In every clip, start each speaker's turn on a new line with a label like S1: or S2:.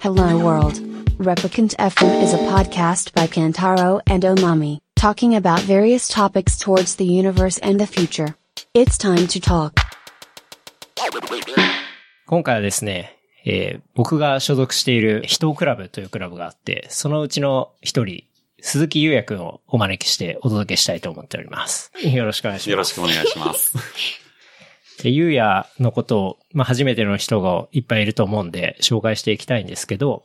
S1: Hello World. Replicant FM is a podcast by Kantaro and Omami, talking about various topics towards the universe and the future. It's time to talk.
S2: 今回はですね、えー僕が所属している秘湯クラブというクラブがあって、そのうちの一人、鈴木優也くんをお招きしてお届けしたいと思っております。よろしくお願いし
S3: よ
S2: ま
S3: ろしくお願いします。
S2: す。で優也のことを、まあ、初めての人がいっぱいいると思うんで、紹介していきたいんですけど、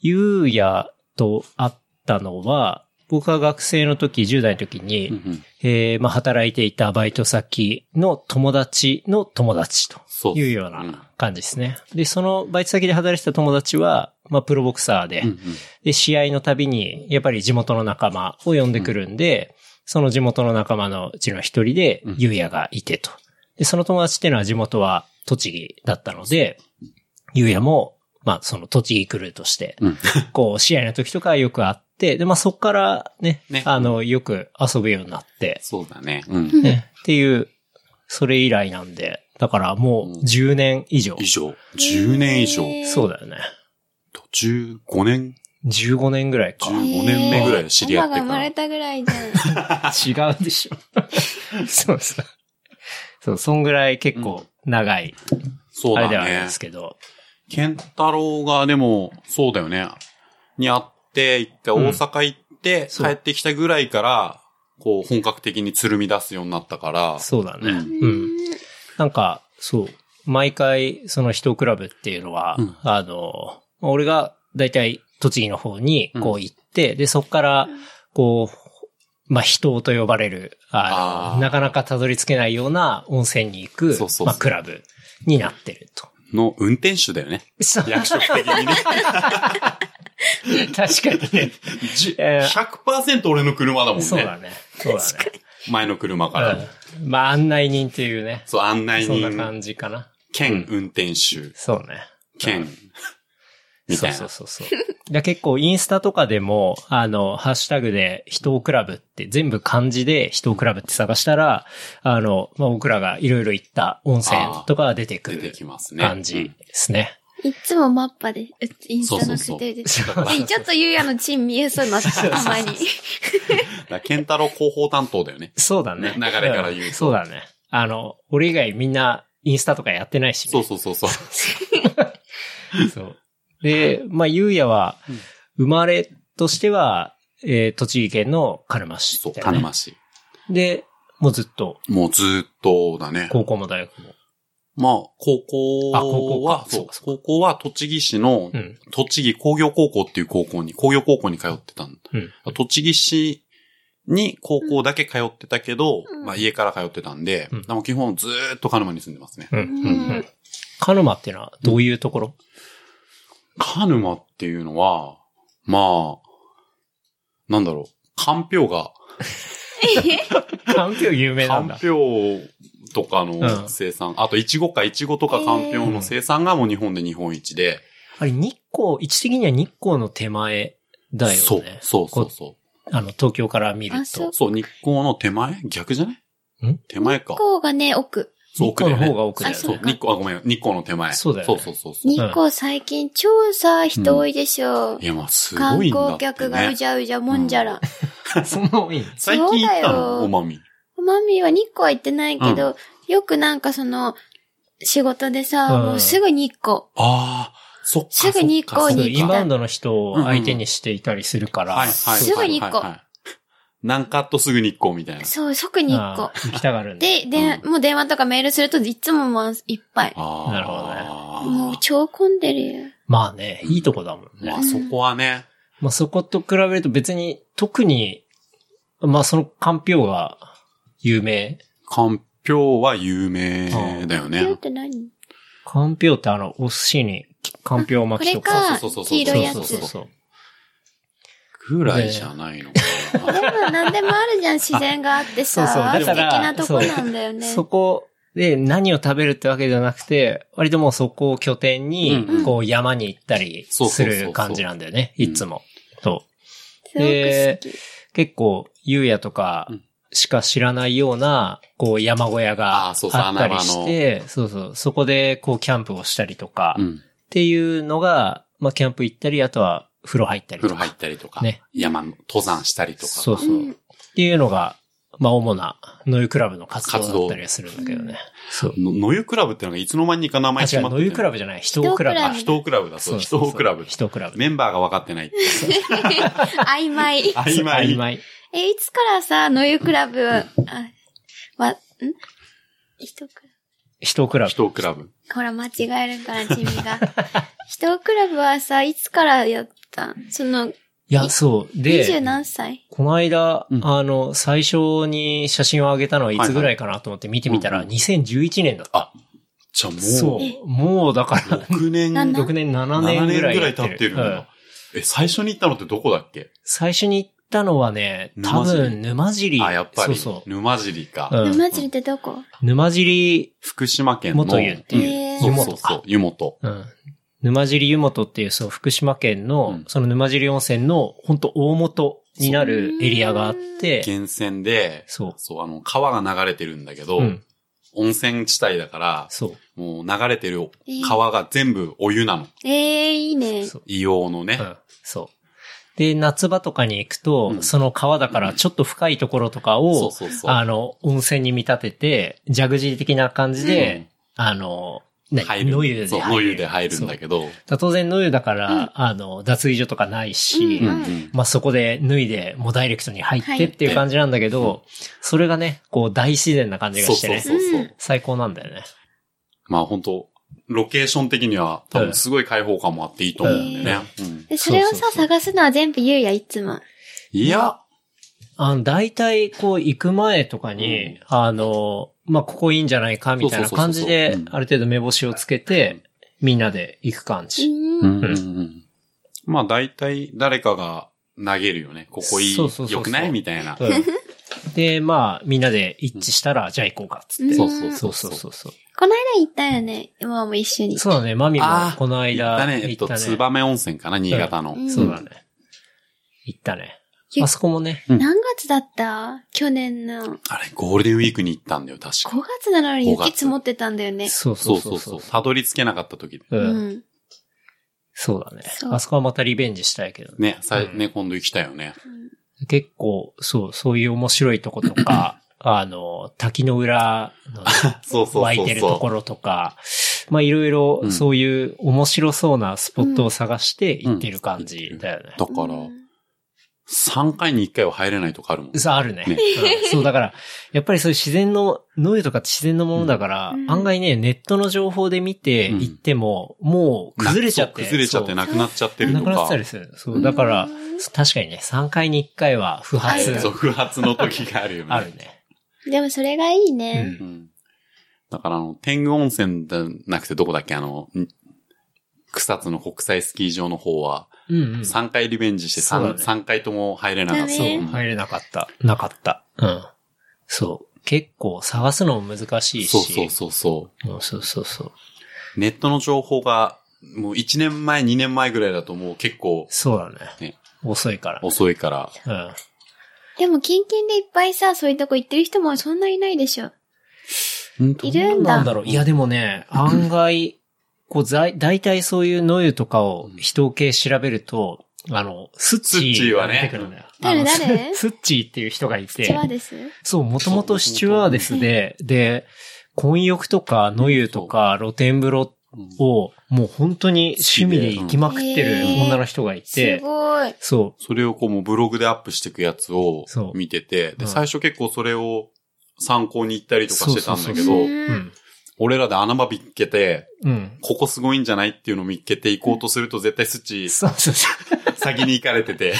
S2: 優也と会ったのは、僕が学生の時、10代の時に、
S3: うんうん
S2: えーまあ、働いていたバイト先の友達の友達と
S3: そうっす
S2: いうような感じですね。で、そのバイト先で働いてた友達は、まあ、プロボクサーで、
S3: うんうん
S2: で、試合のたびに、やっぱり地元の仲間を呼んでくるんで、その地元の仲間のうちの一人で
S3: うん、
S2: ゆうやがいてと。で、その友達っていうのは地元は栃木だったので、ゆうやも、まあ、その栃木クルーとして、
S3: うん
S2: こう、試合の時とかよく会って、で、まあ、そっからね、
S3: ね
S2: あの、よく遊ぶようになって、
S3: そうだね。うん。
S2: ね、っていう、それ以来なんで、だからもう10年以上。
S3: 以上。10年以上。
S2: そうだよね。
S3: 15年
S2: 15年ぐらいか。
S3: 15年目ぐらいで知り合って
S4: ママが生
S3: か
S4: ま
S3: ら
S4: れ。たぐらいじゃん。
S2: 違うでしょ。 そうそう。そう、そんぐらい結構長い、
S3: そう
S2: あれ
S3: だ
S2: ではあるん
S3: ね
S2: です。けど。
S3: ケンタロウがでも、そうだよね。に会って、行って、大
S2: うん
S3: 阪行って、
S2: そう
S3: 帰ってきたぐらいから、こう、本格的につるみ出すようになったから。
S2: そうだね。
S3: う
S2: うん。なんか、そう。毎回、その人クラブっていうのは、
S3: うん
S2: あの、俺が大体栃木の方にこ
S3: う
S2: う行って、で、そこから、こう、まあ、人と呼ばれる、あの
S3: あー
S2: なかなかたどり着けないような温泉に行く、
S3: そうそうそう
S2: まあ、クラブになってると。
S3: の運転手だよね。
S2: そう
S3: 役職的にね。
S2: 確かにね。
S3: じ
S2: えー
S3: 100%俺の車だもん
S2: そうだ
S3: ね。
S2: ね。そうだね。
S3: 前の車から。
S2: うんまあ、案内人っていうね。
S3: そう、案内
S2: そんな
S3: 人、
S2: 感じかな。
S3: 兼運転手、
S2: そうね。
S3: 兼、みたいな。
S2: そうそうそうそう。で結構インスタとかでも、あの、ハッシュタグで人をクラブって全部漢字で人をクラブって探したら、あの、まあ、僕らがいろいろ行った温泉とかが出てく
S3: 出て
S2: る
S3: きますね。
S2: 感じですね。
S4: いっつもマッパで、うインスタのせてるで。
S2: そうそうそう
S4: でちょっとゆうやのチン見えそうになった、たまに。
S3: だからケンタロウ広報担当だよね。
S2: そうだね。
S3: 流れから言うと
S2: んそうだね。あの、俺以外みんなインスタとかやってないし、ね。
S3: そうそうそうそう。
S2: そう。で、まあ、ゆうやは、生まれとしては、えー栃木県の鹿沼市
S3: そう、
S2: だよね、
S3: 鹿沼市。
S2: で、もうずっと、
S3: もうずーっとだね。
S2: 高校も大学も。
S3: まあ、高校
S2: あ高校
S3: は
S2: か、
S3: そ
S2: そう
S3: う
S2: かそ、
S3: 高校は栃木市の
S2: う、ん。
S3: 栃木工業高校っていう高校に、工業高校に通ってたん
S2: うん。
S3: 栃木市に高校だけ通ってたけど、
S4: うん
S3: まあ家から通ってたんで、
S2: うん
S3: でも基本ずーっと鹿沼に住んでますね。
S2: うん。うん。うん。鹿沼っていうのはどういうところ、
S3: 鹿沼っていうのは、まあ、なんだろう、かんぴょうが、
S2: かんぴょう有名な
S3: か
S2: ん
S3: ん
S2: だ。
S3: ぴょうとか
S2: うん
S3: の生産、あと、いちごか、いちごとかかんぴょうの生産がもう日本で日本一で、
S2: あれ、日光、位置的には日光の手前だよね。
S3: そう、そうそうそ
S2: あの、東京から見る
S4: あそう
S2: と
S3: う。。そう、日光の手前逆じゃない
S2: ん
S3: 手前か。
S4: こうがね、奥。
S3: そう
S2: 日光の
S3: だよ
S2: 方
S3: ね
S2: が奥だよね。
S4: あ
S3: そう、日光、あ、ごめん、日光の手前。
S2: そうだよね
S3: そうそうそう。
S4: 日光最近超さ、人多いでしょ。
S3: いや、まあ、す
S4: 観
S3: ごいんだ
S4: 光
S3: って
S4: 客がう
S3: ね。
S4: じゃうじゃもんじゃら。
S2: そのいい。
S3: 最近行った
S4: そうだよ
S3: のおまみ。
S4: マミーは日光は行ってないけど、よくなんかその、仕事でさ、
S2: うん
S4: もうすぐ日光。
S3: ああ、そっか。
S4: すぐ日光
S3: そっか
S4: に
S2: そう
S4: 行きたい
S2: インバウンドの人を相手にしていたりするから、
S3: はい、はい。
S4: すぐ日
S3: はい
S4: 光
S3: はいはい。何カットすぐ日光みたいな。
S4: そう、即日光
S2: あ。ー行きたがるんだ。
S4: で、で、もう電話とかメールするといつも満いっぱい。
S3: ああ。
S2: なるほどね
S4: もう超混んでるよ。
S2: まあね、いいとこだもんね
S3: ま。あ、そこはね、
S2: まあそこと比べると別に特に、まあそのかんぴょうが有名。
S3: かんぴょうは有名だよ
S4: ピュー
S3: ね
S4: っ。て何
S2: かんぴょうってあの、お寿司にかんぴょう巻きと
S4: あ
S2: か。
S4: こ
S3: そうそうそうそう
S4: 黄色いやつ
S2: そうそうそうそう。
S3: ぐらいじゃないのか
S4: でも何でもあるじゃん、自然があってさ。
S2: そうそうだから
S4: 素敵なとこなんだよね。
S2: そこで何を食べるってわけじゃなくて、割ともうそこを拠点に
S3: うん
S4: う、ん
S2: こう山に行ったり
S3: そう
S2: す
S3: そうそうそう
S2: る感じなんだよね、いつも。そう。
S4: すごく好き。
S2: 結構、ゆうやとか
S3: うん
S2: しか知らないような、こう、山小屋があ
S3: あー
S2: っ
S3: そうそう
S2: たりして、そうそう、そこで、こう、キャンプをしたりとか、
S3: な。うん。
S2: っていうのが、まあ、キャンプ行ったり、あとは風呂入ったり
S3: 風
S2: と
S3: 呂
S2: か。
S3: 入ったりとか、
S2: ね
S3: 山の登山したりとか。
S2: そうそうう。
S4: ん
S2: っていうのが、まあ、主な、ノイクラブの活動だったりはするんだけどね。そう。
S3: のノユクラブってのがいつの間にか名前
S2: あ、
S3: 決
S2: 違
S3: ま
S2: う、
S3: って
S2: ノ
S3: て
S2: イクラブじゃない、人クラブ。
S4: 人
S3: あ、
S2: あ
S3: 人クラブだ、そう、人クラブ。
S2: 人クラブ。
S3: メンバーが分かってないって。
S4: 曖昧。
S3: 曖昧。
S2: 曖昧。
S4: え、いつからさ、ノユクラブ、あ、わ、ん人クラ
S2: 人クラブ。
S3: 人クラブ。
S4: ブ。ほら、間違えるから、チミ が。人クラブはさ、いつからやったんその、
S2: いや、そう。
S4: 二十
S2: で、
S4: 何歳
S2: この間、
S3: うん
S2: あの、最初に写真を上げたのはいつぐらいかなと思って見てみた
S3: は
S2: ら、
S3: い
S2: 2011年だった。
S3: じゃあも、
S2: そうう。もうだから、
S3: 6年、
S4: なんだ
S2: 6年、7
S3: 7
S2: 年ぐ
S3: 年ぐ
S2: らい
S3: ら
S2: や
S3: い経ってるん
S2: う
S3: だ
S2: ん。
S3: え、最初に行ったのってどこだっけ
S2: 最初に行ったのはね、多
S3: 沼尻
S2: 分沼尻。
S3: あ、やっぱり
S2: そうそ、う。
S3: 沼尻か。
S2: うん
S4: 沼尻ってどこ
S2: 沼尻、
S3: 福島県の。
S2: 元湯って
S4: へ
S2: い
S4: ー
S2: う、
S3: そ
S2: 湯
S3: う
S2: 本
S3: そう
S2: か
S3: そう、湯本。
S2: うん。沼尻湯本っていう、そう、福島県の、
S3: うん
S2: その沼尻温泉の、本当大元になるエリアがあって、
S3: 源泉で、
S2: そう。
S3: そう、あの、川が流れてるんだけど、
S2: うん。
S3: 温泉地帯だから、
S2: そ。
S3: もう流れてる川が全部お湯なの。
S4: えー、いいうね。
S2: そう。
S3: 硫黄のね
S2: う。ん。そう。で、夏場とかに行くと、
S3: うん
S2: その川だからちょっと深いところとか
S3: そ
S2: を
S3: う、そうそう。
S2: あの、温泉に見立てて、ジャグジー的な感じで、あの、何
S3: 入る。
S2: 野湯で
S3: そう、野湯で入るんだ
S2: ど。
S3: けど。
S2: そう当然野湯だか
S4: う
S2: ら、あの、脱衣所とかないし、
S4: うん
S3: ん
S2: まあ、そこで脱いで、もうダイレクトに入っ
S4: 入
S2: て
S4: っ。
S2: ってていう感じなんだけど、それがね、こう大自然な感じが
S3: そう
S2: して
S3: そう
S2: ね、
S3: そうそううん
S2: 最高なんだよね。
S3: まあ本当ロケーション的には多分すごい開放感もあっていいと思うんだよね。うん
S4: で、それを
S2: そ
S4: さ、
S2: うそうそう
S4: 探すのは全部ゆうや、いつも。
S3: いや、
S2: あの、大体、こう、行く前とかに、
S3: うん
S2: あの、まあ、ここいいんじゃないか、みたいな
S3: そうそうそ
S2: 感
S3: うそう
S2: じで
S3: う、ん
S2: ある程度目星をつけて、みんなで行く感じ。
S4: うん。
S2: ん
S3: まあ大体誰かが投げるよね。ここいい
S2: そうそうそうそう
S3: 良くないみたいな。
S2: うんで、まあ、みんなで一致したら、じゃあ行こうか、っつって。
S3: そうそう
S2: そ
S3: そう
S2: そ
S3: うそうう
S2: そうそう。
S4: この間行ったよね。今も一緒に。
S2: そうだね、マミも
S3: あー
S2: この間
S3: 行ったね。えっ
S2: 行
S3: と、
S2: った
S3: ツ
S2: ね。
S3: バメ温泉かな、新潟の。
S4: うん
S2: そうだね。行ったね。あそこもね、
S4: 何月だった去年の。
S3: あれ、ゴールデンウィークに行ったんだよ、確か。
S4: 5月なのに
S3: 5
S4: 雪
S3: 月
S4: 積もってたんだよね。
S2: そうそ
S3: そうう
S2: そ
S3: そうう
S2: そ
S3: そうう。。たどり着けなかった時
S2: う。
S4: うんん。
S2: そうだね
S4: そ。う
S2: あそこはまたリベンジしたいけどね。
S3: ね、さ
S2: うん
S3: ね、今度行きたいよね。
S2: 結構、そう、そういう面白いとこと か、あの、滝の裏のね
S3: そうそう
S2: 湧
S3: そ
S2: いうてるとこ
S3: そ
S2: ろとか、まあいろいろ
S3: うん
S2: そういう面白そうなスポットを探して行ってる感じだよね。
S3: う。だか
S4: う
S3: ら、
S4: ん
S3: 3回に1回は入れないとかあるもん。
S2: そう、あるね。
S3: ね
S2: うんそう、だから、やっぱりそういう自然の、農業とかって自然のものだから、
S4: うん
S2: 案外ね、ネットの情報で見て
S3: うん
S2: 行っても、もう崩れちゃって。
S3: そう崩れちゃって
S2: な。
S3: なくなっちゃってる
S2: な
S3: と
S2: くなっ
S3: か
S2: てた。りする。そう、だから
S4: うん、
S2: 確かにね、3回に1回は不発
S4: ある
S3: そう、不発の時があるよね。
S2: あるね。。
S4: でもそれがいいうね。
S3: うんんだからあの、天狗温泉じゃなくてどこだっけあの、ん草津の国際スキー場の方は、
S2: うんうん。そ
S3: 3回リベンジして
S2: そうだ
S3: 3,、
S2: ね
S3: 三回とも入れなかった。
S2: う、
S4: ダメ
S3: ん
S2: 入れなかった。なかった。うん。そう。結構探すのも難しいし。
S3: そうそうそうそ
S2: うんそうそうそう。
S3: う。ネットの情報が、もう1年前、2年前ぐらいだともう結構
S2: そうだね
S3: ね。
S2: 遅いから。
S3: 遅いから。
S2: うん。
S4: でも、近々でいっぱいさ、そういうとこ行ってる人もそんないないでしょ。いる
S2: どうんなん
S4: だ。
S2: だろう。いや、でもね、案外、こう、ざい大体そういうノユとかを人系調べると、あの、スッチ
S3: スッチー
S2: ー
S3: は
S2: が
S3: ね
S2: 出てくるんだよ。
S4: 誰
S2: あの
S4: 誰
S2: ススッチーっていう人がい
S4: こっちは
S2: て、
S4: です。
S2: そう、もともとシチュワーデスで、で、混浴とかノユとか露天風呂
S3: うん
S2: を、もう本当に趣味で行きまくってる女の人がい
S4: す
S2: て、
S4: ごい。
S2: そ
S3: それをこうもうブログでアップしていくやつを
S2: そう
S3: 見てて、
S2: うん
S3: で、最初結構それを参考に行ったりとかしてたんだけ
S2: そう
S3: ど、
S2: う。うん。
S3: 俺らで穴場見っけて、
S2: うん。
S3: ここすごいんじゃないっていうのを見っけていこうとすると絶対スチ
S2: そうそうそう。
S3: 先に行かれて て。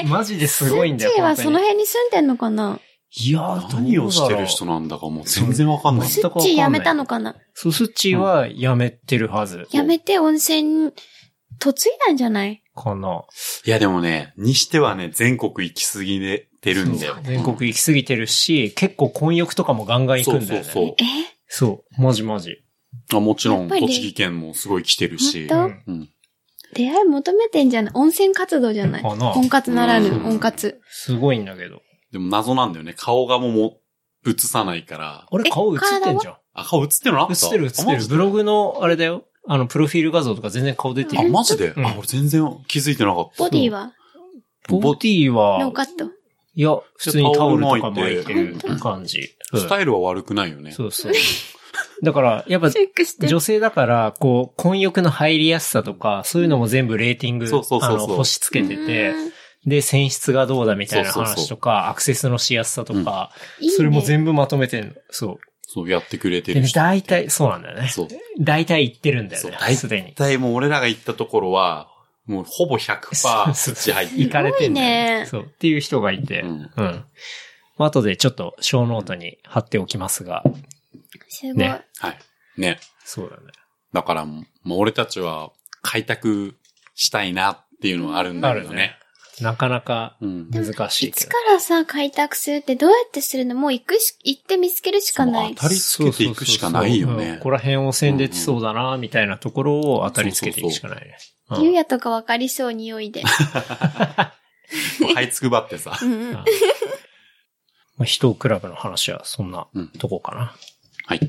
S4: えー、
S2: マジですごいんだよ。
S4: スッチーは
S2: 本当
S4: そ
S2: に
S4: の辺に住んでんのかない
S2: やー、
S3: 何をして
S2: どうだろ
S3: る
S2: う
S3: 人なんだかもう全然わかんない。
S2: そ
S4: ス
S2: う
S4: ッチーやめたのかな
S2: そう、スッチーはやめてるはず。
S4: やめて温泉、嫁いだんじゃない
S2: かな。
S3: いやでもね、にしてはね、全国行き過ぎてるんだよ。
S2: 全国行き過ぎてるし、結構混浴とかもガンガン行
S3: そ
S2: く
S3: うん
S2: だ
S3: そ
S2: よ
S3: う
S2: ね。
S3: そ
S4: え
S2: そうマジマジ。
S3: う。あもちろ
S4: やっ
S3: ん、
S4: ぱりね
S3: 栃木県もすごい来てるし。
S4: 本
S2: ん
S3: うん
S4: 出会い求めてんじゃない温泉活動じゃない
S2: かな
S4: 婚活ならぬ
S3: う、ん
S4: 温活。
S2: すごいんだけど。
S3: でも謎なんだよね。顔がももう映さないから。
S2: あれ
S4: え
S2: 顔映ってんじゃん。
S3: あ、顔映ってるのあった
S2: 映ってる映っ
S3: あ
S2: て
S3: マ
S2: る。
S3: ジ
S2: ブログのあれだよ。あの、プロフィール画像とか全然顔出て
S3: あ、
S2: る。
S3: マジで、
S2: うん
S3: あ、俺全然気づいてなかった。
S4: ボディは
S2: ボディ
S4: ノー
S2: は、
S4: カット。
S2: いや、普通にタオルとか巻いて
S4: う
S2: る
S4: ん
S2: 感じ。
S3: スタイルは悪くないよね。
S2: そうそう。だから、 やっぱ、
S4: チェックして。
S2: 女性だから、こう、混浴の入りやすさとか、そういうのも全部レーティング、
S3: そうそうそうそう
S2: あの星つけてて
S4: う、ん
S2: で、選出がどうだみたいな
S3: そうそうそう
S2: 話とか、アクセスのしやすさとか、
S4: いいね
S2: それも全部まとめてんの。そう。
S3: そう、やってくれて
S2: で
S3: る
S2: ね、
S3: 人。
S2: 大体、そうなんだよね。
S3: そう。
S2: 大体言ってるんだよ
S3: そう
S2: ね。 すでに
S3: 絶。対もう俺らが行ったところは、もうほぼ
S2: そ
S3: 100%
S2: うそう
S3: 土入って
S2: 行
S3: る。
S2: かれてんだよ
S4: す
S2: ねそう。
S4: ごいね。
S2: っていう人がいて。
S3: う
S2: うんん。まあ、後でちょっと小ノートに貼っておきますが。
S4: すごい。
S2: ね
S3: はい。ね。
S2: そうだね。
S3: だから、もう俺たちは開拓したいなっていうのはあるんだけどね。。
S2: なかなか
S3: うん。
S2: 難しい
S4: い
S2: け
S4: つ
S2: ど。
S4: からさ、開拓するってどうやってするのもう行くし、行って見つけるしかな
S3: そ。
S4: いう
S3: 当たりつけていくしかないよ
S2: そう
S3: ね
S2: そうそうそううんここら辺を線出てそうだな、みたいなところを当たりつけていくしかないね。うん
S4: ゆうやとかわかりそう、匂いで。
S3: もう這いつくばってさ
S4: う。んうん
S2: あまあ人クラブの話はそんな
S3: うん
S2: とこかな。
S3: はい。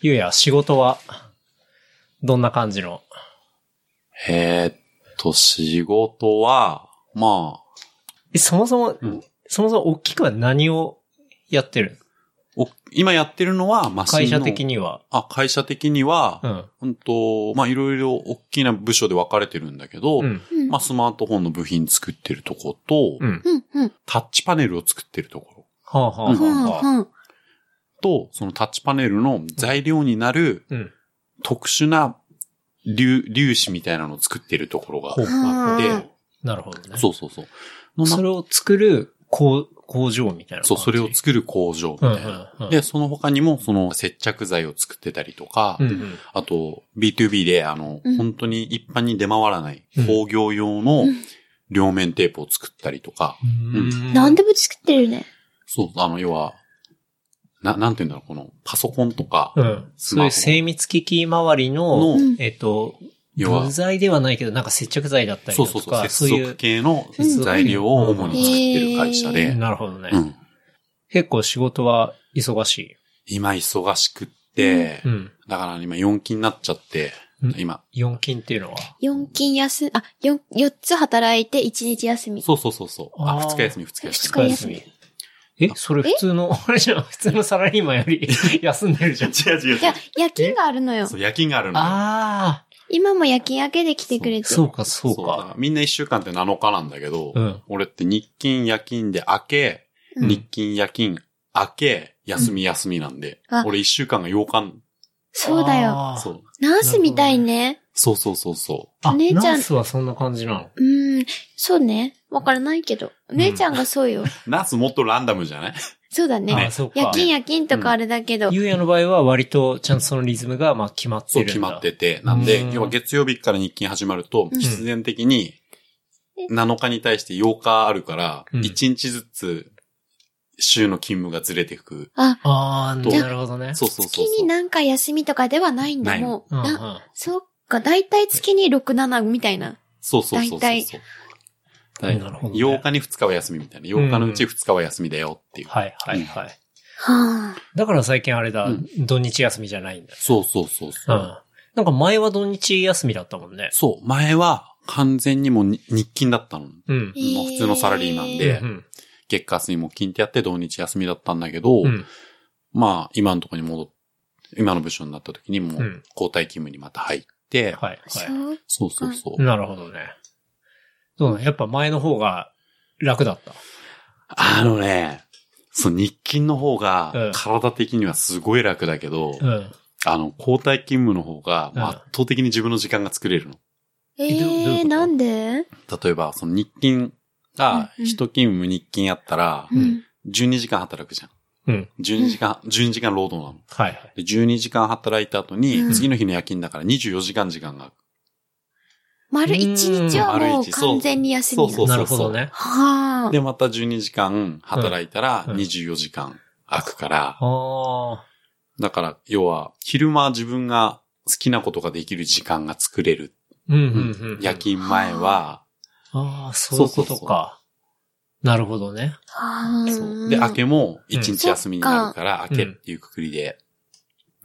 S2: ゆうや、仕事は、どんな感じの
S3: えーっと、仕事は、まあ、
S2: えそもそも、
S3: うん
S2: そもそも大きくは何をやってる
S3: お今やってるのはマシン
S2: 会
S3: の
S2: 社的には。
S3: あ、会社的には、
S2: うん。
S3: 本当まあいろいろ大きな部署で分かれてるんだけど、
S2: うん。
S4: うん
S3: まあスマートフォンの部品作ってるとこと、
S2: うん。
S4: うんうん。
S3: タッチパネルを作ってるところ
S2: はあ、はあは
S4: う
S2: あはあ、
S4: んうん。
S3: と、そのタッチパネルの材料になる
S2: うん。
S3: 特殊な粒粒子みたいなのを作ってるところが
S2: ほう
S3: あっ
S4: う
S3: て、
S2: なるほどね。
S3: そうそうそう。のな
S2: それを作る工工場みたいな感じ。
S3: そう、それを作る工場みたいな。
S2: うんうんうん
S3: で、その他にも、その接着剤を作ってたりとか、
S2: うんうん。
S3: あと、B2B で、あの、
S4: うん
S3: 本当に一般に出回らない
S2: うん
S3: 工業用の
S4: うん
S3: 両面テープを作ったりとか、
S2: うん
S4: なんでも作ってるね。
S3: そう、あの、要は、な、なんて言うんだろう、この、パソコンとか、
S2: うん。
S3: ス
S2: そう
S3: マ
S2: い
S3: ホ
S2: う精密機器周りの、
S3: の、
S4: うん
S2: えっと、
S3: 要は
S2: 部材ではないけど、なんか接着剤だったり
S3: そう
S2: だ
S3: そう
S2: と
S3: そ
S2: か、
S3: う、接
S2: そうい
S3: 続
S2: う。
S3: 系の
S2: 接続系
S3: 材料を主に作ってる会社で、
S2: なるほどね。
S3: うん。
S2: 結構仕事は忙しい。
S3: 今忙しくって、
S2: うん。
S3: だから今4期になっちゃって
S2: うん、
S3: 今、
S2: 4金っていうのは。
S4: 4勤休、あ、4、四つ働いて1日休み。
S3: そうそうそうそう、あ、
S2: あー
S3: 2日休み、2日休
S4: 二日
S3: み。
S4: 休み
S2: え、それ普通の、あれじゃん、 普通のサラリーマンより 休んでるじゃん。
S3: 違う違う違う
S4: いや、夜勤があるのよ
S3: そ。う、夜勤があるのよ。
S2: ああ、
S4: 今も夜勤明けで来てくれて。
S2: そうか、そう
S3: だら
S2: か。
S3: みんな1週間って7日なんだけど、
S2: うん。
S3: 俺って日勤夜勤で明け、
S4: うん
S3: 日勤夜勤明け、休み休みなんで、
S4: うんあ
S3: 俺1週間が8
S4: そうだよ。
S2: あー
S3: 日、そう。
S4: ナースみたいね。
S3: そうそうそうそ
S2: あ
S4: お姉ちゃん
S2: ナースはそんな感じなの。
S4: うーん、そうね。わからないけど。お姉ちゃんがそうよ。
S3: う。ナースもっとランダムじゃない
S4: そうだ
S2: あ
S4: ね
S2: ー、。そうか。
S4: 夜勤夜勤とかあれだけど。
S2: ゆうやの場合は割とちゃんとそのリズムがまあ決まって
S3: そ
S2: る
S3: うん
S2: だ。
S3: 決まってて。なんで
S2: うん、
S3: 要は月曜日から日勤始まると、
S4: うん
S3: 必然的に7日に対して8日あるから、
S2: うん
S3: 1日ずつ週の勤務がずれていく。
S2: ああ、
S3: じゃあ
S2: なるほどね。
S3: そうそうそう
S4: 月
S3: そ
S4: に
S3: う。
S4: 何回休みとかではないんだ
S3: ないの
S4: も
S2: う
S4: う。
S2: んうん
S4: な、そっか。だいたい月に6、7みたいな。
S3: そうそうそうそうそう。
S4: 大体
S3: はい
S2: なるほどね
S3: 8日に2日は休みみたいな。8日のうち2日は休みだよっていう。
S2: はいはいはい。
S4: はあ。
S2: だから最近あれだ、
S3: うん
S2: 土日休みじゃないんだ。
S3: そうそうそう
S2: う
S3: そう。
S2: ん。なんか前は土日休みだったもんね。
S3: そう、前は完全にもうに日勤だったの。
S2: うん。
S4: えー
S3: もう普通のサラリーマン
S2: う
S3: で、
S2: ん。
S3: 月火水も金ってやって土日休みだったんだけど、
S2: うん。
S3: まあ今のところに戻って、今の部署になった時にもう
S2: うん
S3: 交代勤務にまた入って、
S2: はいは
S4: そう。
S3: そうそうそう。
S2: い。なるほどね。そうね。やっぱ前の方が楽だった。
S3: あのね、そう、日勤の方
S2: う
S3: が
S2: ん
S3: 体的にはすごい楽だけど、
S2: うん。
S3: あの、交代勤務の方が
S2: うん
S3: 圧倒的に自分の時間が作れるの。
S4: え
S2: どういうこ
S4: ー、
S2: と
S4: なんで
S3: 例えば、その日勤が、
S4: うんうん
S3: 一勤務日勤やったら
S4: う、ん。
S3: 12時間働くじゃん。
S2: うん。
S3: 12時間、12時間労働なの。
S2: はいはい。
S3: で、12時間働いた後
S4: う
S3: に、
S4: ん
S3: 次の日の夜勤だから24時間時間が。
S4: 丸一日はも
S3: 丸
S4: う
S3: 一そう
S4: 完全に休みな
S3: そうそうそう
S4: の。
S2: なるほどね。
S4: はあ。
S3: で、また12時間働いたら
S2: うんうん
S3: 24時間空くから、
S2: ああ。
S3: だから、要は、昼間自分が好きなことができる時間が作れる。
S2: うんうんうん。
S3: 夜勤前は、
S2: ああ、そういうこと
S3: そうそう
S2: か。なるほどね。
S4: はあ。
S3: そうで、明けも1日休みになるから、
S2: うん
S3: 明けっていうくくりで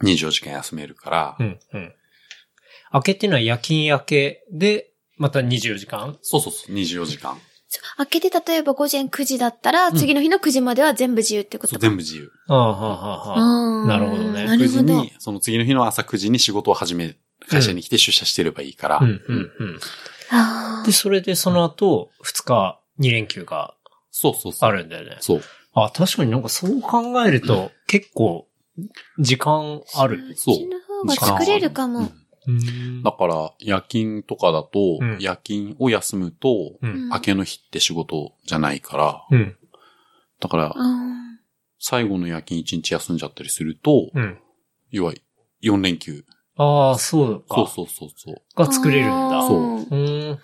S3: 24時間休めるから、
S2: うんうん。明けっていうのは夜勤明けで、また24時間
S3: そうそうそう、24時間。
S4: そう明けて例えば午前9時だったら、次の日の9時までは全部自由ってこ
S3: そ
S4: と
S3: う
S4: か。
S3: 全部自由。
S2: ああ、はあ、はあ、はあ。
S4: あー
S2: なるほどね
S4: なる
S3: 9時
S4: ほど。
S3: に、その次の日の朝9時に仕事を始め、会社に来て出社してればいいから。
S2: うん、うん、うん。
S4: あ
S2: で、それでその後、2日、2連休が
S3: そうそうそう。
S2: あ。るんだよね。
S3: そう。
S2: あ、確かになんかそう考えると、結構、時間ある。
S3: そう
S4: そっちの方が作れるか
S3: う
S4: も。
S3: ん
S2: うん
S3: だから、夜勤とかだと、
S2: うん
S3: 夜勤を休むと、
S2: うん。
S3: 明けの日って仕事じゃないから、
S2: うん。
S3: だから、
S4: あ
S3: 最後の夜勤1日休んじゃったりすると、
S2: うん。
S3: 要は4連休。
S2: ああ、そうか。
S3: そうそうそうそう。
S4: ー
S2: が作れるんだ。
S3: そう
S4: あー
S2: うん。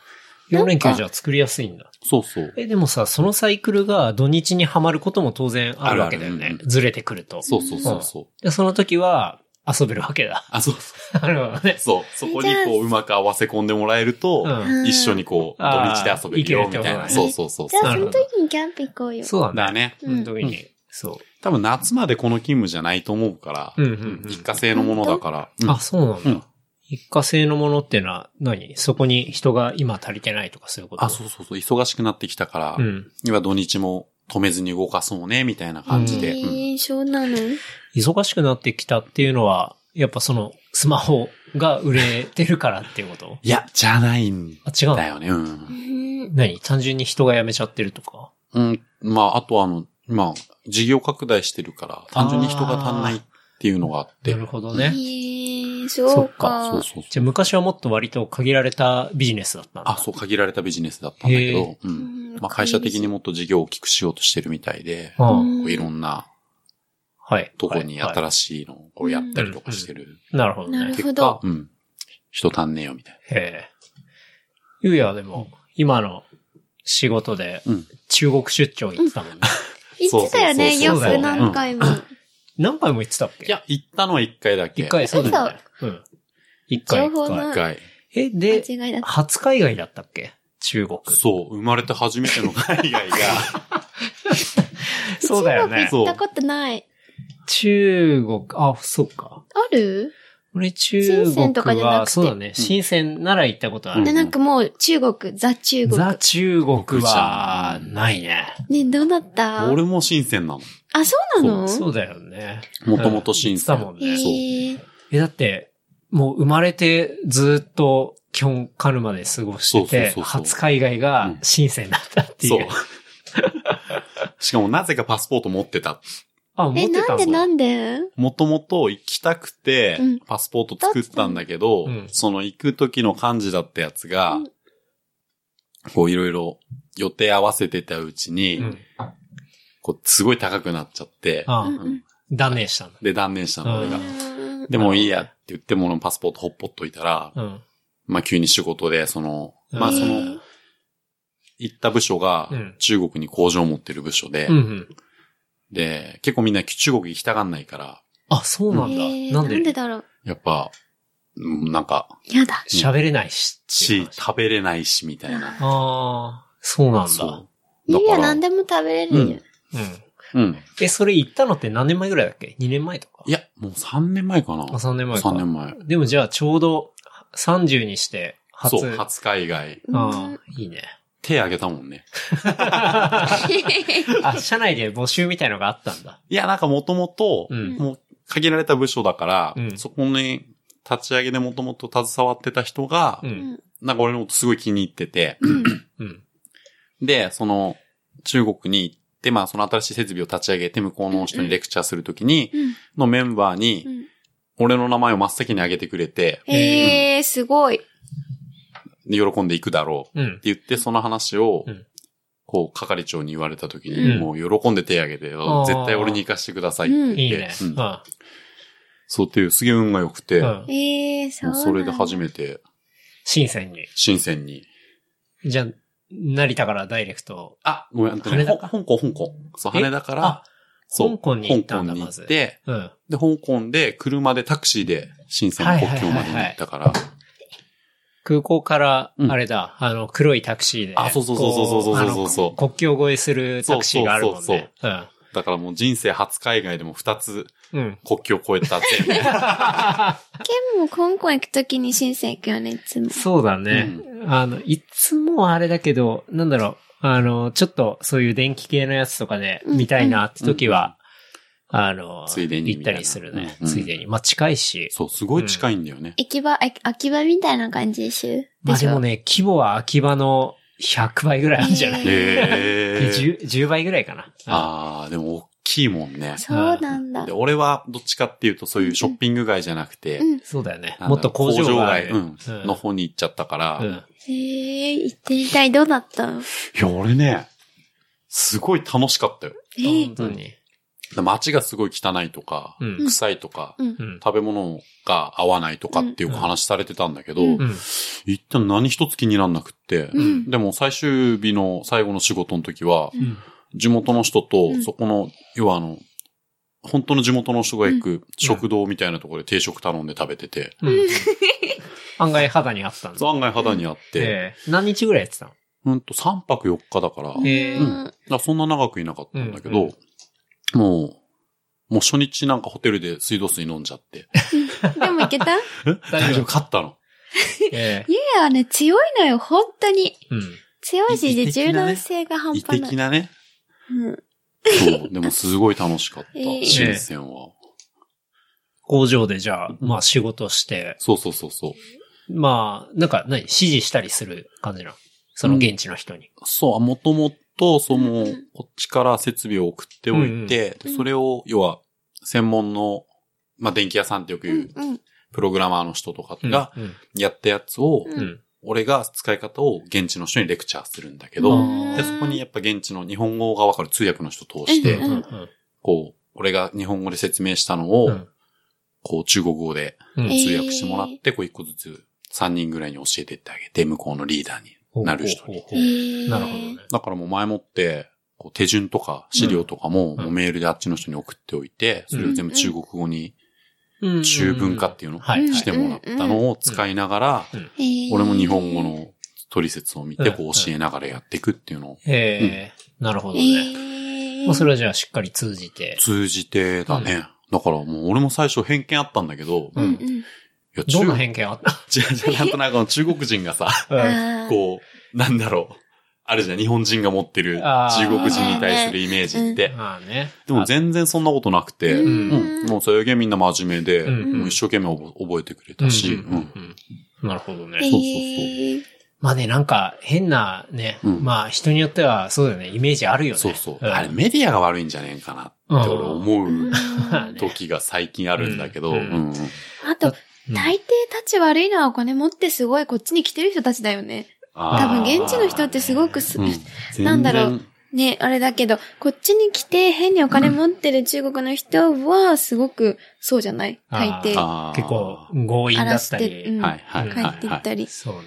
S2: 4連休じゃ作りやすいんだ。
S3: そうそう。
S2: え、でもさ、そのサイクルが土日にはまることも当然あるわけだよ
S3: あるあ
S2: ね
S3: る。
S2: ずれてくると。
S3: そうそうそうそう。
S2: で、その時は遊べるわけだ。
S3: あ、そうそう。
S2: なるほどね。
S3: そう。そこにこう、うまく合わせ込んでもらえると、
S2: うん。
S4: うん
S3: 一緒にこう、土
S2: あー
S3: 日で遊べるよ、
S2: い
S3: み
S2: ける
S3: た
S2: っ
S3: い
S2: てことだね
S3: な。そうそうそう
S4: じゃ
S3: そ
S4: あ
S2: なる
S4: そ
S2: ほ
S4: の
S2: ど
S4: 時にキャンプ行こうよ。
S2: そう
S3: う。
S2: だ
S3: だ
S2: ね。
S3: ね。
S2: その時に。そ
S3: 多分夏までこの勤務じゃないと思うから、
S2: う。うんうん
S3: 一過性のものだから。
S2: うん。あ、そうなん
S3: う
S2: だ
S3: ん。。
S2: 一過性のものってのは何そこに人が今足りてないとかそういうこと
S3: あ、そうそうそう。忙しくなってきたから、
S2: うん。
S3: 今土日も止めずに動かそうね、みたいな感じで。
S4: い
S3: うん
S4: い印象なの
S2: 忙しくなってきたっていうのは、やっぱそのスマホが売れてるからっていうこと
S3: いや、じゃないん
S2: あ、違うの
S3: だよね。うん。
S2: 何単純に人が辞めちゃってるとか
S3: うん。まあ、あとはあの、まあ、事業拡大してるから、単純に人が足んないっていうのがあって。
S2: なるほどね。
S4: いい、そうか。
S3: そうそう
S2: じ
S3: そ
S2: ゃ
S3: う。
S2: あ昔はもっと割と限られたビジネスだったんだ。
S3: あ、そう、限られたビジネスだったんだけ
S2: へ
S3: ど
S2: え、
S3: う。
S4: うんん
S3: まあ、会社的にもっと事業を大きくしようとしてるみたいで、
S2: う。
S4: うんん
S3: こういろんな
S2: はい。
S3: とこに
S2: はいは
S3: 新しいのをこうやったりとかしてる。
S2: いなるほど
S4: なる
S2: ね
S4: ほ。ど
S3: 結果、うん。人足んねえよ、みたい
S2: へえ。ゆうやはでも、今の仕事で
S3: な。うん。
S2: 中国出張行ってたもんね。
S4: 言ってたよ
S3: そう
S4: ね、
S2: そう
S4: よ
S2: そう
S4: く何回も。
S2: 何回も行ってたっけ
S3: いや、行ったのは一回だけ。
S2: 一。回、そうだよね。うん。一回、
S4: 情報
S2: 一
S4: の
S2: 回。
S3: 一回。
S2: え、で、
S4: 間違いだった。
S2: 初海外だったっけ中国。
S3: そう、生まれて初めての海外が、
S2: そうだよね
S4: 中国行ったことない。
S2: 中国、あ、そうか。
S4: ある
S2: 俺中
S4: 深センとか
S2: 国
S4: じゃなく
S2: は、
S4: て
S2: そうだね。深センなら行ったことある。
S3: うん
S4: で、なんかもう中国、ザ中国。
S2: ザ中国は、ないね。
S4: ね、どう なった
S3: 俺も新鮮なの。
S4: あ、そうなの
S2: そうだよね。
S3: もともと新鮮。
S2: うん行ってた
S4: へ
S2: もんね。
S4: ー
S2: え、だって、もう生まれてずっと基本カヌマで過ごしてて、
S3: そうそうそうそう
S2: 初海外が深センだったっていう。
S3: そう。 しかもなぜかパスポート持ってた。
S2: あ、持
S4: え、
S2: ってた
S4: なんでなん
S2: だ。
S4: んで
S3: もともと行きたくて
S4: うん、
S3: パスポート作ったんだけど、
S2: うん
S3: その行く時の漢字だったやつが、
S4: うん
S3: こういろいろ予定合わせてたうちに、
S2: うん。
S3: こうすごい高くなっちゃって、
S2: あ
S4: うんうん
S2: 断念したんだ。
S3: で断念したの俺が
S2: う。
S4: うん
S3: でもいいやって言ってものパスポートほっぽっといたら、
S2: うん。
S3: まあ急に仕事で、その、まあそ
S4: へ
S3: の
S4: ー、
S3: 行った部署が
S2: うん
S3: 中国に工場を持ってる部署で、
S2: うんうん。
S3: で、結構みんな中国行きたがんないから、
S2: あ、そうなん
S4: へー
S2: だ。
S4: な
S2: なん
S4: んで
S2: で
S4: だろう。
S3: やっぱ、うんなんか、
S4: やだ。
S2: 喋れないし。っていう
S3: し、
S2: 話
S3: 食べれないし、みたいな。
S2: ああ、そうなんだ。
S3: そう
S4: い
S3: だ
S4: い
S3: から
S4: や、何でも食べれるよ。
S2: うん。
S3: うん。
S2: え、それ行ったのって何年前ぐらいだっけ ?2 年前とか
S3: いや、もう3年前かな。
S2: あ、3年前か。
S3: 3年前。
S2: でもじゃあちょうど30にして初。
S3: そう、初海外。
S4: う
S2: あ
S4: ん
S2: あ、いいね。
S3: 手挙げたもんね。
S2: あ、社内で募集みたいのがあったんだ。
S3: いや、なんかもともと
S2: う、ん。
S3: もう限られた部署だから、
S2: うん
S3: そこに立ち上げでもともと携わってた人が、
S2: う。
S4: うんん
S3: なんか俺のことすごい気に入ってて、
S2: うん。
S3: で、その、中国に行って、まあ、その新しい設備を立ち上げて、向こうの人にレクチャーするときに、
S4: うん
S3: のメンバーに
S4: う、ん
S3: 俺の名前を真っ先に挙げてくれて、
S4: えー、すごい。
S3: で喜んでいくだろう。
S2: うん
S3: っ。て言って、その話を、
S2: うん
S3: こう、係長に言われた時に、
S2: うん
S3: もう喜んで手挙げて、
S2: あー
S3: 絶対俺に行かしてくださいって言って、
S2: いいね。
S3: う
S2: うんん。あ
S3: そうっていう、すげえ運が良くて、
S2: うん。
S4: えー、そう
S3: もう
S4: なんだ。
S3: それで初めて、
S2: 深センに。
S3: 深センに。
S2: じゃあ、成田からダイレクト。
S3: あ、ごめん、あんたね
S2: 羽田
S3: ほ
S2: か
S3: 香港、香港。そう、
S2: え
S3: 羽田から
S2: あ、
S3: そ
S2: 香
S3: う
S2: 港に行ったんだ
S3: 香港に
S2: まず
S3: 行って、
S2: うん。
S3: で、香港で、車で、タクシーで、深センの国境まで行ったから、
S2: 空港から、
S3: うん
S2: あれだ、あの、黒いタクシーで。
S3: あそうそうそうそうそうそうそう
S2: こあの
S3: そう
S2: 国境越えするタクシーがあるもん
S3: そうそう
S2: ね。うん。
S3: だからもう人生初海外でも2つ
S2: うん。
S3: 国境を越えたぜ、みたい な。
S4: ケンも香港行くときに新生行くよね、いつも。
S2: そうだね。あの、いつもあれだけど、なんだろう、あの、ちょっとそういう電気系のやつとかで
S4: うん
S2: 見たいなって時は、あの、
S3: ついでに
S2: 行ったりする
S3: みた
S2: ね
S3: い。なうん
S2: ついでに。まあ、近いし。
S3: そう、すごい近いんだよね。
S4: 行き場、あ秋葉みたいな感じでしょ
S2: まあでも
S4: ね。
S2: ね、規模は秋葉の100倍ぐらいあるんじゃない、
S4: うん
S3: へえ
S2: 10, 10倍ぐらいかな。
S3: ああ、でも大きいもんね。
S4: そうなんだ
S3: で。俺はどっちかっていうとそういうショッピング街じゃなくて、
S4: うん。
S2: そうだよね。
S3: あの
S2: もっと工場がある。
S3: 工場街うんの方に行っちゃったから、
S2: うん
S3: い
S4: へえー、行ってみたい。どうだったの
S3: や、俺ね、すごい楽しかったよ。
S4: え
S2: 本
S4: ー、
S2: 当に。
S3: 街がすごい汚いとか、
S2: うん。
S3: 臭いとか、
S4: うん。
S2: うん。
S3: 食べ物が合わないとかっていう話されてたんだけど、
S4: うん
S2: うん。
S3: 一旦何一つ気になんなくって、
S4: うん
S3: でも最終日の最後の仕事の時は、
S2: うん
S3: 地元の人
S4: う
S3: と、
S4: ん
S3: そこの、要はあの、本当の地元の人が行く食堂みたいなところで定食頼んで食べてて、
S2: うん。案外肌にあったんだ。
S3: そう案外肌にあって、
S2: ええ何日ぐらいやってたの
S3: うんと3泊4日だから、だか
S2: えー
S4: うん
S3: らそんな長くいなかったんだけ
S2: うん
S3: ど、もう、もう初日なんかホテルで水道水飲んじゃって、
S4: でも行けたい
S3: 大丈夫、勝ったの。
S2: ええ
S4: やね、強いのよ、本当に。
S2: うん。
S4: 強いし、
S3: い
S4: で
S3: 異的
S4: 柔
S3: なね
S4: 軟性が半
S3: 異
S4: 端な
S3: 的
S4: い。
S3: な ね。
S4: うん。
S3: そう、でもすごい楽しかった、
S4: えー
S3: 新鮮は。
S2: 工場でじゃあ、まあ仕事して、
S3: そうそうそうそう。
S2: まあ、なんか何指示したりする感じなのその現地の人に。
S3: そう、もともと、その、
S4: うんうん
S3: こっちから設備を送っておいて、
S4: うんうん
S3: それを、要は、専門の、まあ、電気屋さんってよく
S4: う
S3: 言
S4: ん
S3: う、
S4: うん。
S3: プログラマーの人とか
S2: うん
S3: が、
S2: うん
S3: やったやつを、
S4: うん
S2: うん。
S3: 俺が使い方を現地の人にレクチャーするんだけ
S2: う
S3: ど、
S2: ん
S3: で、そこにやっぱ現地の日本語がわかる通訳の人通し
S2: う
S3: て、
S2: ん
S4: うん
S2: うん
S3: こう、俺が日本語で説明したのを、
S2: うん
S3: こう、中国語で
S2: うん
S3: 通訳してもらって、こう、一個ずつ、3人ぐらいに教えてってあげて、向こうのリーダーに。
S2: うん
S3: なる人に
S2: ほうほうほ
S4: えー
S2: うなるほどね。
S3: だからもう前もって、こう手順とか資料とかも
S2: ん
S3: もうメールであっちの人に送っておいて、
S2: うん
S3: それを全部中国語に
S2: うん
S3: 中文化っていうの
S2: はいはい
S3: してもらったのを使いながら、
S4: えー
S3: 俺も日本語。の取説を見て
S2: うん
S3: こう教えながらやっていくっていうのを
S2: ええなるほど
S4: え
S2: ね。
S4: ー。
S2: まあそれはじゃあしっかり通じて。
S3: 通じてだね。だからもう俺も最初偏見あったんだけど、
S4: うん
S3: いや中
S2: どんな
S3: 国、
S2: 偏見あった
S3: じゃじゃなんとなくあの中国人がさ、
S4: うん。
S2: うん
S4: あー
S3: こう、なんだろう。あるじゃん、日本人が持ってる
S2: あー
S3: 中国人に対するイメージって。
S2: まあね。
S3: でも全然そんなことなくて、
S4: う
S3: うんん。もうそれだけみんな真面目で、
S2: うん
S3: もう一生懸命覚覚えてくれたし、
S2: うんうんうんうんなるほどね。
S4: え
S3: そう
S4: ー
S2: まあね、なんか変なね、
S3: うん
S2: まあ人によってはそうだよね、イメージあるよね。
S3: そうそう、
S2: ん
S3: あれメディアが悪いんじゃねえかなって俺思う
S2: まあね
S3: 時が最近あるんだけど、
S2: う
S3: うんん
S4: あと、
S2: うん
S4: 大抵たち悪いのはお金持ってすごいこっちに来てる人たちだよね。多分
S2: あー
S4: 現地の人ってすごくす、
S3: うん
S4: なんだろう
S3: 全然
S4: ね、あれだけど、こっちに来て変にお金持ってる中国の人はすごくそうじゃない大
S2: あー
S4: 抵。
S3: あー
S2: 結構強引だった
S4: 荒らしてう
S2: り
S4: ん。
S3: はいはい
S4: 帰
S3: はい、
S4: ってい
S3: は
S4: ったり。
S2: そうね。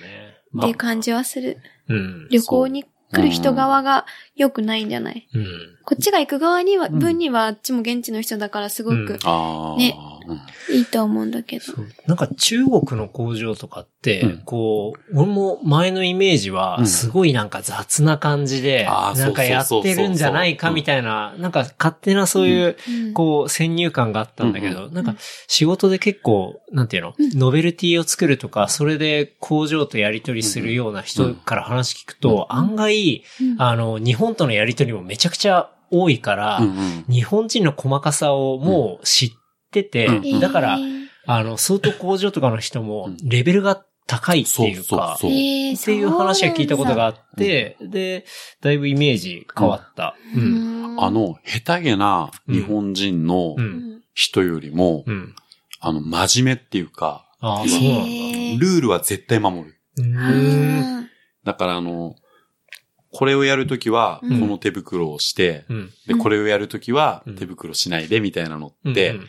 S4: っていう感じはする。
S2: うん。
S4: 旅行に来る人側が良くないんじゃない
S2: うん。
S4: こっちが行く側には、
S2: うん
S4: 分にはあっちも現地の人だからすご
S2: う
S4: く
S2: ん
S3: あー
S4: ね
S3: うん
S4: いいと思うんだけど。
S2: そうなんか中国の工場とかって、
S3: うん
S2: こう、俺も前のイメージ
S3: う
S2: は、
S3: ん
S2: すごいなんか雑な感じで、
S3: あー
S2: なんかやっ
S3: そうそうそうそう
S2: てるんじゃないかみたいな、なんか勝手なそういう、
S4: うん
S2: こう、先入観があったんだけど、なんか、仕事で結構、なんていうの、ノベルティを作るとか、それで工場とやり取りするような人から話聞くと、案外、
S4: うん
S2: あの、日本とのやり取りもめちゃくちゃ多いから、
S3: うんうん
S2: 日本人の細かさをもう知ってて、
S3: うん
S2: だから
S4: え、ー
S2: あの、相当工場とかの人
S3: う
S2: も
S3: ん、
S2: レベルが高いっていう
S3: そうそう
S2: か、
S3: そう
S4: えー
S2: っていう話は聞いたことがあ
S4: っ
S2: って、で、だいぶイメージ変わった。う
S4: た
S2: ん。
S3: あ、の、下手げな日本人の
S2: う。
S4: うんん
S3: 人よりも、
S2: うん。
S3: あの、真面目っていうか、
S2: あ
S4: へ
S2: あ、そうなんだ。
S4: ー
S3: ルールは絶対守る。
S2: うーん。
S4: あ
S3: だからあの、これをやるときは、こ
S4: うん
S3: の手袋をして、
S2: うん。
S3: で、
S4: うん
S3: これをやるときは
S2: うん、
S3: 手袋しないで、みたいなの
S2: うん
S3: って、
S2: うん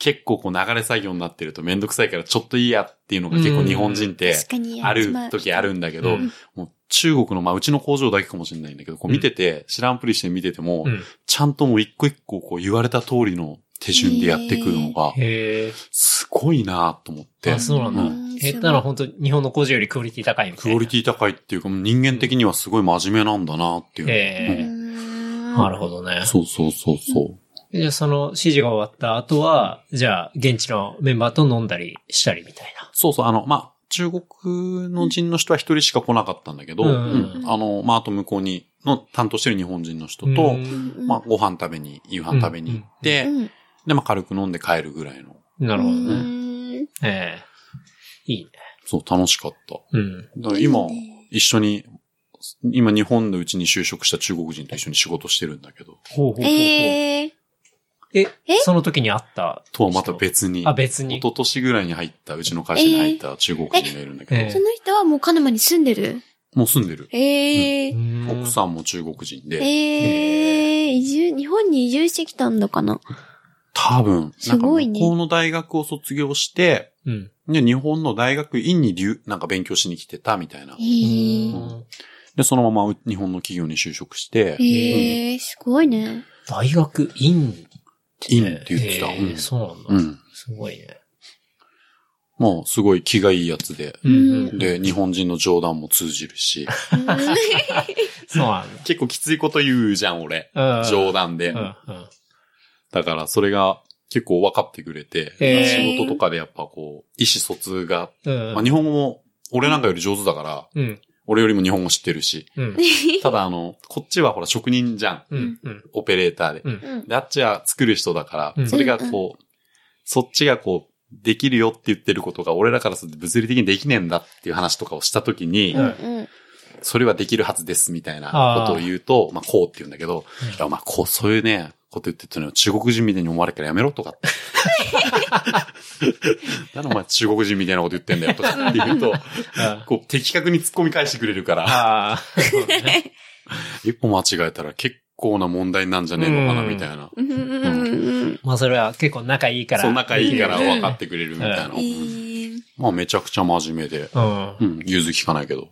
S3: 結構こう流れ作業になってるとめんどくさいから、ちょっといいやっていうのが結構日本人っ
S4: ー
S3: て、
S4: 確かに
S3: ある時あるんだけ
S2: う
S3: ど、
S2: ん
S3: もう中国の、まあ、うちの工場だけかもしれないんだけど、こう見てて、知らんぷりして見てても、
S2: うん。
S3: ちゃんともう一個一個こう言われた通りの手順でやってくるのが、
S2: へえ。
S3: すごいなと思って
S2: あ、。そうなんだ
S3: う。
S4: ん
S2: 下手なのは本当に日本の工場よりクオリティ高いみたい
S3: ク
S2: な。
S3: オリティ高いっていうか、人間的にはすごい真面目なんだなっていうの。
S2: へえ。
S4: な
S2: なるほどね。
S3: そうそうそうそう。
S2: で、その指示が終わった後は、じゃあ、現地のメンバーと飲んだりしたりみたいな。
S3: そうそう、あの、まあ、中国の人の人は一人しか来なかったんだけど、
S2: うん
S3: うんあの、まあ、あと向こうに、の担当してる日本人の人と、
S2: うん
S3: まあ、ご飯食べに、夕飯食べに行って、
S4: うん。
S3: で、まあ、軽く飲んで帰るぐらいの。
S2: なるほど
S4: う
S2: ね。
S4: ん
S2: ええいいね。
S3: そう、楽しかった。
S2: うん。
S3: だから今、
S4: いいね
S3: 一緒に、今日本のうちに就職した中国人と一緒に仕事してるんだけど、
S2: ほうほうほうほう
S4: ええ
S2: え、その時に会った人
S3: とはまた別に、
S2: あ、別
S3: 一
S2: に。
S3: 昨年ぐらいに入った、うちの会社に入った中国人がいるんだけど、
S2: ええ
S4: その人はもう鹿沼に住んでる
S3: もう住んでる。
S4: ええ
S2: 奥
S3: 奥さんも中国人で、
S4: ええ移住、日本に移住してきたんだかな。
S3: 多分、な
S4: す
S3: んか
S4: ごいね
S3: 向こうの大学を卒業して、
S2: ん。うん。
S3: で、日本の大学院に留、なんか勉強しに来てたみたいな
S4: え。
S2: う
S4: え
S2: ん
S3: で、そのままう日本の企業に就職して、
S4: ええすごいね。
S2: 大学院って
S3: 院って言ってた
S2: え
S3: うん
S2: えそう
S3: う
S2: なんだ。
S3: ん。
S2: すごいね。
S3: もうすごい気がいいやつで、
S4: ん
S2: うん
S3: で、日本人の冗談も通じるし、
S2: そうなんだ
S3: 結構きついこと言うじゃん、俺。。
S2: うん
S3: 冗談で。
S2: うんうん。
S3: だから、それが結構分かってくれて、
S2: へ
S4: ー
S3: 仕事とかでやっぱこう、意思疎通が、
S2: うん
S3: まあ、日本語も、俺なんかより上手だから、
S2: うん。
S3: 俺よりも日本語知って るし、
S2: うん。
S3: ただあの、こっちはほら職人じゃん、
S2: うん。 うん。
S3: オペレーターで。
S4: うん
S3: で、あっちは作る人だか
S2: う
S3: ら、
S2: ん
S3: それがこう、そっちがこう、できるよって言ってることが俺らからすると物理的にできねえんだっていう話とかをしたときに、
S2: うん
S4: うん
S3: それはできるはずですみたいなことを言うと、まあこうって言うんだけど、
S2: うん
S3: いや、まあこう、そういうね、こと言ってたのは中国人みたいに思われるからやめろと かって。なんでお前中国人みたいなこと言ってんだよとかって言うと、
S2: あ
S3: こう的確に突っ込み返してくれるから、
S2: あー。そうだね
S3: 一歩間違えたら結構な問題なんじゃねえのかな
S2: うん
S3: みたいな。
S4: うんうん
S2: まあそれは結構仲いいから。。
S3: そう、仲いいから分かっててくれるみたいな。
S4: うん。いい。
S3: まあめちゃくちゃ真面目で。
S2: うん。
S3: うん、融通聞かないけど。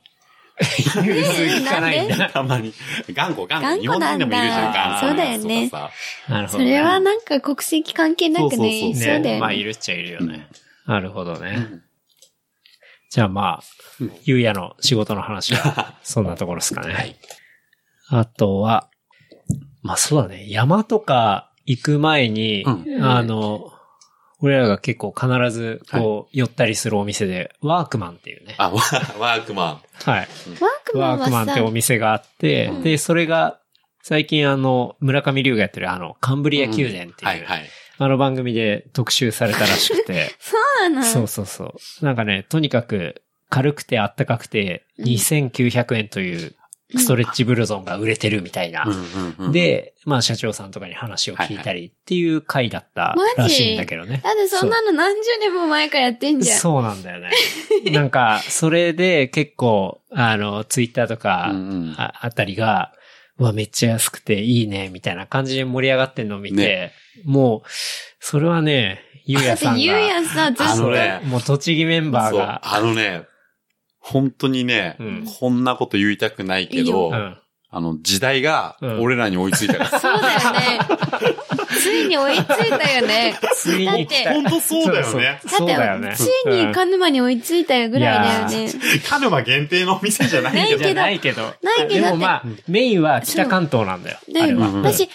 S2: 言うすぎかないんだ。
S3: たまに。頑固、頑固。
S4: 頑固
S3: 日本人でもいるじ
S2: な
S3: ゃ
S2: んだ
S3: ん、頑固なやつ
S4: そうだよ
S3: と
S4: ね
S3: かさ
S2: なるほ
S4: そ
S2: どね。
S4: れはなんか国籍関係なくね、
S3: そう
S4: そうだよ
S2: ね。
S4: ね。
S2: まあ、いるっちゃいるよね。なるほどね
S3: うん。
S2: じゃあまあ
S3: うん、
S2: ゆうやの仕事の話は、そんなところですかね。
S3: はい
S2: あとは、まあそうだね。山とか行く前に、
S3: うん
S2: あの、俺らが結構必ず、こう、寄ったりするお店で、ワークマンっていうね。
S3: あ、ワワークマ
S2: はい。
S4: ワークマ
S2: ワ
S4: ン
S2: ークマ
S4: は
S2: ンっ
S4: さ
S2: て、お店があって、
S3: うん
S2: で、それが、最近あの、村上龍がやってるあの、カンブリア宮殿って、
S3: ン。はいいうはい。
S2: あの番組で特集されたらしくて、
S4: そうなの
S2: そうそうそう。なんかね、とにかく軽くてあったかくて、
S4: うん
S2: 2900円というストレッチブルゾンが売れてるみたいな。
S3: うんうんうん、
S2: で、まあ社長さんとかに話を聞いたりっていう回だった
S4: はいはい
S2: らしいんだけどね。
S4: だってそんなの何十年も前からやってんじゃん。
S2: そうなんだよね。なんか、それで結構、あの、ツイッターとか、
S3: うんうん
S2: ああたりが、うわ、めっちゃ安くていいね、みたいな感じで盛り上がってんのを見て、
S3: ね
S2: もう、それはね、ゆう
S4: だ
S2: や
S4: っ
S2: さんが。
S4: てゆうやさ、ずっ
S3: あ
S4: と
S3: の。ね
S2: もう栃木メンバー
S3: そう
S2: が。
S3: あのね、本当にね、
S2: うん
S3: こんなこと言いたくないけ
S4: いい
S3: ど、
S4: よ
S2: うん。
S3: あの、時代が
S2: うん
S3: 俺らに追いついたから。
S4: そうだよね。ついに追いついたよね。
S2: ついに来た。
S4: だって
S3: 本当そうだよね。
S2: そうだよ
S4: だ
S2: ね
S4: っ。てついに
S2: うん
S4: 鹿沼に追いついたぐらいだよね。
S3: カルマ限定のお店じゃないけど。
S2: じゃないけど。
S4: ないけど
S2: でもまあ、メインは北関東なんだよ。
S4: だ
S2: あ
S4: よ
S2: れ
S4: ね。
S2: は。
S3: うん
S4: 私、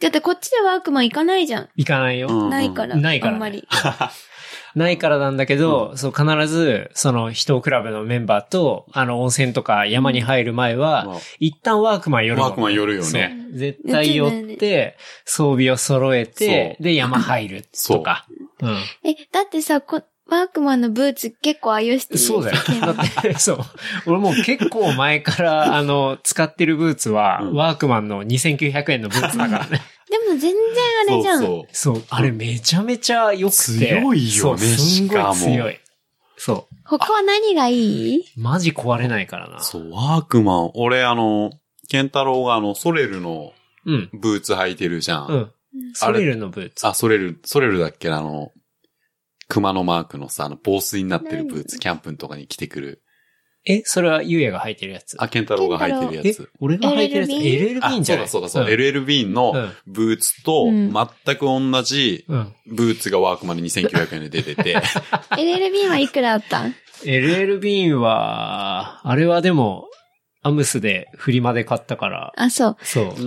S4: だってこっちでワークマン行かないじゃん。
S2: 行かないよ。
S3: うん
S4: ないから。
S2: ないから
S4: あ
S2: ね
S4: んまり。
S2: ないからなんだけど、そう、必ず、その、人クラブのメンバーと、あの、温泉とか山に入る前
S3: うん
S2: は、一旦ワークマン寄るの。
S3: ワークマン寄るよね
S2: そう。絶対寄
S4: 寄っ
S2: ってて、装備を揃えて、で、山入るとか。うん。
S4: え、だってさ、こワークマンのブーツ結構愛用してる。
S2: そうだよ。だって、そう。俺もう結構前 から、あの、使ってるブーツは、
S3: うん
S2: ワークマンの2900円のブーツだから ね。
S4: でも全然あれじゃん。
S3: そう
S2: そう、あれめちゃめちゃ良くて。
S3: 強いよね
S2: そうすん
S3: しか
S2: ごい
S3: も
S2: 強い。そ。
S4: 他は何がいいう
S2: マジ壊れないからな。
S3: そう。そう、ワークマン。俺、あの、ケンタロウがあの、ソレルの
S2: うん。
S3: ブーツ履いてるじゃん。
S2: うん。ソレルのブーツ。
S3: あ、ソレル、ソレルだっけあの、熊のマークのさ、あの、防水になってるブーツ、キャンプのとかに着てくる。
S2: え、それはゆうやが履いてるやつ。
S3: あ、ケンタロウが履いてる
S2: え
S3: やつ。、
S2: 俺が履いてるやつ。
S4: LL
S2: LL
S3: あ
S2: ビンじゃない
S3: そうだそうだそう。
S2: ん
S3: LL ビンのブーツと、
S4: うん
S3: 全く同じ
S2: うん。うん。
S3: ブーツがワークマンで2900円で出て て、
S4: ?LLB はいくらあったん
S2: LL ビンは、あれはでも、アムスでフリマで買ったから、
S4: あ、そう。
S2: そう
S3: う。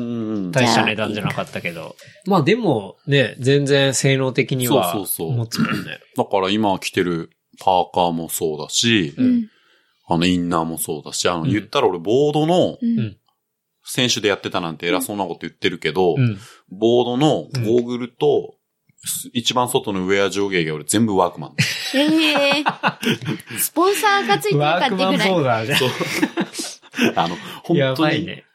S3: ん。
S2: 大した値段じゃなかったけど。まあでもね、全然性能的には
S3: そうそうそう
S2: 持つもんね。
S3: だから今着てるパーカーもそうだし、
S2: うん
S4: うん。
S3: あのインナーもそうだし、あの
S2: うん
S3: 言ったら俺ボードの
S4: うん
S2: うん
S3: 選手でやってたなんて偉そうなこと言ってるけど、
S2: うん。
S3: ボードのゴーグルと、一番外のウェア上下が俺全部ワークマン。
S4: ええスポンサーがついてるか
S2: ワ
S4: っ
S2: ー
S4: て
S2: ク
S4: ぐら
S2: マン
S4: い。
S2: ボーダーじゃん。
S3: あの、本
S2: や
S3: 当
S2: ばい
S3: に、
S2: ね。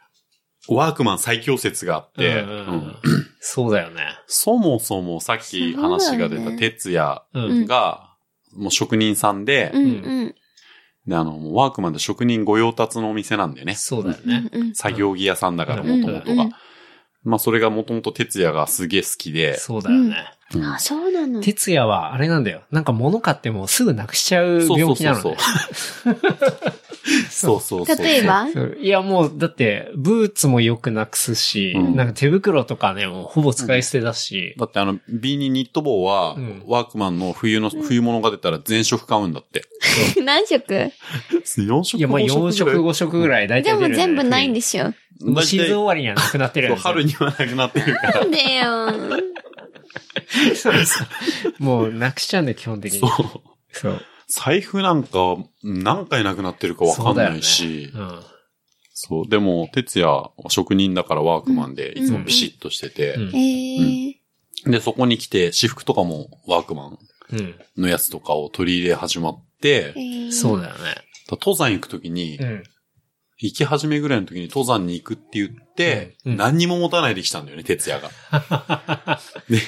S3: ワークマン最強説があって、
S2: うんうん
S3: う
S2: うんんそうだよね。
S3: そもそもさっき話が出
S4: そうだよ
S3: た
S4: ね
S3: 哲也
S2: う
S4: うん
S2: ん。
S3: が、もう職人さんで、
S4: うんうん。
S3: であの、もうワークマンで職人御用達のお店なんでね。
S2: そうだよ
S4: う
S2: ね
S4: ん。うん。
S3: 作業着屋さんだから、
S2: うん
S3: もともと
S4: うんう
S3: が
S4: ん。
S3: まあ、それがもともと哲也がすげえ好きで、
S2: そうだよね。
S3: うん
S4: あ、そうなの。
S2: 哲也は、あれなんだよ。なんか物買ってもすぐなくしちゃう病気な のね。
S3: そうそうそう。
S4: 例えば
S2: そういや、もう、だって、ブーツもよくなくすし、
S3: うん
S2: なんか手袋とかね、もうほぼ使い捨てだし、
S3: だってあの、ビーニーニット帽は、
S2: うん
S3: ワークマンの冬の、
S4: うん
S3: 冬物が出たら全色買うんだって。
S4: 何色
S3: 4色
S2: いや、まあ4色
S3: 後。
S2: 5色ぐらい大体
S4: で
S2: 出る
S4: も
S2: よね、
S4: 全部ないんで
S2: し
S4: しょ。
S3: 大
S2: シーズン終
S3: 体
S2: わりにはなくなってる
S3: そ
S2: よ
S3: う
S2: ね
S3: 春にはなくなってる から。
S4: なんでよ。
S2: もうなくしちゃうんで、基本的に。
S3: そう。
S2: そう。
S3: 財布なんか、何回なくなってるかわかんないし。
S2: う
S3: そう,、
S2: ん。
S3: でも、哲也は職人だからワークマンで、いつもビシッとしてて、
S2: うん。
S4: ええ。
S3: で、そこに来て、私服とかもワークマンのやつとかを取り入れ始まって、だか
S2: う
S4: ええ
S2: んそうだよね。
S3: ら登山行くときに、
S2: うん。
S3: 行き始めぐらいの時に登山に行くって言って、
S2: うん
S3: 何にも持たないできたんだよね、哲也が。で、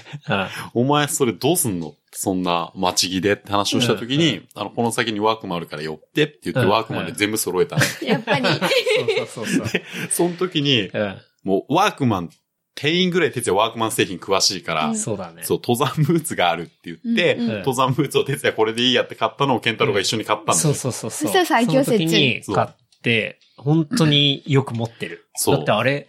S3: お前それどうすんのそんな待ち着でって話をした時に、あの、この先にワークマンあるから寄ってって言って、
S2: うん
S3: ワークマンで全部揃えたの。
S4: やっぱり。
S2: そうそうそうそう。
S3: その時に、もうワークマン、店員ぐらい哲也ワークマン製品詳しいから、
S2: うん。そうだね。
S3: そう、登山ブーツがあるって言って、
S4: うんうん
S3: 登山ブーツを哲也これでいいやって買ったのを健太郎が一緒に買ったんだよ、
S2: そうそうそうそう。
S4: そしたら最強説
S2: その時に買って、本当によく持ってる。
S3: そう
S2: だってあれ、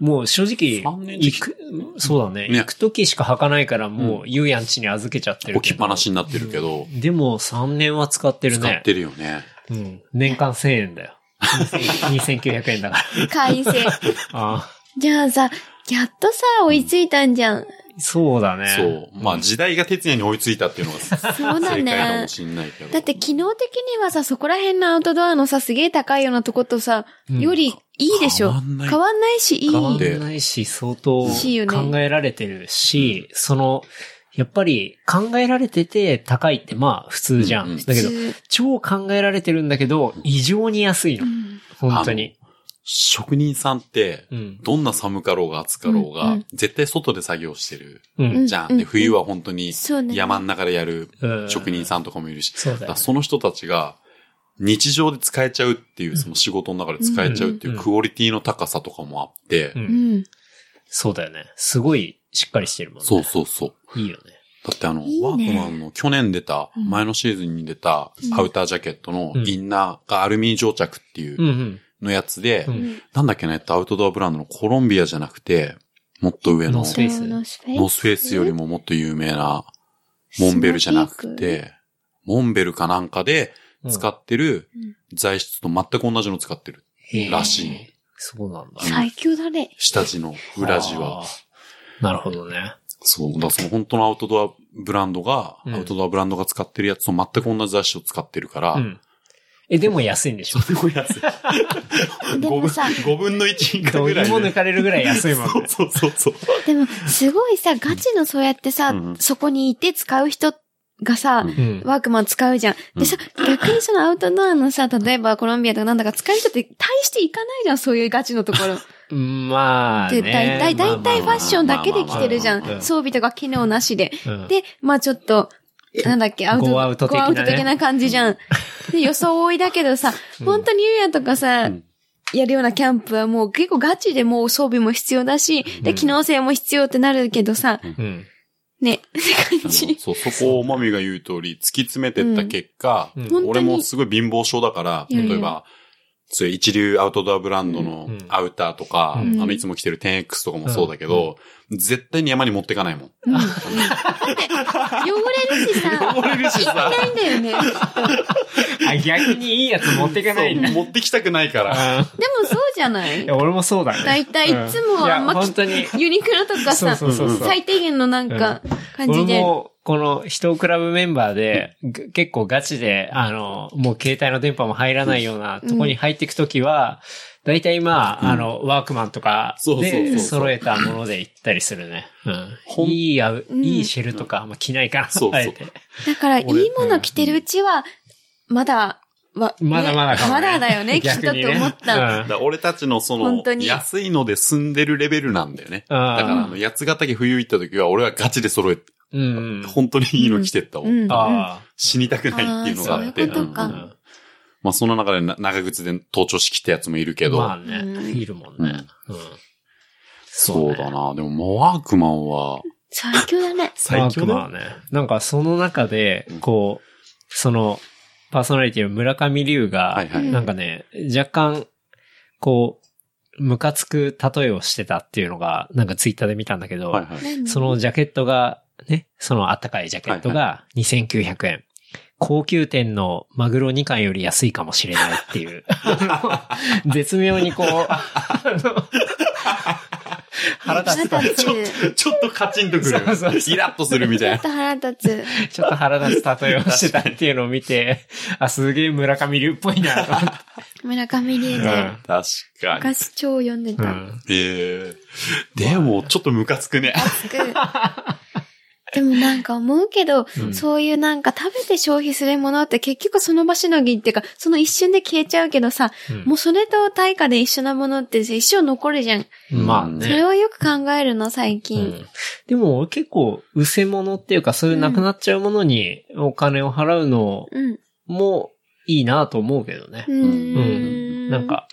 S2: もう正直、
S3: 三年
S2: 行く、そうだね。
S3: ね
S2: 行く時しか履かないから、もう、ゆうやんちに預けちゃってるけ
S3: 置
S2: ど。
S3: きっぱなしになってるけど、
S2: でも、3年は使ってる
S3: 使
S2: ね
S3: っ。てるよね。
S2: うん。年間1000円だよ。2900円だ から。
S4: 改正。
S2: ああ
S4: じゃあさ、やっとさ、追いついたんじゃん。
S2: そうだね。
S3: そう。まあ時代が哲也に追いついたっていうの が正
S4: そうだ
S3: 解かも
S4: ね。
S3: しんないけど。
S4: だって機能的にはさ、そこら辺のアウトドアのさ、すげえ高いようなとことさ、
S2: うん
S4: よりいいでしょ。
S3: 変わんない
S4: 変わんないし、いい。
S3: 変わん
S2: でないし、相当考
S4: しいよね
S2: えられてるし、その、やっぱり考えられてて高いってまあ普通じゃ。
S3: うんうんん
S2: だけど
S4: 普、通
S2: 超考えられてるんだけど、異常に安いの
S4: う。ん
S2: 本当に。
S3: 職人さんって、
S2: うん。
S3: どんな寒かろうが暑かろう
S4: うん
S3: が
S4: うん、
S3: 絶対外で作業してる
S2: う。
S4: うん
S3: じゃ。
S4: うんん
S3: で、冬は本当に
S4: そうね。
S3: 山の中でやる
S2: うん
S3: 職人さんとかもいるし、
S2: そうだ
S3: だ
S2: よ
S3: か
S2: ね
S3: らその人たちが日常で使えちゃうっていう、その仕事の中で使えちゃうっていう
S2: うん
S3: クオリティの高さとかもあって
S2: う、。
S4: うんん。
S2: そうだよね。すごいしっかりしてるもんね。
S3: そうそうそう。
S2: いいよね。
S3: だってあの、
S4: いいね
S3: ワークマンの去年出た、
S4: うん
S3: 前のシーズンに出た
S4: うん
S3: アウタージャケットの
S2: うん
S3: インナーがアルミ蒸着っていううんのやつで
S2: う、。
S4: うんん
S3: なんだっけな、えっと、アウトドアブランドのコロンビアじゃなくて、もっと上の
S2: ノー、スペース
S4: ノースペース
S3: ノースフェイスよりももっと有名な、モンベルじゃなくて、モンベルかなんかで
S2: うん。
S3: 使
S2: っ
S3: ってる
S4: うん
S3: 材質と全く同じの使ってる。らしい。
S2: そうなんだ。
S4: 最強だね。
S3: 下地の裏地は
S2: あ。ー。なるほどね。
S3: そう。だからその本当のアウトドアブランドが、
S2: うん
S3: アウトドアブランドが使ってるやつと全く同じ材質を使ってるから、
S2: うん。え、でも安いんでしょ
S3: すごい安い。
S4: でもさ
S3: 5分、5分の1以下
S2: どう
S3: ぐらい
S2: に
S3: で。
S2: も抜かれるぐらい安いもんね。
S3: そうそうそうそう。
S4: でも、すごいさ、ガチのそうやってさ、
S3: うん
S4: そこにいて使う人がさ、
S3: うん
S2: うん。
S4: ワークマン使うじゃん。でさ、逆にそのアウトドアのさ、例えばコロンビアとかなんだか使う人って大していかないじゃん、そういうガチのところ。
S2: ま あ、
S4: で、
S2: ね。
S4: 大体、大体ファッションだけで着てるじ
S2: ま
S4: ゃ
S2: あまあまあまあまあ
S4: ん。装備とか機能なしで。
S2: ョ
S4: で、まあちょっと、なんだっけ、アウト、
S2: ゴーアウト的
S4: ゴ
S2: な
S4: ーア
S2: ね
S4: ウト的な感じ じゃん。で、装いだけどさ、
S2: うん
S4: 本当にゆうやとかさ、
S3: うん
S4: やるようなキャンプはもう結構ガチでもう装備も必要だし、
S2: う
S4: で、
S2: ん
S4: 機能性も必要ってなるけどさ、
S2: うん。
S4: ね、って 感 じ。
S3: そう、そこをマミが言う通り、突き詰めてった結果、
S2: うん
S4: 本当に
S3: 俺もすごい貧乏症だから、
S4: いやいや
S3: 例えば、そういう一流アウトドアブランドの
S2: うん
S3: アウターとか、
S2: うん
S3: あの、いつも着てる 10X とかもそうだけど、絶対に山に持ってかないもん。
S4: う んうんだって、汚れるしさ、
S3: 汚れるしさ
S4: いけないんだよね。
S2: あ逆にいいやつ持っていかないんだ。
S3: そう持ってきたくないから。
S2: あ
S4: でもそうじゃない
S2: ーいや俺もそうだね。
S4: 大体いつもあんま
S2: いや本当に。
S4: ユニクロとか
S2: そう
S4: さ、
S2: そうそうそう。
S4: 最低限のなんか感
S2: 俺
S4: じで。
S2: も、この人クラブメンバーで、が結構ガチで、あの、もう携帯の電波も入らないようなとこに入っていくときは、大体まあ、あの、ワークマンとか
S3: そうそうそうそ
S2: で
S3: う
S2: 揃えたもので行ったりするね。う
S3: ほ
S2: ん。
S3: ん
S2: いいあう、
S4: ん
S2: いいシェルとかあんま着ないから、
S3: そうそう
S2: あえて。
S4: だから、い
S3: 俺
S4: いもの着てるうちは、まだ、わ
S2: まだまだかもね
S4: まだだよね、きっと
S2: 逆に
S4: と思った。
S2: う
S3: だ
S2: ん
S3: から俺たちのそ
S4: 本
S3: の
S4: 当、に
S3: 安いので済んでるレベルなんだよね。だ
S2: あー
S3: から、あの、八ヶ岳冬行った時は俺はガチで揃えて、
S2: うん。
S3: 本当にいいの着てったもん。
S4: うん
S2: あ
S3: 死にたくないっていうのがあって。
S4: あーそういうことか
S3: んんまあ、その中でな長靴で盗聴式ってやつもいるけ
S2: あ。
S3: ど。
S2: まあね、
S4: うん
S2: いるもんね。うん。
S3: そうだな。でも、もうワークマンは、
S4: 最強だね。
S3: 最強だ
S2: ワークマンね。なんかその中で
S3: うん、
S2: こう、その、パーソナリティの村上龍
S3: は
S2: が
S3: い、は
S4: うん
S3: い。
S2: なんかね、若干、こう、ムカつく例えをしてたっていうのが、なんかツイッターで見たんだけど、
S3: はいはい。
S4: 何
S2: そのジャケットが、ね、そのあったかいジャケットが2900円。高級店のマグロ2貫より安いかもしれないって いう。あの絶妙にこう、あの腹立つ
S4: 腹立
S3: ちょっ
S4: つ。
S3: と、ちょっとカチンとくる。
S2: そうそう
S3: イラッとするみたい
S4: ちょ
S3: な
S4: っ。と腹立つ。
S2: ちょっと腹立つ例えをしてたっていうのを見 て、あ、すげえ村上龍っぽいなと思って。
S4: 村上龍で。
S3: 確かに。
S4: 昔超読んで
S2: う
S4: た。
S2: ん
S3: ええでも、ちょっとムカつくね。
S4: 熱くでもなんか思うけど、
S2: うん
S4: そういうなんか食べて消費するものって結局その場しのぎっていうか、その一瞬で消えちゃうけどさ、
S2: うん
S4: もうそれと対価で一緒なものって一生残るじゃん。
S2: まあ
S4: それ
S2: ね。
S4: をよく考えるの、最
S2: う
S4: 近。
S2: んでも結構、うせ物っていうか、そういうなくなっちゃうものにお金を払うの
S4: うん。
S2: もいいなと思うけどね
S4: う。ん。
S2: なん。か、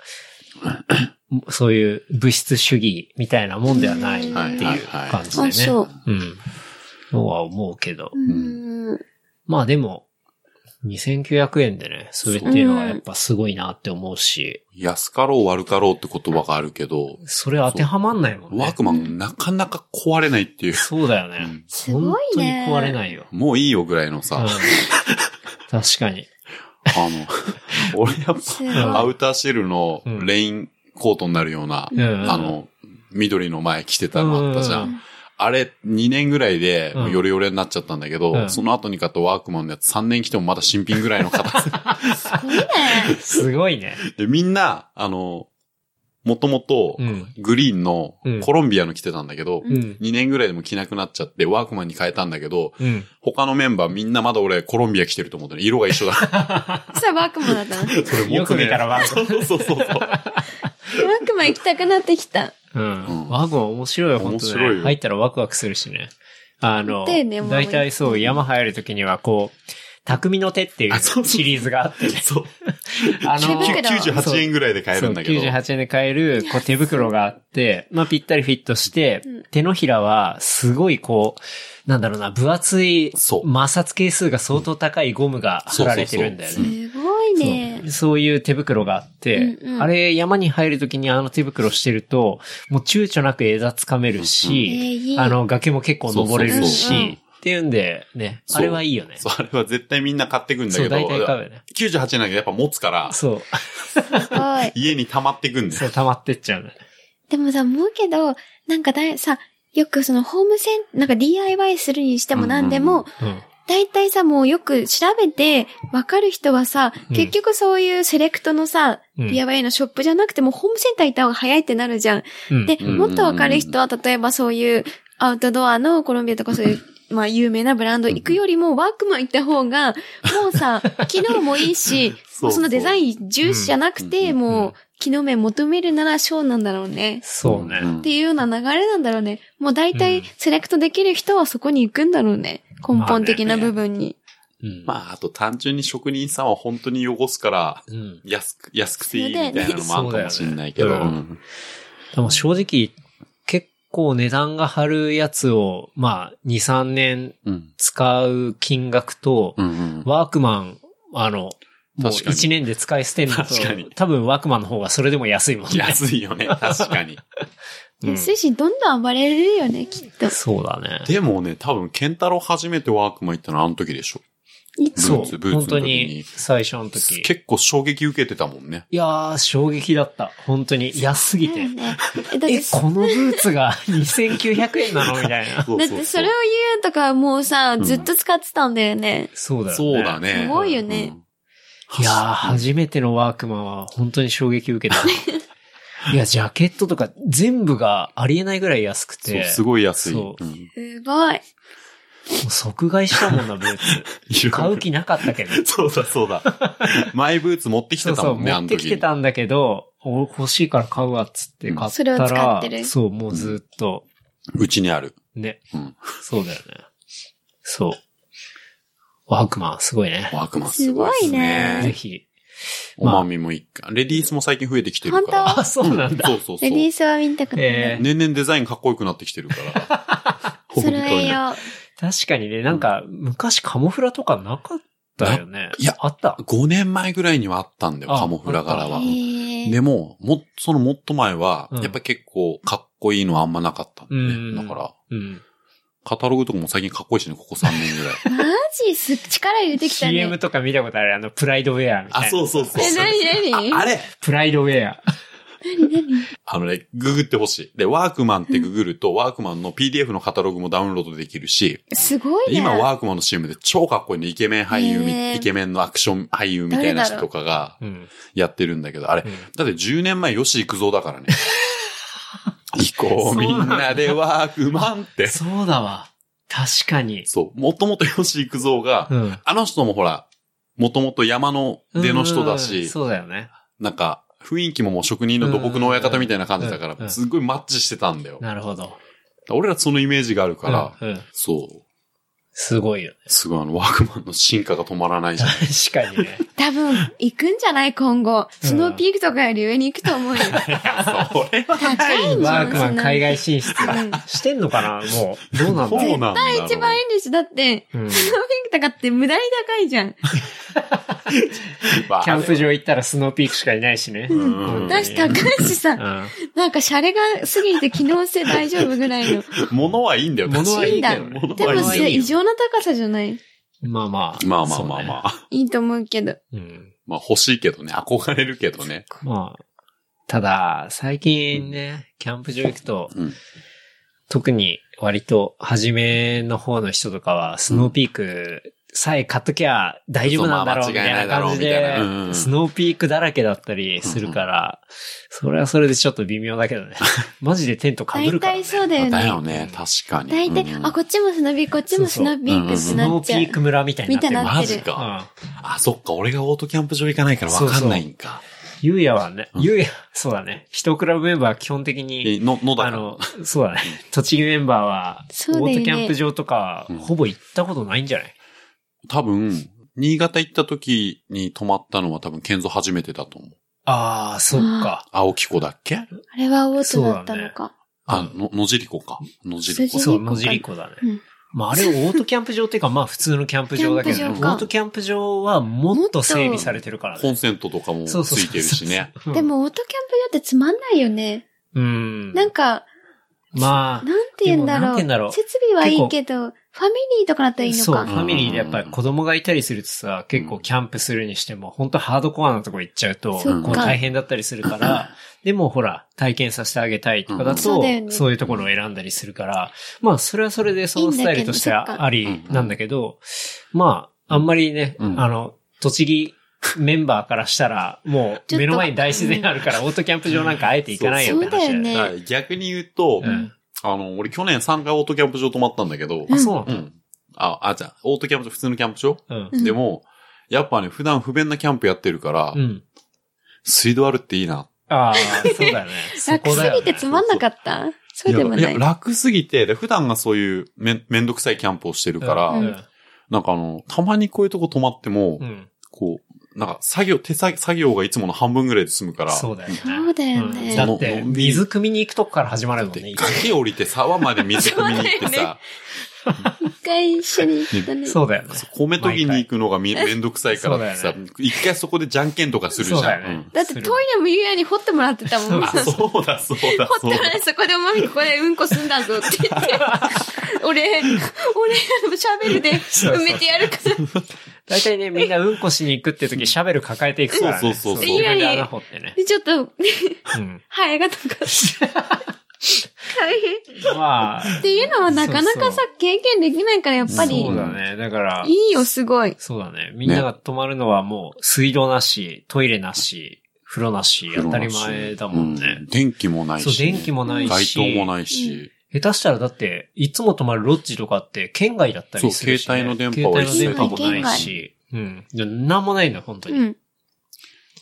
S2: そういう物質主義みたいなもんではないっていう感じ
S4: あ、
S2: でね。
S4: そう。
S2: うん。とは思うけど。
S4: うん。
S2: まあでも、2900円でね、それっていうのはやっぱすごいなって思うし、
S3: 安かろう悪かろうって言葉があるけど、
S2: それ当てはまんないもんね。
S3: ワークマンなかなか壊れないっていう。
S2: そうだよ
S3: う
S2: ね
S3: ん。
S4: すごいね
S2: 本当に壊れないよ。
S3: もういいよぐらいの
S2: うん
S3: さ、
S2: 確かに。
S3: あの、俺やっ
S4: すごい。
S3: ぱ、アウターシェルのレインコートになるような、
S2: うん
S3: あの、緑の前着てたのあったじゃ。
S2: うん
S3: あれ、2年ぐらいで、
S2: うん
S3: ヨレヨレになっちゃったんだけ
S2: う
S3: ど、
S2: ん
S3: その後に買ったワークマンのやつ3年着てもまだ新品ぐらいの形。
S4: すごいね。
S2: すごいね。
S3: で、みんな、あの、もともと
S2: う、ん。
S3: グリーンの
S2: うん
S3: コロンビアの着てたんだけど、
S2: うん。
S3: 2年ぐらいでも着なくなっちゃって、ワークマンに変えたんだけど、
S2: うん。
S3: 他のメンバーみんなまだ俺コロンビア着てると思ってね、色が 一緒だ。
S4: そしたらワークマンだったの。ワ
S3: それ
S2: よく見たらワークマ
S3: ン。そうそうそうそう。
S4: ークマン行きたくなってきた。
S2: うん。ワゴン面白いよ、本
S3: 面
S2: 当
S3: 白い
S2: ね。
S3: よ
S2: 入ったらワクワクするしね。あの、
S4: 見てねもう
S2: 大体そう、山入るときにはこう、匠の手っていう
S3: あそうそう
S2: シリーズがあってね。
S3: そう。
S2: あの、
S4: 手袋
S3: 98円ぐらいで買えるんだけど。
S2: そう98円で買える、こう手袋があって、まあぴったりフィットして、
S4: うん
S2: 手のひらはすごいこう、なんだろうな、分厚い、
S3: そう
S2: 摩擦係数が相当高いゴムが貼られてるんだよね。
S4: すごいね
S2: そう。そういう手袋があって、
S4: うんうん
S2: あれ山に入るときにあの手袋してると、もう躊躇なく枝つかめる
S4: えー
S2: し、
S4: いい
S2: あの崖も結構登れるし、
S4: そうそうそううん
S2: っていうんで、ね、
S3: そう
S2: あれはいいよね。
S3: そう、あれは絶対みんな買ってくんだ
S2: そ
S3: け
S2: う、
S3: ど、
S2: 大体買う
S3: 98
S2: よね。
S3: 円だけどやっぱ持つから、
S2: そう、
S4: すごい。
S3: 家に溜まってくんだ
S2: そ
S3: よ。
S2: う溜まってっちゃうね。
S4: でもさ、思うけど、なんかだい、さ、よくそのホームセン、なんか DIY するにしても何で
S3: うんうんう
S4: も、
S2: うん。
S4: だいたいさ、もうよく調べて、わかる人はさ、
S2: うん
S4: 結局そういうセレクトのさ、
S2: うん
S4: DIY のショップじゃなくてもホームセンター行った方が早いってなるじゃん。
S2: うん
S4: で、
S3: うんうん
S4: もっとわかる人は、例えばそういうアウトドアのコロンビアとかそういう、まあ有名なブランド行くよりもワークマン行った方が、もう さ、機能もいいし、
S3: そうそう
S4: もうそのデザイン重視じゃなくて、
S3: うん
S2: うんう
S4: も
S2: ん
S4: う、機能面求めるならショーなんだろうね。
S2: そうね。
S3: ん
S4: っていうような流れなんだろうね。もう大
S2: うん
S4: 体セレクトできる人はそこに行くんだろうね。根本的な部分に。
S2: うん
S3: まあ、あと単純に職人さんは本当に汚すから、
S2: うん。
S3: 安く、安くていいみたいなのもあるかもしれないけど。
S2: そうだよねでも正直、結構値段が張るやつを、まあ、2、3年
S3: うん。
S2: 使う金額と
S3: う、んうん。
S2: ワークマン、あの、もう
S3: 確かに
S2: 1年で使い捨てんのと
S3: 確かに、
S2: 多分ワークマンの方がそれでも安いもんね。
S3: 安い よね、確かに。
S2: うん
S4: 安いし、どんどん暴れるよね、きっと。
S2: そうだね。
S3: でもね、多分、ケンタロウ初めてワークマン行ったのはあの時でしょ。
S4: いつ
S2: そ
S3: ブーツ
S2: う、
S3: ブーツの
S2: 本当
S3: 時に
S2: に最初の時。
S3: 結構衝撃受けてたもんね。
S2: いやー、衝撃だった。本当に。安すぎて。
S4: ねえだっ
S2: え
S4: て、
S2: このブーツが 2900円なのみたいな。
S3: そう
S4: だ
S3: そうそ
S4: っ
S3: う
S4: てそれを言うとかもうさ、
S3: ん
S4: ずっと使ってたんだよね。
S2: そうだよね。
S3: そうだ。ね。
S4: すごいよね
S3: うん。
S2: いやー、初めてのワークマンは本当に衝撃受けた。いや、ジャケットとか全部がありえないぐらい安く
S3: そう、
S2: て。
S3: すごい安い。
S2: そう
S3: うん
S4: すご
S2: も
S4: い。
S2: う即買いしたもんな、ブーツ。買う気なかったけど。
S3: そうだ、そうだ。マイブーツ持ってき
S2: そ
S3: て
S2: う
S3: た
S2: そ
S3: も
S2: う、
S3: んね、
S2: 持
S3: あ
S2: っ
S3: の
S2: てき
S3: 時
S2: て
S3: に。
S2: たんだけど、お欲しいから買うわっつって買った
S4: うんそれを使っ
S2: ら
S4: て、る
S2: そう、もうずっと、
S3: うちにある。
S2: ね。
S3: うん
S2: そうだよね。そう。ワークマン、すごいね。
S3: ワークマン
S4: すごいね
S3: です
S2: ぜひ。
S3: おまみも一回。レディースも最近増えてきてるから。
S4: 本
S2: あ、そうなんだ。
S3: そうそうそ
S4: レ
S3: う。
S4: ディースは見たくない。
S2: え
S3: 年々デザインかっこよくなってきてるから。
S4: 揃えよ
S2: 確かにね、なんか、昔カモフラとかなかったよね。
S3: いや
S2: あった。
S3: 5年前ぐらいにはあったんだよ、
S2: あ
S3: カモフラ柄
S4: う。
S3: は。
S4: へえ
S3: でも、も、そのもっと前は、
S2: うん
S3: やっぱ結構かっこいいのはあんまなかったんだ
S2: う
S3: ね。
S2: ん
S3: だから、
S2: うん。
S3: カタログとかも最近かっこいいしね、ここ3年ぐらい。
S4: マジす、力入れてきたね。
S2: CM とか見たことある、あの、プライドウェアみたいな。
S3: うそうそ
S4: え、なになに
S3: あれ
S2: プライドウェア。
S3: あのね、ググってほしい。で、ワークマンってググると、ワークマンの PDF のカタログもダウンロードできるし、
S4: すごいね。
S3: 今ワークマンの CM で超かっこいいね、イケメン俳優み、
S4: へー
S3: イケメンのアクション俳優みたいな人とかが
S2: うん。
S3: やってるんだけど、あれ、
S2: うん
S3: だって10年前吉幾三だか らね。行こう、みんなでワークマンって。
S2: そうだわ。確かに。
S3: そう、もともと吉幾三が、
S2: うん。
S3: あの人もほら、もともと山の出の人だ
S2: うん
S3: し、
S2: そうだよね。
S3: なんか、雰囲気ももう職人の土木の親方みたいな感じだか
S2: うん
S3: ら、すっごいマッチしてたんだよ。
S2: なるほど。
S3: 俺らそのイメージがあるから、
S2: うんうん
S3: そう。
S2: すごいよね。
S3: すごいあの、ワークマンの進化が止まらないじゃん。
S2: 確かにね。
S4: 多分、行くんじゃない今後。スノーピークとかより上に行くと思うよ。
S3: そう俺は
S4: 高いもん
S2: ワークマ
S4: そん
S2: ン
S4: な
S2: 海外進出
S4: うん
S2: してんのかなもう。どうなんだろう。
S3: なんだろう
S4: 一番いいんです。だって、
S2: うん
S4: スノーピークとかって無駄に高いじゃん。
S3: まあ
S2: キャンプ場行ったらスノーピークしかいないしね。
S3: うん
S2: うん
S4: だし高いし
S2: う
S4: さ、
S2: ん。
S4: なんかシャレが過ぎて機能性大丈夫ぐらいの。
S3: 物はいいんだよ、
S2: 物はいいけどね
S3: 物
S4: で
S3: はい
S4: も
S3: いん
S4: そ
S3: だ
S4: れ
S3: よ。
S4: 異常な高さじゃない
S2: まあまあ。
S3: まあまあまあま
S2: あ。
S3: あ。
S4: いいと思うけど。
S2: うん。
S3: まあ欲しいけどね、憧れるけどね。
S2: まあ。ただ、最近ね、キャンプ場行くと、
S3: うん
S2: 特に割と初めの方の人とかは、スノーピークさえ買っときゃ大丈夫なんだろう
S3: そう
S2: み
S3: まあ
S2: たいな感じ
S3: 間違いない
S2: で
S3: だろうみたいなうんう、ん
S2: スノーピークだらけだったりするから、それはそれでちょっと微妙だ けどね。マジでテント被
S4: 大
S2: るから、ね。
S4: 体そうだよ
S3: だ
S4: ね。
S3: よね、確かに。
S4: 大体
S3: う、ん
S4: あ、こっちもスノーピーク、こっちもスノーピークって
S2: ス
S4: な
S2: ノ
S4: っ
S2: ーピ
S4: ちゃう。
S2: ーク村みたいになってる
S4: みたいになっ
S3: マジか。
S2: うん
S3: あ、そっか、俺がオートキャンプ場行かないからわかんないんか。
S2: ゆうやはね、ゆうや、そうだね。人クラブメンバーは基本的に、
S3: え、の、のだ
S2: あの、そうだね。栃木メンバーは、
S4: そうだよ
S2: オ
S4: ね
S2: ートキャンプ場とか、ほぼ行ったことないんじゃない
S3: 多分、新潟行った時に泊まったのは多分、ケンゾ初めてだと思う。
S2: ああ、そっか。
S3: 青木湖だっけ
S4: あれはオートだったのか。
S3: あ、の、野尻湖か。野尻湖。
S4: 筋
S2: そう、野尻湖だね。
S4: うん
S2: まあ、あれ、オートキャンプ場っていうか、まあ、普通のキャンプ場だけど、
S4: キ
S2: ね、
S4: ャ
S2: オ
S4: ンプ場か
S2: ートキャンプ場はもっと整備されてるから
S3: コン
S2: ね。
S3: セントとかもつ
S2: そうそうそう
S3: いてるしね。。
S2: うん
S4: で、も、オートキャンプ場ってつまんないよね。
S2: うん。
S4: なんか、
S2: まあ、
S4: なんて言うんだ
S2: でもなんて
S4: ろ
S2: 言うんだろ
S4: う。
S2: う
S4: 設備はいいけど、ファミリーとかだったらいいの
S2: そう、フ
S4: か。
S2: ァミリーでやっぱり子供がいたりするとさ、結構キャンプするにしても、本当ハードコアなとこ行っちゃうと、
S4: そ
S3: っか
S2: こう大変だったりするから、でもほら、体験させてあげたいとかだと、
S4: うんそうだよね
S2: そういうところを選んだりするから、まあ、それはそれでそのスタイルとして
S4: いいんだけどそっ
S2: は
S4: か
S2: ありなんだけど、まあ、あんまりね、
S3: うん
S2: あの、栃木、メンバーからしたら、も
S4: ち
S2: う
S4: ょっと
S2: 目の前に大自然あるから、オートキャンプ場なんかあえて行かないよって話
S4: そうだよね
S3: だから逆に言うと、
S2: うん
S3: あの、俺去年3回オートキャンプ場泊まったんだけど、
S2: あ、そうなん
S3: う
S2: だ。
S3: ん。あ、あ、じゃあ、オートキャンプ場、普通のキャンプ場、
S2: うん
S4: うん
S3: でも、やっぱね、普段不便なキャンプやってるから、
S2: うん。
S3: 水道あるっていいな。
S2: ああ、そうだよね。そ
S4: 楽
S2: こ
S4: す
S2: だよね
S4: ぎてつまんなかったそうでも
S3: い
S4: な
S3: や、
S4: い。
S3: 楽すぎて、で普段がそういうめん、めんどくさいキャンプをしてるから、
S2: うん
S3: なんかあの、たまにこういうとこ泊まっても、
S2: うん。
S3: こう、なんか作業、手作作業がいつもの半分ぐらいで済むから、
S2: そうだよね。
S4: そうだよね
S2: うんだって、
S3: ののんびり
S2: 水汲みに行くとこから始まるもんね
S3: で、。崖降りて沢まで水汲み に行って
S4: そうだよ
S3: さ、
S4: 一回一緒に行ったね。
S2: そうだよね。
S3: 米研ぎに行くのがみめんどくさいからって
S2: そう
S3: さ
S2: だよ、
S3: 一回そこでじゃんけんとかするじゃん。
S2: そうだよね。
S4: だってトイレもゆうやに掘ってもらってたもん。
S3: うんあ
S4: 掘
S3: そうだ、そう だ、
S4: って
S3: そう
S4: も
S3: だ
S4: ら。って、そこでおまみここでうんこすんだぞって言って。俺、俺、シャベルで埋めてやるから。
S2: 大体ね、みんなうんこしに行くって時、シャベル抱えていくからね。
S3: そうそうそうそう
S2: 自分で穴掘ってね。
S4: で、ちょっと、
S2: うん。
S4: ハエがとか。 大変。っ
S2: まあ、
S4: ていうのはなかなか
S2: そ
S4: さ、経験できないから、やっぱり
S2: そ、うだね。だから、
S4: いいよ、すごい。
S2: そうだね。みんなが泊まるのはもう、水道なし、トイレなし、風呂なし、当たり前だもんね。
S3: うん電気もないし。
S2: そう、電気もないし。
S3: 街灯もないし。
S2: 下手したらだって、いつも泊まるロッジとかって県外だったりするし、ね。
S3: そう携帯の電波は一
S2: 携
S3: 切
S2: 帯の電波もないし。うん。じゃなんもないんだ、本当
S4: う
S2: に。
S4: ん。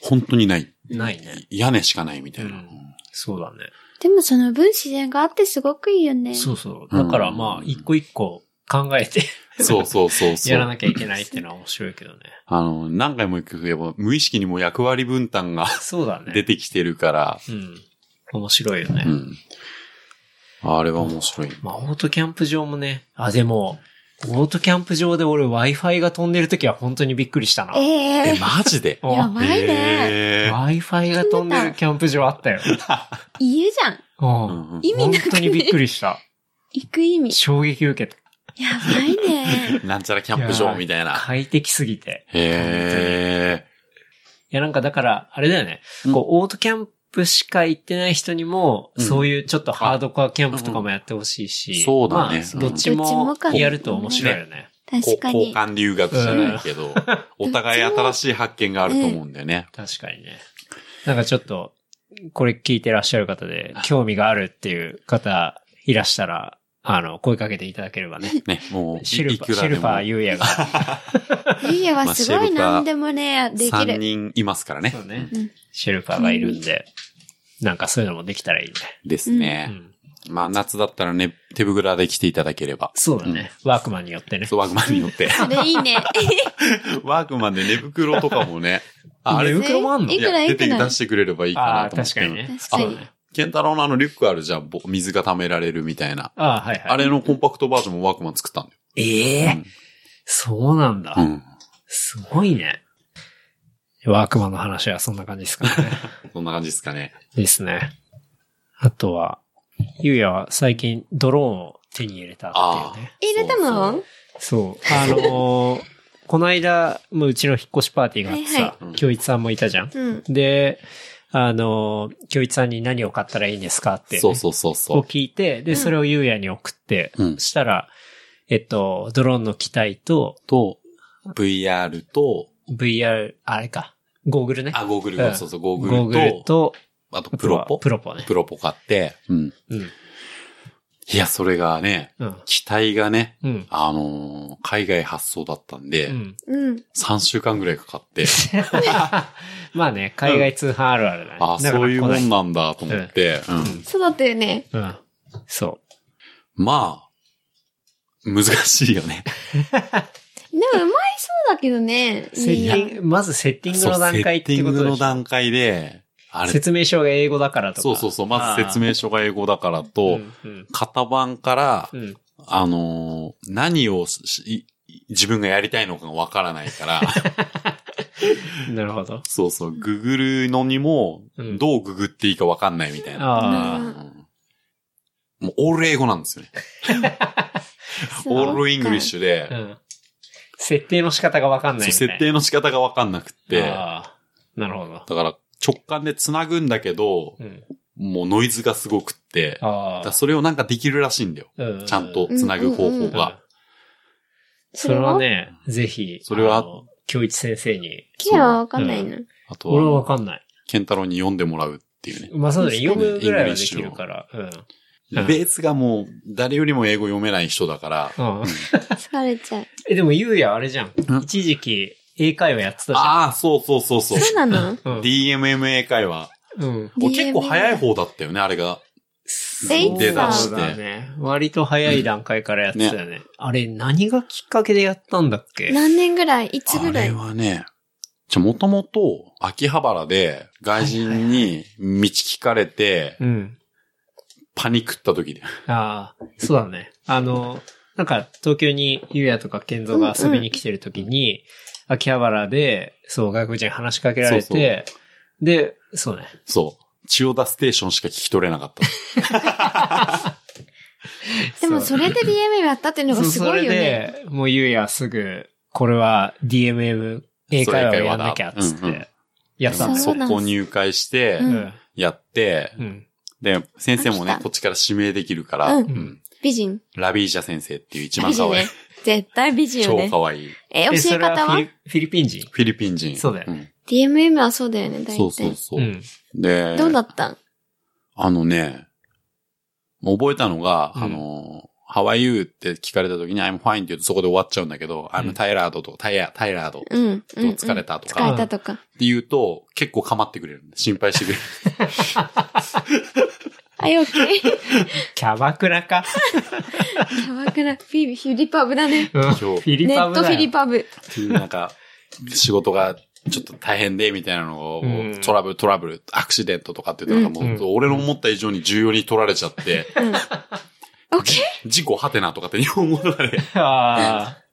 S3: 本当にない。
S2: ないね。
S3: 屋根しかないみたいな。
S2: うんそうだね。
S4: でもその分自然があってすごくいいよね。
S2: そうそう。だからまあ、
S3: うん
S2: 一個一個考えて
S3: そうそうそうそう。
S2: やらなきゃいけないっていうのは面白いけどね。
S3: あの、何回も言うけど、やっぱ無意識にもう役割分担が
S2: そうだね。
S3: 出てきてるから、
S2: うん。面白いよね。
S3: うん。あれは面白い。
S2: まあ、オートキャンプ場もね。あ、でも、オートキャンプ場で俺 Wi-Fi が飛んでるときは本当にびっくりしたな。
S4: え
S3: え、
S4: え
S3: マジで
S4: や
S2: うん
S4: ばいね。
S3: え
S2: Wi-Fi が飛んでるキャンプ場あったよ。
S4: 家じゃん。
S2: うん。
S4: 意味なく
S2: 本当にびっくりした。
S4: 行く意味。
S2: 衝撃受けた。
S4: やばいね。
S3: なんちゃらキャンプ場みたいな。
S2: 快適すぎて。
S3: へ
S2: いや、なんかだから、あれだよね。
S3: うん
S2: こう、オートキャンプしか行ってない人にも、
S3: うん
S2: そういうちょっとハードコアキャンプとかもやってほしいし。
S3: うんそうだね
S2: まあどっち
S4: どっちも
S2: も
S4: か
S2: やると面白いよね。
S3: え。こ
S4: 確か
S3: 交
S4: に。
S3: 換留学じゃないけど、お互い新しい発見があると思うんだよね。
S2: 確かにね。なんかちょっと、これ聞いてらっしゃる方で、興味があるっていう方いらしたら、あの、声かけていただければね。
S3: ね、もう、
S2: シル
S3: い
S2: パ
S3: く
S2: ー、シ
S3: らで
S2: ルパ
S3: も
S2: ー、ゆうやが。
S4: 家はすごい
S3: まあ
S4: 何でもね、でき
S3: 3
S4: る。
S3: 人いますからね
S2: そ。うね
S4: うん。
S2: シェルパーがいるんで、なんかそういうのもできたらいいね。
S3: です
S2: う
S3: ね。
S2: ん。
S3: まあ、夏だったらね、手袋で来ていただければ。
S2: そうだね。ワークマンによってね
S3: そ。うワークマンによ って。
S4: それいいね。
S3: ワークマンで寝袋とかもね。ああれ
S2: 寝袋もあんの
S4: いくら
S3: や
S4: い
S3: 出
S4: く
S3: て
S4: ら
S3: 出。してくれればいいか
S2: あ
S3: な
S2: あ、
S3: と思っ
S2: 確
S3: て。
S2: かにね。
S4: 確かに
S2: そうだね
S3: ケンタロウのあのリュックあるじゃん、ぼ水が溜められるみたいな。
S2: ああ、はいはい。
S3: あれのコンパクトバージョンもワークマン作ったんだ
S2: ええ
S3: うん
S2: そうなんだ。
S3: よ。
S2: すごいね。ワークマンの話はそんな感じ ですかね。
S3: うん。そんな感じですかね。
S2: ですね。あとは、ゆうやは最近ドローンを手に入れたっていうね。
S4: 入れたの
S2: そう。あのー この間、もううちの引っ越しパーティーがあって
S4: はい
S2: さ
S3: はいうん、
S2: 京一さんもいたじゃん。
S4: うん。
S2: で、あの、京一さんに何を買ったらいいんですかって、
S3: そうそうそうそ
S2: を
S3: う。
S2: 聞いて、で、
S4: うん
S2: それをゆうやに送って、
S3: うん
S2: したら、えっと、ドローンの機体と、
S3: と、VR と、
S2: VR、あれか、ゴーグルね。
S3: あ、ゴーグル、
S2: うん
S3: そうそう、ゴー
S2: ゴ
S3: グ
S2: ーグ
S3: ルと
S2: ル、と、
S3: あとプロポ
S2: プロポね。
S3: プロポ買って、うん。
S2: うん。
S3: いや、それがね、
S2: うん。
S3: 機体がね、
S2: うん。
S3: あのー海外発送だったんで、
S2: うん。
S4: うん。
S3: 3週間ぐらいかか って、
S2: まあね、海外通販あるあるだね。
S3: ああ、そういうもん
S2: だ
S3: なんだと思って、うん
S4: そうだったよね。
S2: から来ない。うん。そ
S3: まあ、難しいよ ね。
S4: でも、うまいそうだけどね。
S2: う。セッ
S4: みんな
S2: ティング、まずセッティングの段階っていうこ
S3: そうセッ
S2: と
S3: ティングの
S2: で
S3: 段階で、あれ、
S2: 説明書が英語だからとか。
S3: そうそうそう、まず説明書が英語だから
S2: あ
S3: と、
S2: ーうん
S3: 型番から
S2: う、ん。うん。
S3: あのー何をしい自分がやりたいのかがわからないから、
S2: なるほど。
S3: そうそう、ググるのにも
S2: うん、
S3: どうググっていいかわかんないみたいな。
S2: ああ。
S3: うんもう、オール英語なんですよね。
S4: そう
S3: オールイングリッシュで、
S2: うん設定の仕方がわかんない
S3: そう
S2: みたいな。
S3: 設定の仕方がわかんなくって、だ
S2: あーなるほど。
S3: から直感で繋ぐんだけど
S2: う、ん。
S3: もうノイズがすごくって、
S2: あ
S3: だから
S2: あ。
S3: それをなんかできるらしいんだよ。
S2: う
S3: ちゃんと繋ぐ方法
S2: うん
S3: が。
S2: それはね、ぜひ、
S3: それは
S2: あの、京一先生に。
S4: キラはわかんないな。
S3: あと
S2: 俺はわ
S3: は、
S2: かんない。
S3: ケンタロウに読んでもらうっていうね。
S2: まあそうだね、
S4: 確か
S2: 読
S4: に
S2: むぐらいはできるから。うん。うん
S3: ベースがもう、誰よりも英語読めない人だから、
S2: うん
S4: 疲れちゃう。
S2: え、でも、ゆうやあれじゃん
S3: う。ん
S2: 一時期、英会話やってたじゃん。
S3: ああ、そうそうそうそう。
S4: そうな
S2: う
S4: の
S2: ん
S3: DMMA 会話。
S2: うん。
S3: お結構
S4: DMMA
S3: 早い方だったよね、あれが。
S2: そう
S4: 出だして
S2: そうだね。割と早い段階からやってたよね。あれ、何がきっかけでやったんだっけ
S4: 何年ぐらいいつ
S3: あ
S4: ぐら
S3: れ
S4: い
S3: はね、じゃ、もともと、秋葉原で、外人に道聞かれて、
S2: うん。
S3: パニックった時で。
S2: ああ、そうだね。あの、なんか、東京にゆうやとか健三が遊びに来てる時に、秋葉原で、そう、外国人に話しかけられて、
S3: そう
S2: で、そうね。
S3: そう。千代田ステーションしか聞き取れなかった。
S4: でもそれで DM やったっていうのが
S2: そう
S4: すごいよね。
S2: それで、もうゆうやはすぐ、これは DMM 英会話をやんなきゃっつっ
S3: そう英会話だ
S2: て、やったんだよ
S4: そう
S3: 速
S4: なん
S3: 攻入会して
S4: う、ん
S3: やって、
S2: うん。
S3: で、先生も
S4: あ
S3: ね
S4: 来、た
S3: こっちから指名できるから、
S4: うん
S3: うん
S4: 美人。
S3: ラビージャ先生っていう一
S4: 美
S3: 番可
S4: 人
S3: 愛
S4: ね
S3: い。。
S4: 絶対美人よ
S3: 超
S4: ね。
S3: 可愛い。
S4: え、教え
S2: それ
S4: 方
S2: フィ
S4: は
S2: リフィリピン人
S3: フィリピン人。
S2: そうだよ
S3: ね。
S4: ?DMM はそうだよね、大体。
S3: そうそうそうう。
S2: ん。
S3: で、
S4: どうだったん
S3: あのね、覚えたのが、
S2: うん
S3: あの、How are you? って聞かれた時に I'm fine って言うとそこで終わっちゃうんだけど、
S2: うん
S3: I'm tired とか、tired, tired と
S4: うんうん。うん
S3: 疲れたと
S4: 疲
S3: か
S4: れたとか。
S3: って言うと結構構ってくれる。心配してくれる。
S4: あ、よけ。
S2: キャバクラか。
S4: やばくない。フィリフィリパブだね。
S2: うんフ
S3: そう
S2: ィリ
S4: ネ
S2: パ
S4: ッ
S2: ブ
S4: トフ
S2: だ
S4: ィリ
S2: よ。
S4: パブ。
S3: っていうなんか、仕事がちょっと大変で、みたいなのを、
S2: うん
S3: トラブル、トラブル、アクシデントとかって言ったらもう、
S2: うん
S3: 俺の思った以上に重要に取られちゃって、
S4: う ん。オッケ
S3: 事故はてなとかって日本語とかで。
S2: ああ。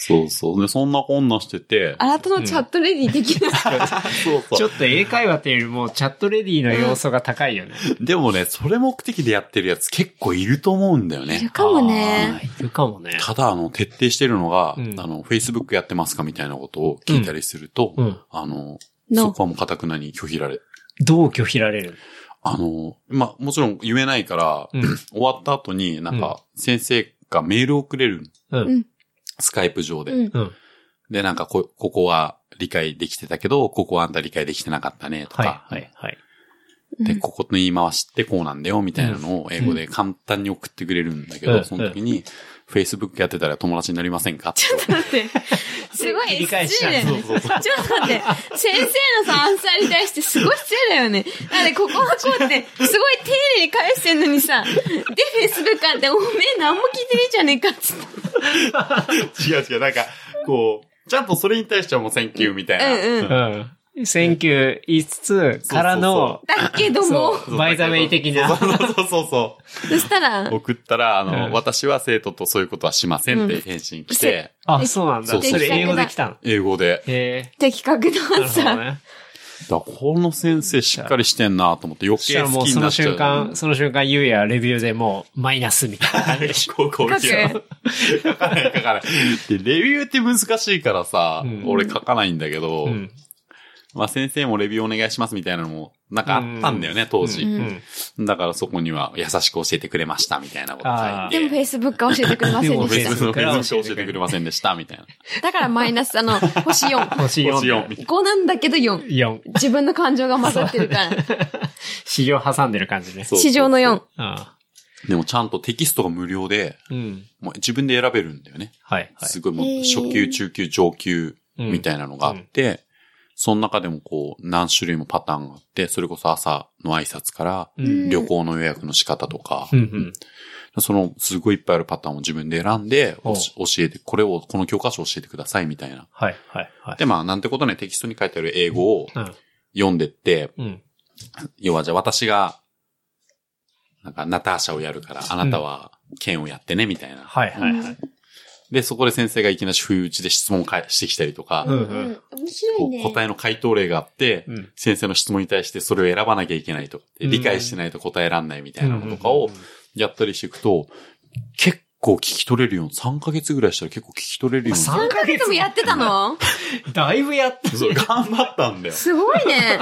S3: そうそう。で、そんなこんなしてて
S4: ー。、あなたのチャットレディできない。
S3: そう
S2: ち
S3: そ
S2: ょ
S3: う。
S2: っと英会話っていうよりもチャットレディの要素が高いよね。
S3: でもね、それ目的でやってるやつ結構いると思うんだよ
S4: いる
S3: ね。
S4: かもね。
S2: あー。いるかもね。
S3: ただ、あの、徹底してるのが、
S2: うん
S3: あの、Facebook やってますかみたいなことを聞いたりすると、
S2: うん。
S3: あの、そ
S4: の。
S3: こはもうかくなに拒否られ。
S2: どう拒否られる
S3: あの、まあ、もちろん言えないから、
S2: うん
S3: 終わった後に、なんか、先生がメールをくれるの。
S2: うん
S4: うん
S3: スカイプ上で。
S4: うん。
S2: うん。
S3: で、なんかこ、ここは理解できてたけど、ここはあんた理解できてなかったね、と
S2: はい、
S3: か。
S2: はい、はい。
S3: で、
S4: うん
S3: ここの言い回しってこうなんだよ、みたいなのを英語で簡単に送ってくれるんだけど、
S2: うん
S3: その時に、Facebook やってたら友達になりませんかって。
S4: 待って。すごい
S2: 理
S4: SG
S2: 解しちゃう
S4: だよね。ち
S3: そ
S4: ょ
S3: う
S4: っ
S3: そ
S4: と
S3: うそう
S4: 待って。先生のさ、アンサーに対してすごい失礼だよね。だってここはこうって、すごい丁寧に返してんのにさ、で、フェイスブックあって、おめえ何も聞いてねえじゃねえかっつって。
S3: 違う違う、なんか、こう、ちゃんとそれに対してはもう Thank you みた
S4: うんうん。
S2: うん。センキュー言いつつ、からの、
S4: だけども、
S2: そうバイザメイ的な。
S3: そうそうそうそうそう。
S4: そしたら、
S3: 送ったら、あの、
S2: うん
S3: 私は生徒とそういうことはしませんって
S4: うん
S3: 返信来て、
S2: あ、そうなん
S3: そ
S2: だ。
S3: うそう
S2: それ英語できたの。
S3: 英語で。
S2: へ
S4: 的確な
S2: え。
S4: ア
S2: な
S4: ン
S2: る
S4: サ
S2: ほど
S4: ー。
S2: ね。
S3: だからこの先生しっかりしてんなと思って余
S2: そし
S3: 計
S2: たらも
S3: 好
S2: う
S3: き
S2: そ
S3: にな
S2: の
S3: っちゃ
S2: 瞬
S3: う。
S2: 間、その瞬間、ゆうやレビューでもうマイナスみたいな感じでしょ。
S3: こうこう
S4: 書
S3: 書
S4: く。
S3: かない書かない。で、レビューって難しいからさ、
S2: うん
S3: 俺書かないんだけど、
S2: うん。
S3: まあ先生もレビューお願いしますみたいなのも、なんかあったんだよね、当時、
S2: う
S4: うん
S2: ん。
S3: だからそこには優しく教えてくれましたみたいなこと書い
S2: あ
S3: て。
S4: でもフェイスブックは教えてくれませんで
S3: フェ
S4: し
S3: イ
S4: た
S3: ス。ブックの教えてくれませんでしたみたいな。
S4: だからマイナス、あの、星4。
S2: 星
S3: 星
S2: 4。
S3: 4みたい
S4: 5なんだけど4。
S2: 4。
S4: 自分の感情が混ざってるから。
S2: 市場挟んでる感じね。
S3: な。
S4: 市場の4。
S2: あ
S3: でもちゃんとテキストが無料で、
S2: あうん。
S3: もう自分で選べるんだよね。
S2: はい。はい
S3: すごいもう
S4: へー
S3: 初級、中級、上級
S2: うん
S3: みたいなのがあって、その中でもこう何種類もパターンがあって、それこそ朝の挨拶から
S2: うん
S3: 旅行の予約の仕方とか、
S2: うんうん。
S3: そのすごいいっぱいあるパターンを自分で選んで、
S2: お
S3: おし教えて、これを、この教科書を教えてくださいみたいな。
S2: はい、はい、はい。
S3: で、まあなんてことね、テキストに書いてある英語を
S2: うん。
S3: 読んでって、
S2: うん。
S3: 要はじゃあ私が、なんかナターシャをやるから、あなたは剣をやってねみたいな。
S2: はい、はい、はい。
S3: で、そこで先生がいきなり不意打ちで質問を返してきたりとか、
S2: うん
S4: 面白
S3: こう答えの回答例があって、
S2: うん
S3: 先生の質問に対してそれを選ばなきゃいけないとかって、
S2: うん
S3: 理解してないと答えらんないみたいなのとかをやったりしていくと、結構聞き取れるように、3ヶ月ぐらいしたら結構聞き取れるようにな
S2: あ
S3: る。
S4: 3ヶ月もやってたの
S2: だいぶやった。
S3: そう、頑張ったんだよ。
S4: すごいね。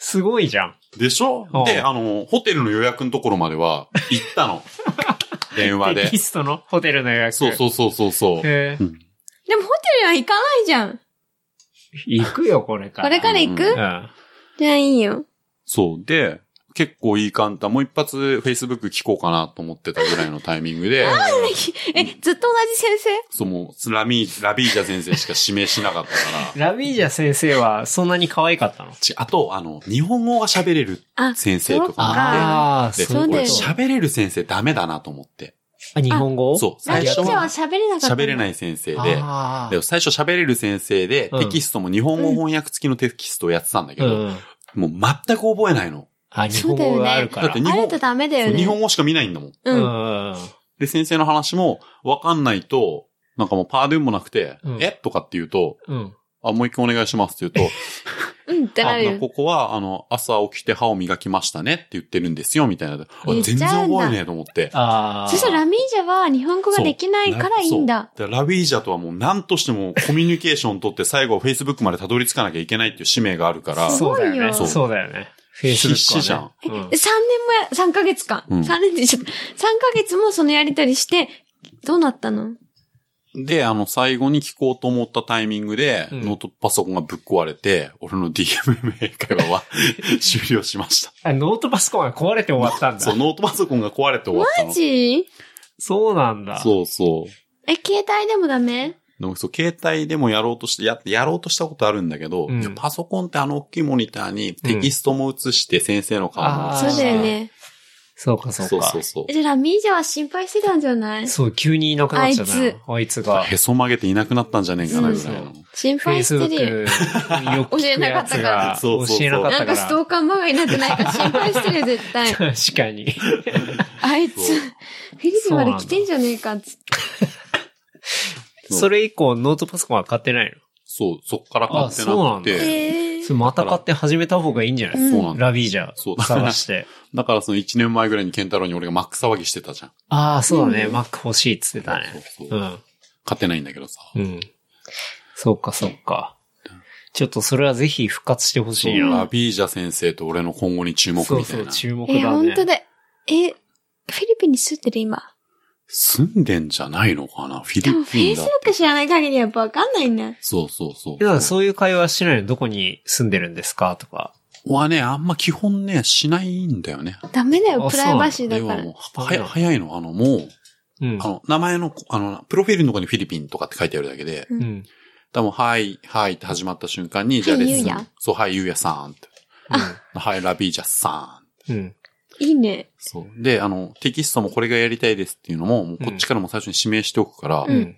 S2: すごいじゃん。
S3: でしょ
S2: うん
S3: で、あの、ホテルの予約のところまでは行った の。電話
S2: テ
S3: で
S2: キ。ストのホテルの予約。
S3: そうそうそうそうそう。
S2: へえ
S3: うん
S4: でもホテルは行かないじゃん。
S2: 行くよ、これから。
S4: これから行
S3: う
S4: く
S2: ら。
S4: じゃあいいよ。
S3: そう。で、結構いい簡単。もう一発 Facebook 聞こうかなと思ってたぐらいのタイミングで、
S4: え、ずっと同じ先生
S3: そう、もう、ラミー、ラビージャ先生しか指名しなかったから
S2: うん。ラビージャ先生はそんなに可愛かったの
S3: ちあと、あの、日本語が喋れる
S4: あ
S3: 先生とかも
S4: あ
S2: あ
S3: で、
S4: そうだ
S3: 俺
S4: よね
S3: 喋れる先生ダメだなと思って。
S2: あ日本語
S3: そう、
S4: ラ
S3: 最
S4: ビー
S3: 初
S4: ちゃんは
S3: は
S4: 喋れなかった。。
S3: 喋れないい先生で、
S2: あ
S3: で最初喋れる先生で、
S2: うん
S3: テキストも日本語翻訳付きのテキストをやってたんだけ
S2: あ。う
S3: ど、
S2: ん。
S3: もう全く覚えないの。
S2: あ、日本語があるか
S3: だ
S2: ら
S3: って。日
S4: あ
S3: 本
S4: るとダメだよ
S3: そう
S4: ね。
S3: 日本語しか見ないんだもん。
S2: う
S4: うんん。
S2: うん。
S3: で、先生の話もわかんないと、なんかもうパーでもなくて
S2: う、ん
S3: えとかって言うと、
S2: うん。
S3: あ、もう一回お願いしますって言うと、
S4: うんってな
S3: あ
S4: るよ。
S3: ここは、あの、朝起きて歯を磨きましたねって言ってるんですよ、みたいな。あ
S4: 言っちゃ
S3: 全
S4: うんだ
S3: 然覚えねえと思って。
S2: ああ。
S4: そしたらラミージャは日本語ができないからいいんだ。
S3: そう。ラビージャとはもう何としてもコミュニケーション取って最後 Facebook までたどり着かなきゃいけないっていう使命があるから。
S4: すご
S2: そうだよ
S4: い
S2: ね。
S4: よ
S2: そうそうだよね。フェイスブック、ね、
S3: 必死じゃん
S4: え、3年もや、3ヶ月間。
S3: うん
S4: 3年でちょっと、3ヶ月もそのやりとりして、どうなったの
S3: で、あの、最後に聞こうと思ったタイミングで、
S2: うん
S3: ノートパソコンがぶっ壊れて、俺の DMM 英会話は 終了しました。
S2: あ、ノートパソコンが壊れて終わったんだ。
S3: そう、ノートパソコンが壊れて終わった
S4: マ
S3: の。
S4: ジ
S2: そうなんだ。
S3: そうそう。
S4: え、携帯でもダメ
S3: でもそう、携帯でもやろうとして、や、やろうとしたことあるんだけど、
S2: うん
S3: いやパソコンってあの大きいモニターにテキストも映して先生の顔も
S2: あ
S3: 映
S2: ー
S3: し
S4: そうだよね。
S2: そうか、そうか。
S3: そうそうそう。
S4: え、じゃあラミージャは心配してたんじゃない
S2: そう急にいなくなっちゃった
S4: あい
S2: な
S4: つ
S2: あいつが。
S3: へそ曲げていなくなったんじゃねえかなぐらい
S2: うん
S3: の。
S4: 心
S2: フェ
S4: 配
S2: イス
S4: し
S2: ブ
S4: てるよ。
S2: ックよく聞くやつが
S3: 教
S2: 教え
S3: え
S2: なか
S3: な
S2: っ
S3: か
S2: たか
S3: った
S4: なんかスト
S2: ら。
S4: ーカーまがいなくないか心配してるよ、絶 対。
S2: 確かに。
S4: あいつ、フィリピンまで来てんじゃねえかっつって。
S3: そう
S2: それ以降ノートパソコンは買ってない
S3: そう、そっから買って
S2: あそうな
S3: なんく
S2: だ
S3: て。
S4: え
S2: の
S4: ー
S2: それまた買って始めた方がいいんじゃない、
S4: うん
S3: そうなんだ。
S2: ラビージャ
S3: そう
S2: 探 して。
S3: だからその1年前ぐらいにケンタロウに俺がマック騒ぎしてたじゃん。
S2: ああ、そうだね。
S4: うん
S2: マック欲しいっつってたね。
S3: そうそうう。
S2: ん。
S3: 買ってないんだけどさ。
S2: うん。そうか、そうか。ちょっとそれはぜひ復活してほしい
S3: そうラ
S2: な。
S3: ビージャ先生と俺の今後に注目みたい
S2: そう
S3: な。
S2: そう、注目だね。
S4: え、本当だ。え、フィリピンに住んでる今。
S3: 住んでんじゃないのかなフィ
S4: でも
S3: リ
S4: フェ
S3: ピ
S4: イ
S3: ン
S4: ス
S3: だ
S4: ブッ。ク知らない限りやっぱわかんないんだ。
S3: そうそうそう。
S2: だからそういう会話してないのどこに住んでるんですかとか。
S3: はね、あんま基本ね、しないんだよね。
S4: ダメだよ、
S2: あ
S4: プライバシーだ
S3: で
S4: か
S3: は
S4: ら。
S3: もう、はや、早いの。あの、もう、
S2: うん
S3: あ。の、名前の、あの、プロフィールのとこにフィリピンとかって書いてあるだけで、
S2: うん。
S3: 多分、はい、はいって始まった瞬間に、じゃあ
S4: は
S3: レ
S4: い
S3: ッス
S4: ゆうや
S3: ン。そう、はい、ゆうやさんって。はい、ラビージャさん。
S2: うん。
S4: いいね。
S3: そう。で、あの、テキストもこれがやりたいですっていうのも、もうこっちからも最初に指名しておくから、
S4: うん
S2: うん。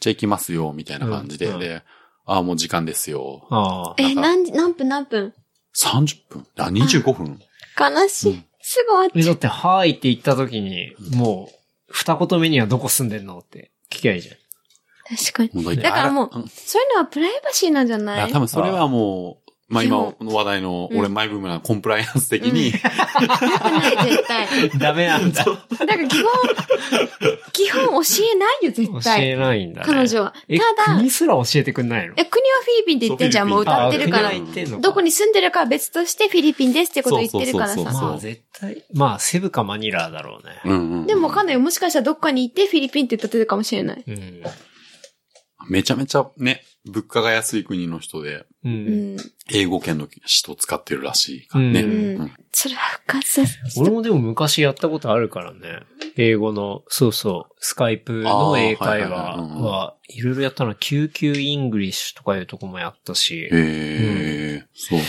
S3: じゃあ行きますよ、みたいな感じで、
S2: うん
S3: で、ああ、もう時間ですよ。
S2: ああ。
S3: なん
S4: え、
S3: か
S4: 何時、何分何分
S3: 30分あ、25分
S4: 悲し
S3: う
S4: い
S3: ん。
S4: すぐ終
S2: え、
S4: わっち
S2: だ
S4: ゃ
S2: って、はーいって言った時に、もう、二言目にはどこ住んでんのって聞きゃいいじゃん。
S4: う。確かに。
S3: もう
S4: だからもう
S3: あんい
S4: そういうのはプライバシーなんじゃな
S3: や、
S4: い
S3: 多分それはもう、まあ
S4: 基
S3: 今
S4: 本
S3: の話題の、
S4: うん
S3: 俺マイブームなコンプライアンス的に、
S4: ない 絶対。
S2: ダメなんだ。教
S4: だから基本、基本教えないよ、絶対。
S2: えないんだね。
S4: 彼女は。
S2: え、
S4: ただ、
S2: 国すら教えてくんないの
S4: え、国はフィリピンって言ってんじゃん、
S3: そ
S4: もう
S3: うフィリピン
S4: 歌ってるか
S2: あ
S4: ら
S2: 国。は言ってんのか
S4: どこに住んでるかは別としてフィリピンですってこと言ってるから
S3: そうそうそう
S4: さ。
S2: まあ、絶対。まあ、セブかマニラだろうね。
S3: うんうん
S4: でもわかんないよ。もしかしたらどっかに行ってフィリピンって歌ってるかもしれない。
S2: うん。
S3: めちゃめちゃね、物価が安い国の人で、
S2: う。
S4: うんん。
S3: 英語圏の人を使ってるらしいからね。
S2: うん
S4: うん。それは復活させ
S2: 俺もでも昔やったことあるからね。英語の、そうそう、スカイプの英会話
S3: あーはいはいはいうんうん
S2: はいろいろやったな。救急イングリッシュとかいうとこもやったし、
S3: へえ、そう。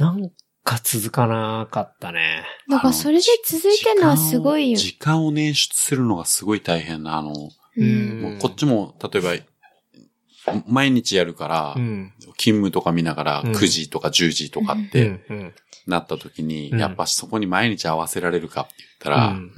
S2: なんか続かなかったね。
S4: だからそれで続いてるのはすごいよ。
S3: 時間を時間を捻出するのがすごい大変な、あの、
S4: う
S2: うん
S4: ん。
S3: もうこっちも、例えば、毎日やるから、
S2: うん。
S3: 勤務とか見ながら
S2: うん
S3: 9時とか10時とかっ
S2: う
S3: て
S2: んうん。
S3: なった時に、
S2: うん
S3: やっぱそこに毎日合わせられるかって言ったら、
S2: うん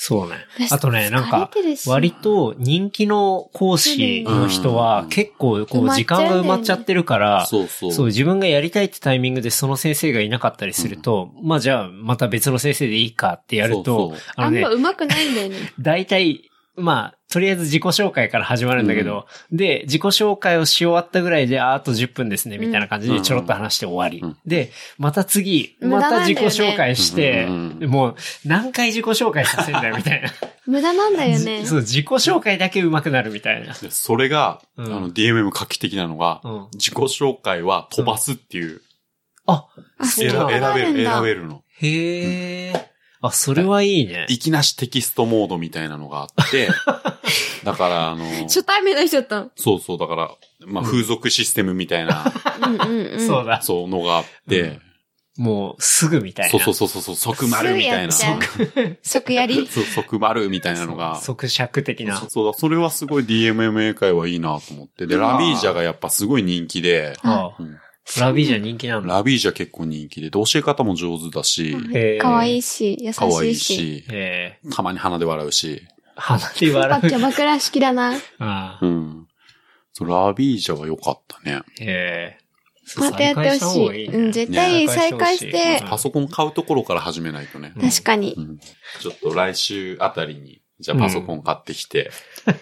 S2: そうね
S4: 私。
S2: あとね、なんか、
S4: 疲れてるし
S2: 割と人気の講師の人
S3: う
S2: は
S3: ん
S2: 結構こう時間が埋まっちゃってるから、
S3: そうそう。
S2: そう、自分がやりたいってタイミングでその先生がいなかったりすると、まあじゃあまた別の先生でいいかってやる
S3: そう
S2: と
S3: そう、
S2: あの
S4: あん
S2: ね
S4: ま、上手くないんだよね。
S2: 大体、まあ、とりあえず自己紹介から始まるんだけど、で、自己紹介をし終わったぐらいで、ああと10分ですね、みたいな感じでちょろっと話して終わり。
S3: うん
S2: で、また次、
S4: 無駄
S2: ま
S4: なんだ
S2: た
S4: よね
S2: 自己紹介して、
S3: うん
S2: もう何回自己紹介させんだよ、みたいな。
S4: 無駄なんだよ ね。
S2: そう、自己紹介だけ上手くなるみたいな。
S3: でそれが、
S2: うん
S3: あの、DMM 画期的なのが、
S2: うん
S3: 自己紹介は飛ばすっていう、
S2: あ、
S4: あ、そ
S3: 選
S4: う
S2: うなん
S3: 選
S4: だ。
S3: べる、選べ
S4: る。
S3: るの。
S2: へえ。あ、それはいいね。
S3: いきなしテキストモードみたいなのが あって、だから、あの、
S4: 初対面の人だったの。
S3: そうそう、だから、まあ、風俗システムみたいな、
S4: うんうんうん。
S2: そうだ。
S3: そう、のがあって、
S2: もう、すぐみたいな。
S3: そうそうそうそう、即丸みたいな、
S4: すぐやっち即やり。
S3: そう即丸みたいなのが、
S2: 即尺的な
S3: そ。うだ、それはすごい DMMA 会はいいなと思って。で、
S2: うん
S3: ラビージャがやっぱすごい人気で、
S2: ああ
S3: うん
S2: ラビージャ人気なんだ。
S3: ラビージャ結構人気で、で教え方も上手だし、
S2: へ え
S4: 可愛いし、優
S3: 可
S4: し
S3: 愛
S4: い
S3: い
S4: し。
S3: し、
S2: ええ
S3: たまに鼻で笑うし、
S2: 鼻で
S4: や
S2: 笑
S4: っぱ
S2: う。
S4: キャバクラ式だな。
S2: あ
S3: う
S2: あ
S3: ん。そうラビージャは良かったね。
S2: へえ
S4: またやってほしい。うん、絶対再開し
S2: ね
S4: て
S2: う、ん
S3: パソコン買うところから始めないとね。
S2: ん
S4: 確かに
S3: う。んちょっと来週あたりに、じゃあパソコン買ってきて、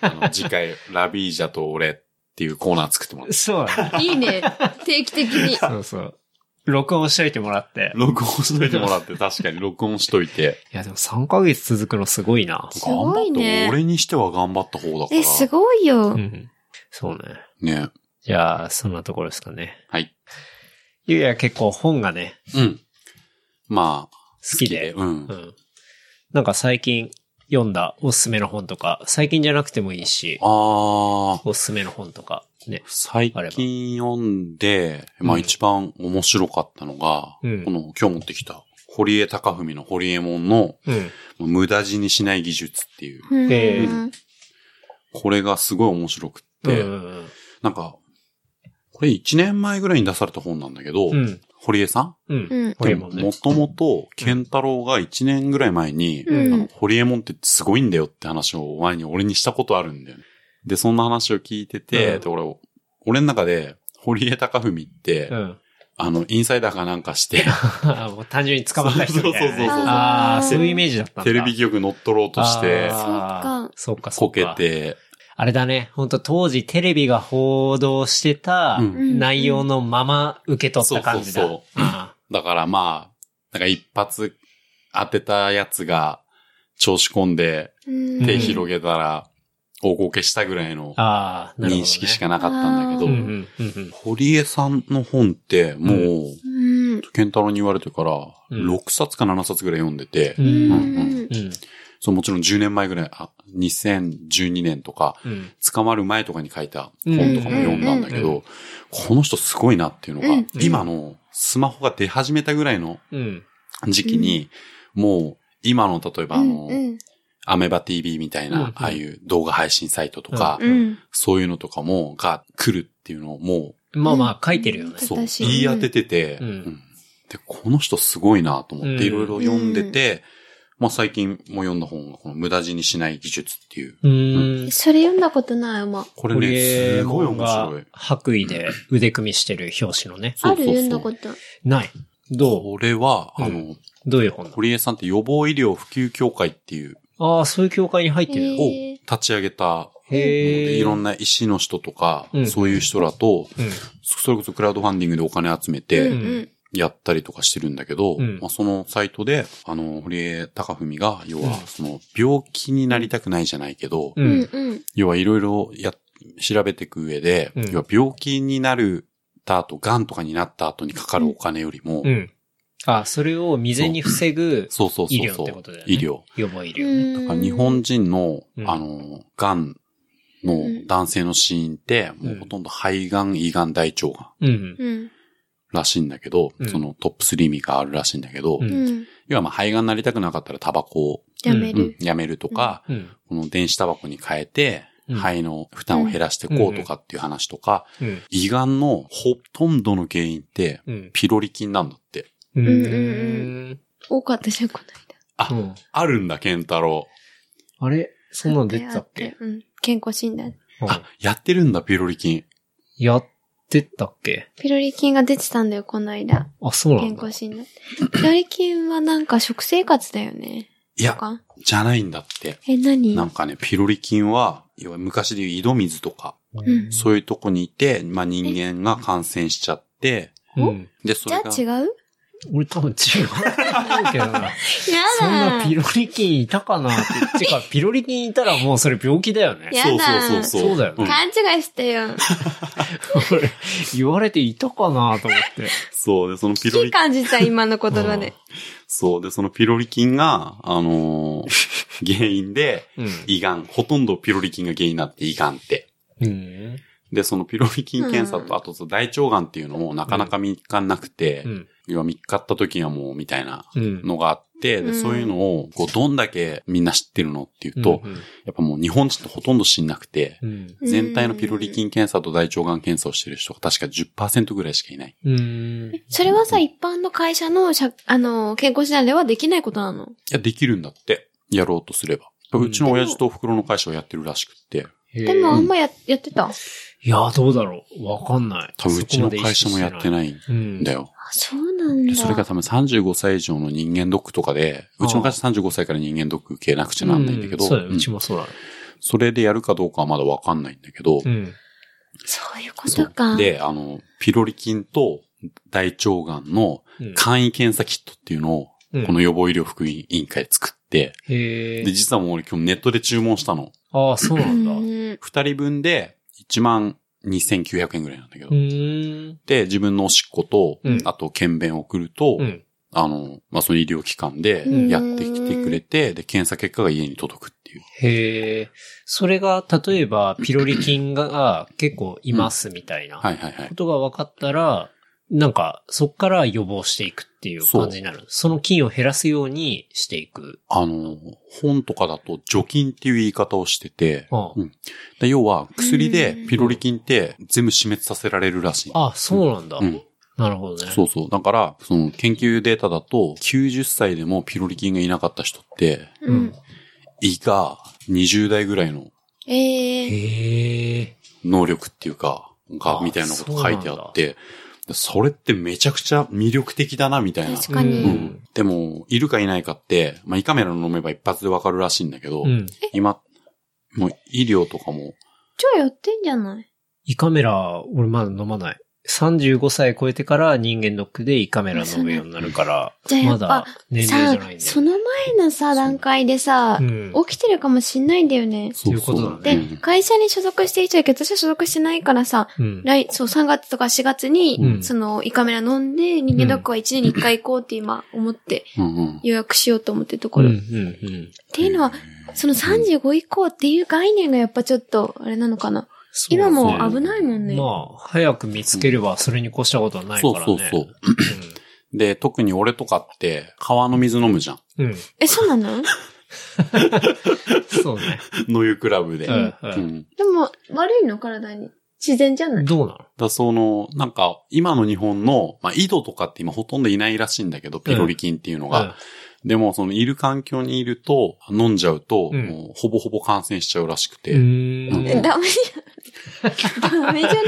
S3: あの次回、ラビージャと俺っていうコーナー作ってもらう。
S2: そう だね。
S4: いいね。定期的に。
S2: そうそう。録音しといてもらって。
S3: 録音しといても らって、確かに録音しといて。
S2: いや、でも3ヶ月続くのすごいな。
S4: すごいね
S3: 頑張った俺にしては頑張った方だから。
S4: え、すごいよ
S2: う。ん。そうね。
S3: ね。
S2: じゃあ、そんなところですかね。
S3: はい。
S2: ゆうや結構本がね、
S3: うん。まあ、
S2: 好きで。
S3: うん
S2: う。ん。なんか最近読んだおすすめの本とか、最近じゃなくてもいいし、
S3: ああ、
S2: おすすめの本とか、ね。
S3: 最近読んで、
S2: ば
S3: まあ
S2: うん
S3: 一番面白かったのが、
S2: うん
S3: この今日持ってきた、堀江貴文の堀江門の
S2: うん。
S3: 無駄死にしない技術っていう、
S4: うん
S2: え
S3: これがすごい面白くって、
S2: うん。
S3: なんか、これ1年前ぐらいに出された本なんだけど、
S2: うん。
S3: 堀江さん
S2: う。
S4: うんん。
S2: 堀江門ね
S3: もともと、健太郎が1年ぐらい前に、
S4: うん
S3: あの堀江門ってすごいんだよって話を前に俺にしたことあるんだよね。で、そんな話を聞いてて、
S2: うん
S3: で俺を、俺の中で、堀江貴文って、
S2: うん。
S3: あの、インサイダーかなんかして、
S2: もう単純に捕まった人みたいな、ね。
S3: そうそうそう
S4: そう
S2: ああ、そういうイメージだったんだ。
S3: テレビ局乗っ取ろうとして、
S2: あーそうか、そ
S3: こ
S2: うか。
S3: け。て、
S2: あれだね、本当当時テレビが報道してた
S3: うん
S2: 内容のまま受け取った感じだ。
S3: そうそう
S2: あ
S3: だからまあ、なんか一発当てたやつが、調子込んで、
S4: うん
S3: 手広げたら、大こけしたぐらいの
S2: ーあー、なるほど、ね。
S3: 認識しかなかったんだけど、
S2: うんうんうんうん。
S3: 堀江さんの本って、もう、
S4: うん。
S3: 健太郎に言われてから、
S2: うん
S3: 6冊か7冊ぐらい読んでて、
S2: う。
S4: うん
S3: ん
S4: ん。
S2: うん。
S3: そうもちろん10年前ぐらい、あ、2012年とか、
S2: うん。
S3: 捕まる前とかに書いた本とかも読んだんだけど、
S2: うんうん
S3: この人すごいなっていうのが、
S4: うん
S3: 今のスマホが出始めたぐらいの
S2: うん。
S3: 時期に、もう今の例えばあの、
S4: うん。
S3: アメバ TV みたいな、
S2: うんうん
S3: ああいう動画配信サイトとか、
S4: うん。
S3: そういうのとかも、が来るっていうのをも
S2: まあまあ、書いてるよね
S3: う、。そう、
S4: 私
S3: 言い当ててて、
S2: うん
S3: うんで、この人すごいなと思っ
S2: うん
S3: て、いろいろ読んでて、まあ最近も読んだ本が、この無駄死にしない技術っていう。
S2: うーん。
S4: それ読んだことないもん。
S3: これ
S2: こ
S3: ね、
S2: れ
S3: すごい面
S2: が
S3: 白い。
S2: 白衣で腕組みしてる表紙のね。
S4: ある読んだこと。
S2: ない。どう
S3: これは、
S2: うん
S3: あの、
S2: どういう本だ
S3: 堀江さんって予防医療普及協会っていう、
S2: ああ、そういう教会に入ってる
S4: へ
S2: の。
S3: を
S4: ー
S3: 立ち上げた、
S2: へえ。
S3: いろんな医師の人とか、
S2: うん
S3: そういう人らと、
S2: うん。
S3: それこそクラウドファンディングでお金集め
S4: う
S3: て、
S4: ん。
S3: やったりとかしてるんだけど、
S2: うん
S3: まあ、そのサイトで、あの、堀江貴文が、要は
S2: う、ん
S3: その、病気になりたくないじゃないけど、
S2: う
S4: うんん。。うん。
S3: 要はいろいろや、調べていく上で、
S2: うん
S3: 要は病気になる、た後、癌とかになった後にかかるお金よりも、
S2: うん。あ、それを未然に防ぐ
S3: そうそう
S2: 医療
S3: そうそ
S2: っ
S3: う
S2: てことだよね。
S3: 医療。
S2: 予防医
S4: う
S2: 療ね。
S4: ん。
S3: 日本人の、
S2: うん
S3: あの、癌の男性の死因って、
S2: ん
S3: もうほとんど肺癌、胃癌、大腸癌
S2: うん。
S4: うん。
S3: らしいんだけど、
S2: うん
S3: そのトップ3にがあるらしいんだけど、
S2: うん
S4: うん。
S3: 要はまあ肺癌になりたくなかったらタバコを、
S4: やめ
S3: うん
S4: る。
S3: やめるとか、
S2: うん。
S3: この電子タバコに変えて、
S2: うん
S3: 肺の負担を減らしていこうとかっていう話とか、
S2: うん。
S3: 胃癌のほとんどの原因って、
S2: うん。
S3: ピロリ菌なんだって。
S2: うん。
S4: うんうん多かったじゃん、この間。
S2: うん
S3: あるんだ、ケンタロ
S2: あれそんなの出てたっけ
S4: うん。健康診断。
S2: う
S3: ウ。
S2: ん
S3: あ、やってるんだ、ピロリ菌。
S2: やってたっけ
S4: ピロリ菌が出てたんだよ、この間。
S2: あ、そうな
S4: 健
S2: んだ
S4: 康。診断。ピロリ菌はなんか食生活だよね。
S3: い
S4: と
S3: や、
S4: か。
S3: じゃないんだって。
S4: え、何
S3: なんかね、ピロリ菌は、要は昔でいう井戸水とか、
S4: うん
S3: そういうとこにいて、まあ人間が感染しちゃって、
S2: うん。
S3: で、そ
S4: じゃ
S3: れが、
S4: あ違う
S2: 俺多分違うと思うけどな。
S4: や
S2: そんなピ
S4: ロ
S2: ロリ菌いたかなって。て か、ピロリ菌いたらもうそれ病気だよね。
S4: や
S3: そう
S4: だ
S3: そうそう。
S2: そうだよね
S3: ん
S4: 勘違いしてよ。
S2: 俺言われていたかなと思って。
S3: そう、で、そのピロ
S4: き
S3: リ、
S4: 感じた、今の言葉で。
S3: そう、で、そのピロリ菌が、あのー原因で、
S2: うん。
S3: 胃がん、ほとんどピロリ菌が原因になって胃がんって。
S2: うん。
S3: で、そのピロリ菌検査
S4: う
S3: と、あとその大腸がんっていうのもなかなか見つかんなくて、
S2: うん。
S3: 要は見つかった時はもう、みたいな
S2: うん。
S3: のがあって、
S4: う
S3: で、
S4: ん
S3: そういうのを、こう、どんだけみんな知ってるのっていうと、やっぱもう日本人ってほとんど知んなくて、
S2: うん。
S4: うん
S3: 全体のピロリ菌検査と大腸がん検査をしてる人が確か10%ぐらいしかいない。
S2: うん。
S4: それはさ、一般の会社の社、あの、健康診断ではできないことなの
S3: いや、できるんだって。やろうとすれば。
S2: うん
S3: うちの親父とお袋の会社をやってるらしくって。
S2: で
S4: でも、あんまや、やってた。
S2: いいや、どうだろう。わかんない。
S3: 多分うちの会社もやって
S2: い。
S3: ないん
S2: うん。
S3: だよ。
S4: あ、そうなん
S3: で
S4: だ。
S3: それが多分35歳以上の人間ドックとかで、うちの会社35歳から人間ドック受けなくちゃなんないんだけど、
S2: うそうだよ、
S3: う
S2: うんちもそうだ。
S3: それでやるかどうかはまだわかんないんだけど、
S2: うん。
S4: そういうこ
S3: そ
S4: とか。
S3: うで、あの、ピロリ菌と大腸がんの
S2: うん
S3: 簡易検査キットっていうのを、
S2: うん
S3: この予防医療福祉委員会作って、
S2: へ
S3: で、
S2: え。
S3: 実はもう俺今日ネットで注文したの。
S2: ああ、そうな
S4: うん。
S2: だ。うん
S3: 二人分で1万2900円ぐらいなんだけど。
S2: ーん。
S3: で、自分のおしっこと、
S2: うん
S3: あと、検便を送ると、
S2: うん。
S3: あの、まあ、その医療機関で
S4: うん
S3: やってきてくれて、で、検査結果が家に届くっていう。
S2: へえ。それが、例えば、ピロリ菌が結構いますみたいな
S3: は
S2: こ
S3: いはいはい。
S2: とが分かったら、なんか、そっから予防していくっていう感じになる。その菌を減らすようにしていく。
S3: あの、本とかだと除菌っていう言い方をしてて、
S2: あ
S3: うんで要は薬で
S4: うん
S3: ピロリ菌って全部死滅させられるらしい。
S2: あ、そうなんだ。
S3: うん。
S2: なるほどね。
S3: そうそう。だから、その研究データだと、90歳でもピロリ菌がいなかった人って、
S2: う
S4: うん。
S3: 胃が20代ぐらいの
S4: ええ。
S2: へえ。
S3: 能力っていうか、が
S2: あ、
S3: みたいなこと書いてあって、でそれってめちゃくちゃ魅力的だな、みたいな。
S4: 確かに
S2: う
S3: うんん。でも、いるかいないかって、まあ、胃カメラの飲めば一発でわかるらしいんだけど、
S2: うん。
S3: 今、もう医療とかも、
S4: 超やってんじゃない
S2: 胃カメラ、俺まだ飲まない。35歳超えてから人間ドックで胃カメラ飲むようになるから、
S4: じゃあや
S2: ま
S4: っぱ
S2: だ年
S4: さ
S2: 齢
S4: あ
S2: じゃないん、だ
S4: その前のさ、段階でさ
S2: う、ん。
S4: 起きてるかもしんないんだよね。
S3: そう
S2: そういうことだ
S4: で
S2: ね
S3: ん、
S4: 会社に所属していちゃうけど、私は所属してないからさ、
S2: うん。
S4: 来、そう、3月とか4月に、
S2: うん
S4: その、胃カメラ飲んで、人間ドックは1年に1回行こうって今、思って、
S3: うんうん。
S4: 予約しようと思ってると
S2: う
S4: こ
S2: ん、
S4: ろ。
S2: う
S4: っ
S2: ん、うん。
S4: ていうのは、その35以降っていう概念がやっぱちょっと、あれなのかな。
S2: そう
S4: 今もう危ないもんね。
S2: まあ、早く見つければそれに越したことはないか
S3: そ
S2: ら
S3: う
S2: ね。
S3: そうそう。で、特に俺とかって、川の水飲むじゃん。
S2: うん。うん。
S4: え、そうなの
S2: そうね。
S3: 野湯クラブで。
S2: うん
S3: う
S2: うん
S3: ん。
S4: でも、悪いの体に。自然じゃない
S2: どうなの
S3: だその、なんか、今の日本の、まあ、井戸とかって今ほとんどいないらしいんだけど、ピロリ菌っていう のが。でも、その、いる環境にいると、飲んじゃうと、
S2: うん
S3: もう、ほぼほぼ感染しちゃうらしくて。
S2: うん。う
S3: う
S2: ーん
S3: ん
S4: えダメじゃん。ダメじゃね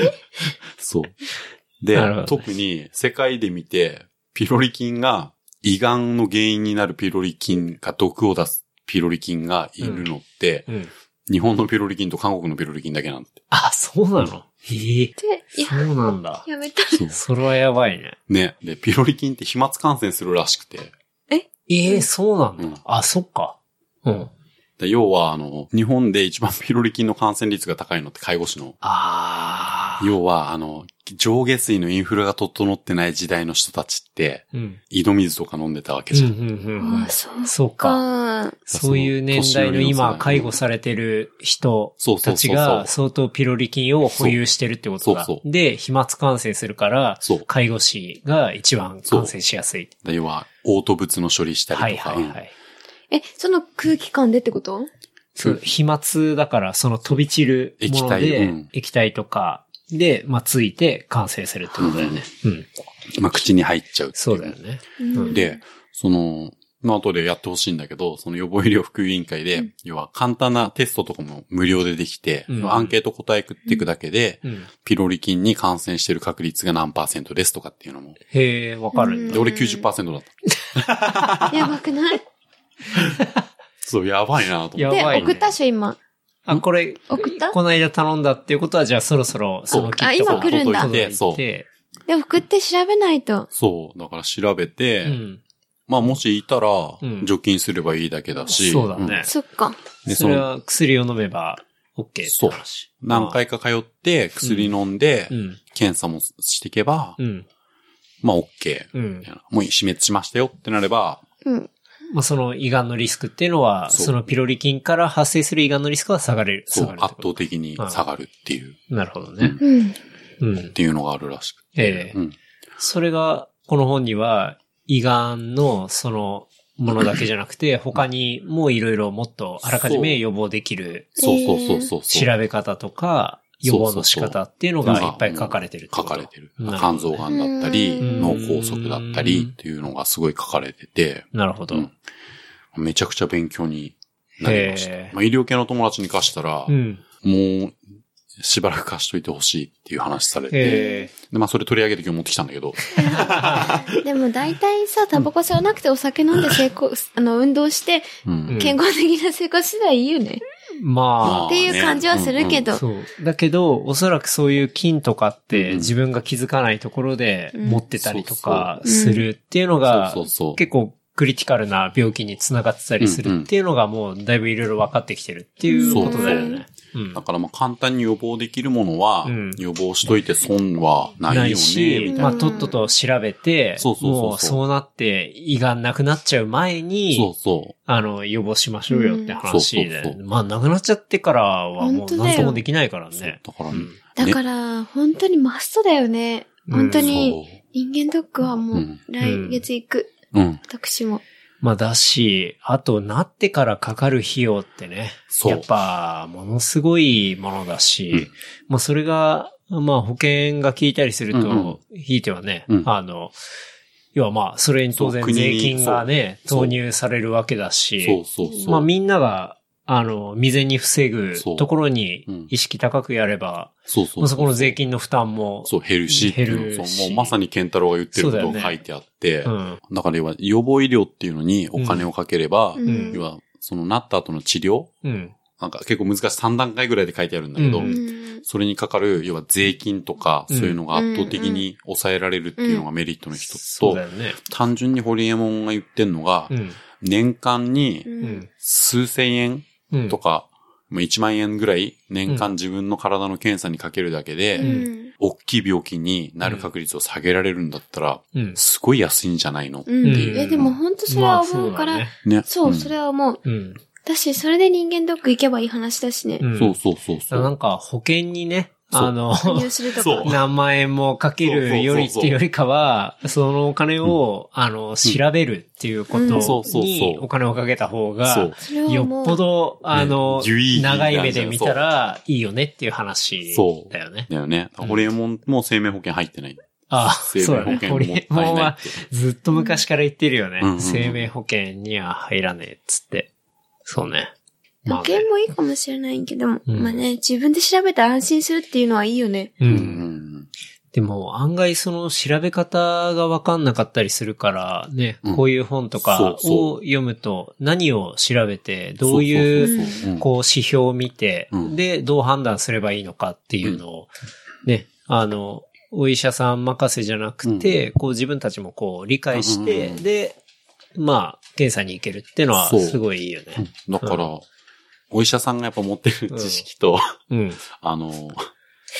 S3: そう。
S2: なるほど
S3: で
S2: ね、
S3: 特に、世界で見て、ピロリ菌が、胃がんの原因になるピロリ菌が、毒を出すピロリ菌がいるのって、
S2: うん。
S3: 日本のピロリ菌と韓国のピロリ菌だけなんだって。
S2: あ、そうなのへえ。
S4: で、い
S2: そ
S4: や、
S2: うなんだ。
S4: やめた。
S2: それはやばいね。
S3: ね。で、ピロリ菌って飛沫感染するらしくて。
S2: ええ、そうなんだ。
S3: うん
S2: あ、そっか。うん。
S3: で要は、あの、日本で一番ピロリ菌の感染率が高いのって介護士の。
S2: あー。
S3: 要は、あの、上下水のインフラが整ってない時代の人たちって、
S2: うん。
S3: 井戸水とか飲んでたわけ
S2: うん、
S3: じ
S2: う
S3: ゃん。
S2: ん、うん
S4: ああ、。そう
S2: そうか。
S4: か。
S2: そういう年代の今、介護されてる人
S3: そうそ
S2: た
S3: うそ
S2: ち
S3: うそう
S2: が。相当ピロリ菌を保有してるってことだ
S3: そうそう。そ
S2: で、飛沫感染するから、
S3: そう。
S2: 介護士が一番感染しやすい。
S3: 要は、嘔吐物の処理した
S2: は
S3: り
S2: い
S3: とか。
S2: はいはい。
S4: え、その空気感でってこと
S2: そう、飛沫だから、その飛び散るもの
S3: 液体う
S2: で
S3: ん、
S2: 液体とかで、まあ、ついて感染するってことだよね。うん。
S3: うんまあ、口に入っちゃうってい
S2: そうだよね。
S4: うん
S3: で、その、まあ、後でやってほしいんだけど、その予防医療福祉委員会で、要は簡単なテストとかも無料でできて、
S2: うん
S3: アンケート答えっていくだけで、
S2: うん。
S3: ピロリ菌に感染してる確率が何パーセントですとかっていうのも。
S2: へえ、わかるんだ。
S3: で、俺90%だった。
S4: やばくない
S3: そう、やばいなと思
S2: や
S3: って。
S4: で、
S2: ばいね
S4: 送ったっしょ、今。
S2: あ、これ、
S4: 送った
S2: この間頼んだっていうことは、じゃあそろそろ、そのキ
S4: あ
S2: ット
S4: 今来るんだ
S2: 届いて
S3: そう
S4: で、送って調べないと。
S3: そう、だから調べて、
S2: うん。
S3: まあ、もしいたら
S2: うん、
S3: 除菌すればいいだけだし、
S2: そうだね。
S4: そっか。
S3: うんで、
S2: そ
S3: そ
S2: れ
S3: の、
S2: は薬を飲めば OK って
S3: そう
S2: 話。
S3: 何回か通って、薬飲んで
S2: う、ん。
S3: 検査もしていけば、
S2: うん。
S3: まあ、OK。
S2: うん
S3: みた。いなもう死滅しましたよってなれば、
S4: うん。
S2: まあ、その胃がんのリスクっていうのは、
S3: そう
S2: そのピロリ菌から発生する胃がんのリスクは下がれる。
S3: そ
S2: 下
S3: う
S2: が、る
S3: 圧
S2: ってこ
S3: 倒的に下がるっていう、
S2: と。なるほどね。
S4: うん。
S2: うん
S3: っ。ていうのがあるらしく
S2: ええ
S3: て。うん。
S2: それが、この本には、胃がんの、その、ものだけじゃなくて、他にもいろいろもっとあらかじめ予防できる
S3: そうそうそうそうそう。
S2: 調べ方とか、予防の仕方っていうのがいっぱい書かれてるってこ
S3: 書
S2: と
S3: かれてる。
S2: なるほど
S3: 肝臓がんだったり、
S4: うん
S3: 脳梗塞だったりっていうのがすごい書かれてて、
S2: なるほど。
S3: うんめちゃくちゃ勉強になりました
S2: へえ。
S3: まあ、医療系の友達に貸したら、
S2: うん。
S3: もう、しばらく貸しといてほしいっていう話されて、
S2: え
S3: で、まあそれ取り上げて今日持ってきたんだけど、
S4: でも大体さ、タバコ吸わなくてお酒飲んで成功、あの、運動して、
S3: うん。
S4: 健康的な生活したらいいよね。
S2: えまあ
S4: っていう感じはするけど。
S2: そう。だけど、おそらくそういう菌とかって
S3: うん
S2: 自分が気づかないところで
S4: うん
S2: 持ってたりとか
S4: そうそう
S2: するっていうのが
S3: そうそうそう、
S2: 結構クリティカルな病気につながってたりす
S3: うんう
S2: る
S3: ん
S2: っていうのがもうだいぶいろいろ分かってきてるっていうことだよね。うん
S3: だからまあ簡単に予防できるものは
S2: うん、
S3: 予防しといて損はないよ
S2: ない
S3: ね、みたい
S2: し、
S3: な。
S2: まあ、とっとと調べて、
S3: そうそうそうそう
S2: もうそうなって胃がなくなっちゃう前に、
S3: そうそ
S2: あの、予防しましょうよって話で、
S3: うんそうそうそう
S2: まあ、なくなっちゃってからはも
S4: 本
S2: う
S4: 当だよ
S2: 何ともできないから
S3: う。
S2: ね。
S3: だから、
S2: うん
S4: だから、本当にマストだよね。本当に、人間ドックはも
S3: う、
S4: うん来月行く。
S3: そう。うん。
S4: 私も。
S2: まあ、だし、あと、なってからかかる費用ってね、
S3: そう
S2: やっぱ、ものすごいものだし、
S3: うん
S2: まあ、それが、まあ、保険が効いたりする
S3: うんうん
S2: と、ひいてはね、
S3: うん
S2: あの、要はまあ、それに当然
S3: そう国
S2: 税
S3: に
S2: 金がね、
S3: そう
S2: 投入されるわけだし、
S3: そうそうそう。
S2: まあみんなが、あの、未然に防ぐ
S3: そう
S2: ところに
S3: うん
S2: 意識高くやれば、
S3: そうそう
S2: まあそこの税金の負担も、
S3: そう、減るしっていう
S2: 減
S3: の
S2: る
S3: そ
S2: し
S3: うもうまさに健太郎が言ってるこ
S2: そ
S3: と
S2: うだ
S3: が
S2: よね
S3: 書いてあって、だ
S2: うん。
S3: から要は予防医療っていうのにお金をかければ、
S4: うん
S3: 要はそのなった後の治療、
S2: うん。
S3: なんか結構難しい3段階ぐらいで書いてあるんだけど、
S2: う
S4: うんん。
S3: それにかかる、要は税金とか、
S2: う
S3: そ
S2: ん
S3: ういうのが圧倒的に抑えられるっていうのがメリットの一つ
S2: そう
S3: と
S2: だ、よね。
S3: 単純にホリエモンが言ってんのが
S2: う、ん。
S3: 年間に
S4: う
S2: うんん。
S3: 数千円
S2: うん。
S3: とか、まあ1万円ぐらい年間自分の体の検査にかけるだけ
S4: う
S3: で、
S4: ん。
S3: 大きい病気になる確率を下げられるんだったら、
S2: うん。
S3: すごい安いんじゃないの
S4: うん。
S2: うん
S4: え、でも本当それは思うか
S2: まあ
S4: ら、
S3: ね。
S4: そう、
S3: ん
S4: それは思う。
S2: そうだね。
S4: だし、それで人間ドック行けばいい話だしね
S2: う。ん。
S3: そう
S2: そ。
S3: そうそうそう
S2: な
S3: う。
S2: んか保険にね、
S3: そう
S2: あ の、
S4: 加入すると
S3: そ
S4: か
S3: う。
S2: 何万円もかけるよりっていうよりかは、そのお金を、あの、調べるっていうこ
S4: うんそ
S2: と
S3: うそう
S2: に
S3: そう
S2: お金をかけた方
S3: そ
S2: が
S3: う、
S4: それは
S2: よ
S4: も
S2: っぽ
S4: う、
S2: ど、あの、
S3: 有意義な
S2: 長い目で見たらいいよねっていう話
S3: そう
S2: だよね。
S3: だよね。ホリエモンも生命保険入ってない。
S2: ああ、
S3: 生
S2: そう
S3: 命
S2: だね。ホ
S3: 保険も
S2: リ
S3: もっ
S2: エモ
S3: たい
S2: ン
S3: ない
S2: は
S3: って。
S2: ずっと昔から言ってるよね。
S3: うんうんうん
S2: 生命保険には入らねえっつって。そうね。
S4: 保
S2: ね
S4: 険もいいかもしれないけども、
S2: うん
S4: まあね、自分で調べて安心するっていうのはいいよね。
S2: う。
S3: うんん
S2: でも案外その調べ方がわかんなかったりするからね、
S3: うん
S2: こういう本とか
S3: そうそう
S2: を読むと何を調べて、どういう
S4: そうそう
S3: うん
S2: こう指標を見て、
S3: うん
S2: で、どう判断すればいいのかっていうのを、ね、あの、お医者さん任せじゃなくて、こう自分たちもこう理解して、
S3: うんうんうん
S2: で、まあ、検査に行けるってのは
S3: そう
S2: すごいいいよね。
S3: だから、お医者さんがやっぱ持ってる知識と、
S2: うん。
S3: あの、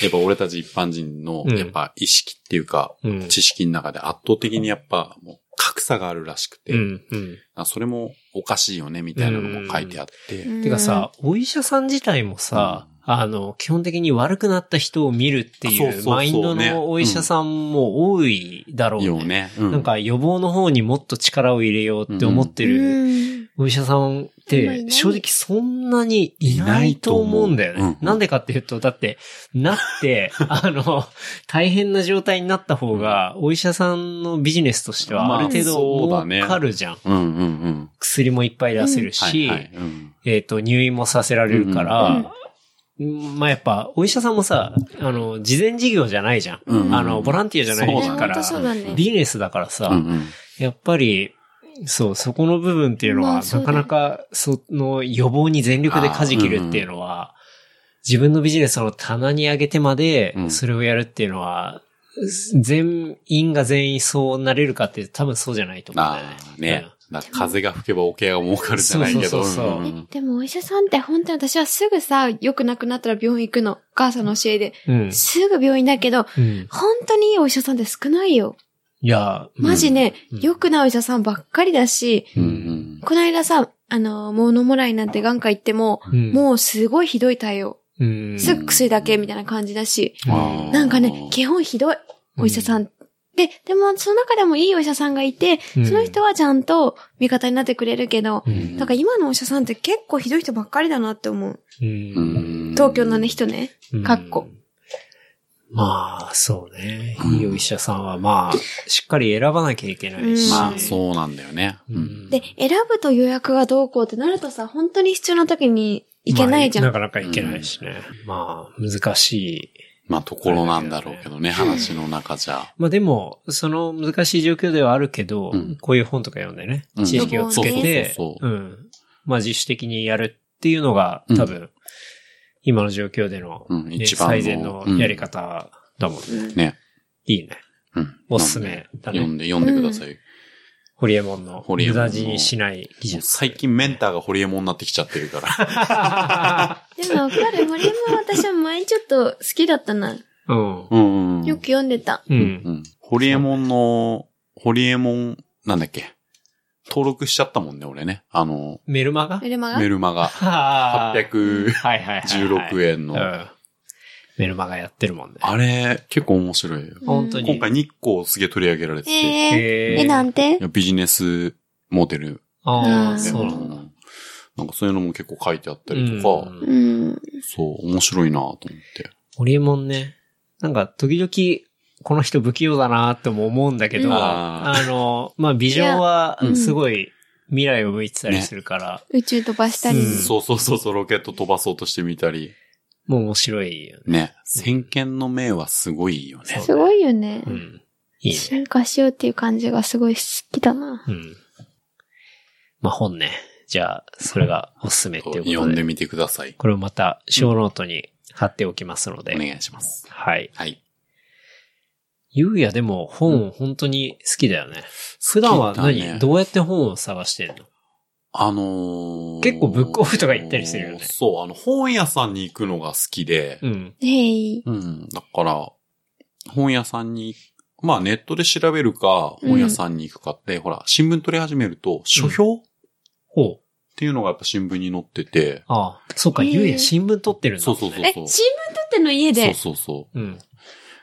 S3: やっぱ俺たち一般人の、
S2: うん
S3: やっぱ意識っていうか、
S2: うん。
S3: 知識の中で圧倒的にやっぱもう格差があるらしくて、
S2: うん。うん。
S3: あそれもおかしいよね、みたいなのも書いてあって、
S2: てかさ、お医者さん自体もさ、あの、基本的に悪くなった人を見るってい
S3: そうそう
S2: う
S3: そう
S2: マインド
S3: ね
S2: のお医者さんも多いだろう
S3: いい
S2: ね。
S3: よね。う
S2: なん、か予防の方にもっと力を入れようって思って
S4: う
S2: る
S4: ん、
S2: お医者さんっ
S4: まあい
S2: て
S4: ない
S2: 正直そんなにいないと思うんだよ
S3: いないと思う
S2: ね
S3: う。ん
S2: なんでかっていうと、だって、な って、あの、大変な状態になった方が、お医者さんのビジネスとして
S3: ま
S2: は
S3: あ
S2: ある程
S3: そ
S2: 度
S3: うだね
S2: 儲かるじゃん。
S3: うんうんうん。
S2: 薬もいっぱい出せる
S3: はい
S2: し
S3: は、い。うん
S2: えっと、入院もさせられるから、まあやっぱ、お医者さんもさ、あの、事前事業じゃないじゃ
S3: うんうん
S2: ん。あの、ボランティアじゃない
S3: そうだね
S2: から
S4: 本当そうだね、
S2: ビジネスだからさ
S3: う、んうん
S2: やっぱり、そう、そこの部分っていうの
S4: ま
S2: は、
S4: あそう
S2: な
S4: だ
S2: かなか、その予防に全力で舵切るっていうのは、自分のビジネスの棚に上げてまで
S3: う、ん
S2: それをやるっていうのは、全員が全員そうなれるかって多分そうじゃないと思うんだよ
S3: あ
S2: ね。
S3: あ、ね。だから風が吹けば桶屋が儲かるじゃないけど。
S2: そうそうそうそうん
S4: え
S3: ん
S4: でもお医者さんって本当に私はすぐさ、良くなくなったら病院行くの。お母さんの教えで。
S2: うん。
S4: すぐ病院だけど、
S2: うん。
S4: 本当にいいお医者さんって少ないよ。
S2: いや、
S4: マジね、
S2: うん
S4: 良くないお医者さんばっかりだし、
S3: うんうん
S4: この間さ、あの、もうノモライなんて眼科行っても、
S2: うん、
S4: もうすごいひどい対応。
S2: うん、
S4: すぐ薬だけみたいな感じだし、
S2: うん
S3: あー
S4: なんかね、基本ひどい、お医者さん。で、でも、その中でもいいお医者さんがいて、
S2: うん
S4: その人はちゃんと味方になってくれるけど、
S2: うん
S4: だから今のお医者さんって結構ひどい人ばっかりだなって思う。
S2: う
S3: うんん
S4: 東京のね、人ね。
S2: うん
S4: かっこ
S2: まあ、そうね。いいお医者さんは、まあ、しっかり選ばなきゃいけないし。
S4: うん
S3: まあ、そうなんだよね。
S2: う
S3: うん
S2: ん。
S4: で、選ぶと予約がどうこうってなるとさ、本当に必要な時にいけないじゃん。
S2: まあなかなかいけないしね。まあ、難しい。
S3: まあ、ところなんだろうけどね、話の中じゃ。
S2: まあでも、その難しい状況ではあるけど、
S3: うん
S2: こういう本とか読んでね
S3: う、ん
S2: 知識をつけて、
S3: そうそう
S2: う
S3: そ
S2: ん。まあ自主的にやるっていうのが、多分、今の状況での、
S3: うん
S2: ね
S3: 一番の
S2: 最善のやり方だもんね。
S4: うん
S3: ね。
S2: いいね。
S3: うん。
S2: おすすめだ
S3: 読
S2: ね。
S3: んで、読んでください。
S2: ホリエモンの
S3: ホリエ
S2: 無
S3: モンの
S2: 駄死にしない技
S3: もう
S2: 術。
S3: 最近メンターがホリエモンになってきちゃってるから。
S4: でもわかる。森も私は前ちょっと好きだったな。
S2: うん。
S3: うんうん。
S4: よく読んでた。
S2: う。
S3: うんん。ホリエモンの、ホリエモン、なんだっけ。登録しちゃったもんね、俺ね。あの、
S2: メルマガ
S4: メルマガ
S3: メルマが。
S2: はあ
S3: 816
S2: はいはいはいはい。
S3: 円
S2: う
S3: の。
S2: ん。メルマガやってるもんね。
S3: あれ、結構面白いよ。
S2: 本当に。
S3: 今回日光すげえ取り上げられてて。い
S4: えー、
S2: へ
S4: え、なんて
S3: やビジネスモデル。
S2: あ
S4: う
S2: あ、
S4: ん
S2: そうなんだ。
S3: んなんかそういうのも結構書いてあったりとか、
S2: うん
S4: うん。
S3: そう、面白いなと思って。
S2: ホリエモンね。なんか、時々、この人不器用だなとも思うんだけど、
S4: うん
S2: あの、まあ、ビジョンはい
S4: やうん
S2: すごい未来を向いてたりするから、
S4: 宇宙飛ばしたり。
S2: うん
S3: そうそうそうそう、ロケット飛ばそうとしてみたり。
S2: もう面白いよね。
S3: ね。先見の明はすごいよね。
S4: すごいよね
S2: う。ん。いいね。
S4: 進化しようっていう感じがすごい好きだな。
S2: うん。まあ、本ね。じゃあ、それがおすすめっていうことで。
S3: 読んでみてください。
S2: これをまた、小ノートに貼っておきますので。
S3: お願いします。
S2: はい。
S3: はい。
S2: ゆうやでも本本当に好きだよね。普段は何、
S3: 好きだね
S2: どうやって本を探してんの
S3: あのー、
S2: 結構ブックオフとか行ったりするよね
S3: そう、あの、本屋さんに行くのが好きで
S2: う、ん。
S4: へい。
S3: うん。だから、本屋さんに、まあネットで調べるか、
S4: うん
S3: 本屋さんに行くかって、ほら、新聞取り始めると、書評っ
S2: ほう。
S3: ていうのがやっぱ新聞に載ってて、
S2: ああ。そうか、
S4: へえ
S2: ゆうや新聞撮ってるんだ。
S3: そうそうそう
S4: え、新
S3: そう。
S4: 聞取っての家
S3: そう
S4: で。
S3: そうそう。
S2: う。うん。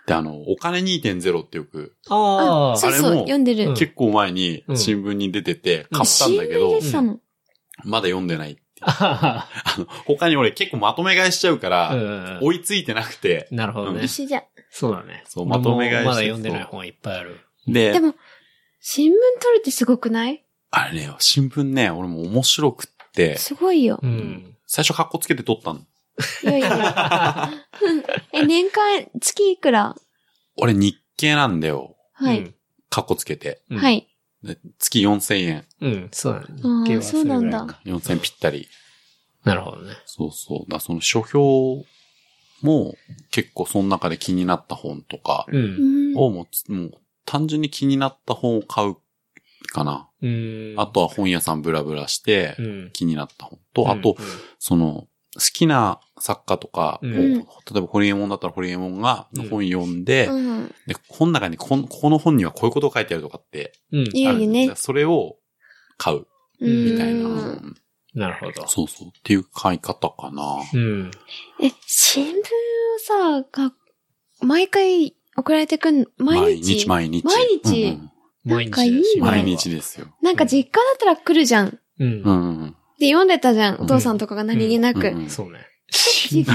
S3: で、あの、お金2.0ってよく、
S2: ああ。
S4: そう
S3: あ
S4: そう、
S3: れも
S4: 読んでる。
S2: うん
S3: 結構前に
S2: うん
S3: 新聞に出てて、
S2: うん
S3: 買ったんだけど
S4: 新聞、出てたの。
S3: まだ読んでない。
S2: あはは
S3: あの、他に俺結構まとめ買いしちゃうから、
S2: うん
S3: 追いついてなくて、
S2: なるほどね
S3: うん。
S4: 一緒じゃ。
S2: そうだね。
S3: そうまとめ
S2: 俺
S3: 買いして
S2: もまだ読んでない本いっぱいある。
S3: で、
S4: でも、新聞取るってすごくない
S3: あれね、新聞ね、俺も面白くって、
S4: すごいよ
S2: う。ん。
S3: 最初カッコつけて撮ったの。
S4: いやいやいや。え、年間、月いくら
S3: 俺日経なんだよ。
S4: は
S2: う
S4: い。
S2: ん。
S3: カッコつけて。
S2: うん
S4: は。い。
S3: で月4000円。
S2: うん、そうだね。
S4: うん
S2: 日経はれぐらい
S4: そうなんだ。
S3: 4000円ぴったり。
S2: なるほどね。
S3: そうそう。だからその書評も結構その中で気になった本とか
S2: う。
S4: うんん。
S3: をもうつ、もう単純に気になった本を買うかな。
S2: うん。
S3: あ、とは本屋さんブラブラして
S2: う、ん。
S3: 気になった本と、あと
S2: うん、、
S3: その、好きな作家とか、
S2: うん
S3: こう例えばホリエモンだったらホリエモンが
S2: うん
S3: 本読んで、
S4: うん。
S3: で、本の中にこん、ここの本にはこういうこと書いてあるとかって
S2: うん。
S4: いい
S3: あ
S4: よ
S3: るんです
S4: ね。
S3: それを買う。
S4: うん
S3: みたいな。
S2: なるほど。
S3: そうそう。っていう買い方かな。
S2: うん。
S4: え、新聞をさ、が、毎回送られてくん、毎日
S3: 毎日。
S4: 毎日
S3: うんうん
S2: 毎日
S4: なんかいいね
S3: 毎日ですよ。
S4: なんか実家だったら来るじゃん。
S2: うん
S3: う。んうん
S4: で、読んでたじゃん。お父さんとかが何気な
S3: うん。う
S4: く。
S3: んうん
S2: そうね。
S4: 違う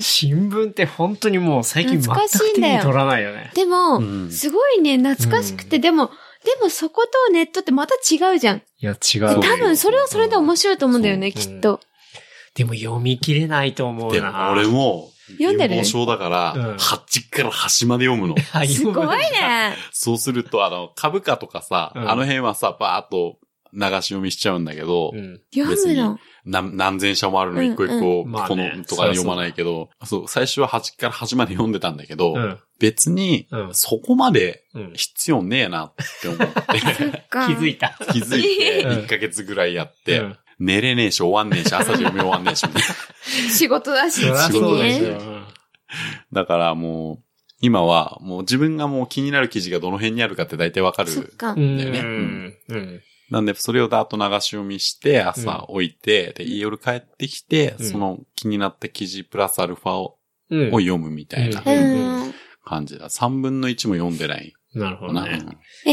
S2: 新聞って本当にもう最近全
S4: 懐かし
S2: く
S4: いん
S2: 手
S4: だよ
S2: に取らないよね。
S4: でも、
S3: うん
S4: すごいね、懐かしくて、でも、でもそことネットってまた違うじゃん。
S2: いや、違う
S4: 多
S2: よ。
S3: そう
S4: 分それはそれで面白いと思うんだよね、
S2: そう
S4: きっと。
S2: でも読み切れないと思う
S3: で
S2: な。
S3: も俺も、
S4: 読んでる
S3: 貧乏症だか
S2: うん
S3: ら、端から端まで読むの。
S2: あ
S4: すごい。ね。
S3: そうすると、あの、株価とかさ、
S2: うん
S3: あの辺はさ、ばーっと流し読みしちゃうんだけど
S2: 読、むうん。
S4: 読むの。
S3: なん何千社もあるの一個一個、
S2: うんうん
S3: こ
S2: まあね
S3: の、とかで読まないけど、そう、最初は端から端まで読んでたんだけど、
S2: うん。
S3: 別に
S2: う、ん
S3: そこまで
S2: うん。
S3: 必要ねえなって思って、
S4: そっ
S2: 気
S4: か。
S2: づいた。
S3: 気づいて、
S2: うん
S3: 1ヶ月ぐらいやっ
S2: う
S3: て、
S2: ん
S3: 寝れねえし、終わんねえし、朝読み終わんねえし、みたい な
S4: 仕事だし、
S2: そりゃそうで
S4: 別
S2: す
S4: にね
S2: よ。うん
S3: だからもう、今は、もう自分がもう気になる記事がどの辺にあるかって大体わか
S4: そっ
S3: る。
S4: か
S2: う。ん
S3: だよね
S2: うん。
S3: なんで、それをだーっと流し読みして、朝置いて、で、夜帰ってきて、
S2: うん
S3: その気になった記事プラスアルファを
S2: う
S3: を
S2: ん。
S3: 読むみたいな
S4: う。
S2: うん
S3: 感じだ。3分の1も読んでない
S2: なるほ
S3: か
S2: ど
S3: な。
S2: ね。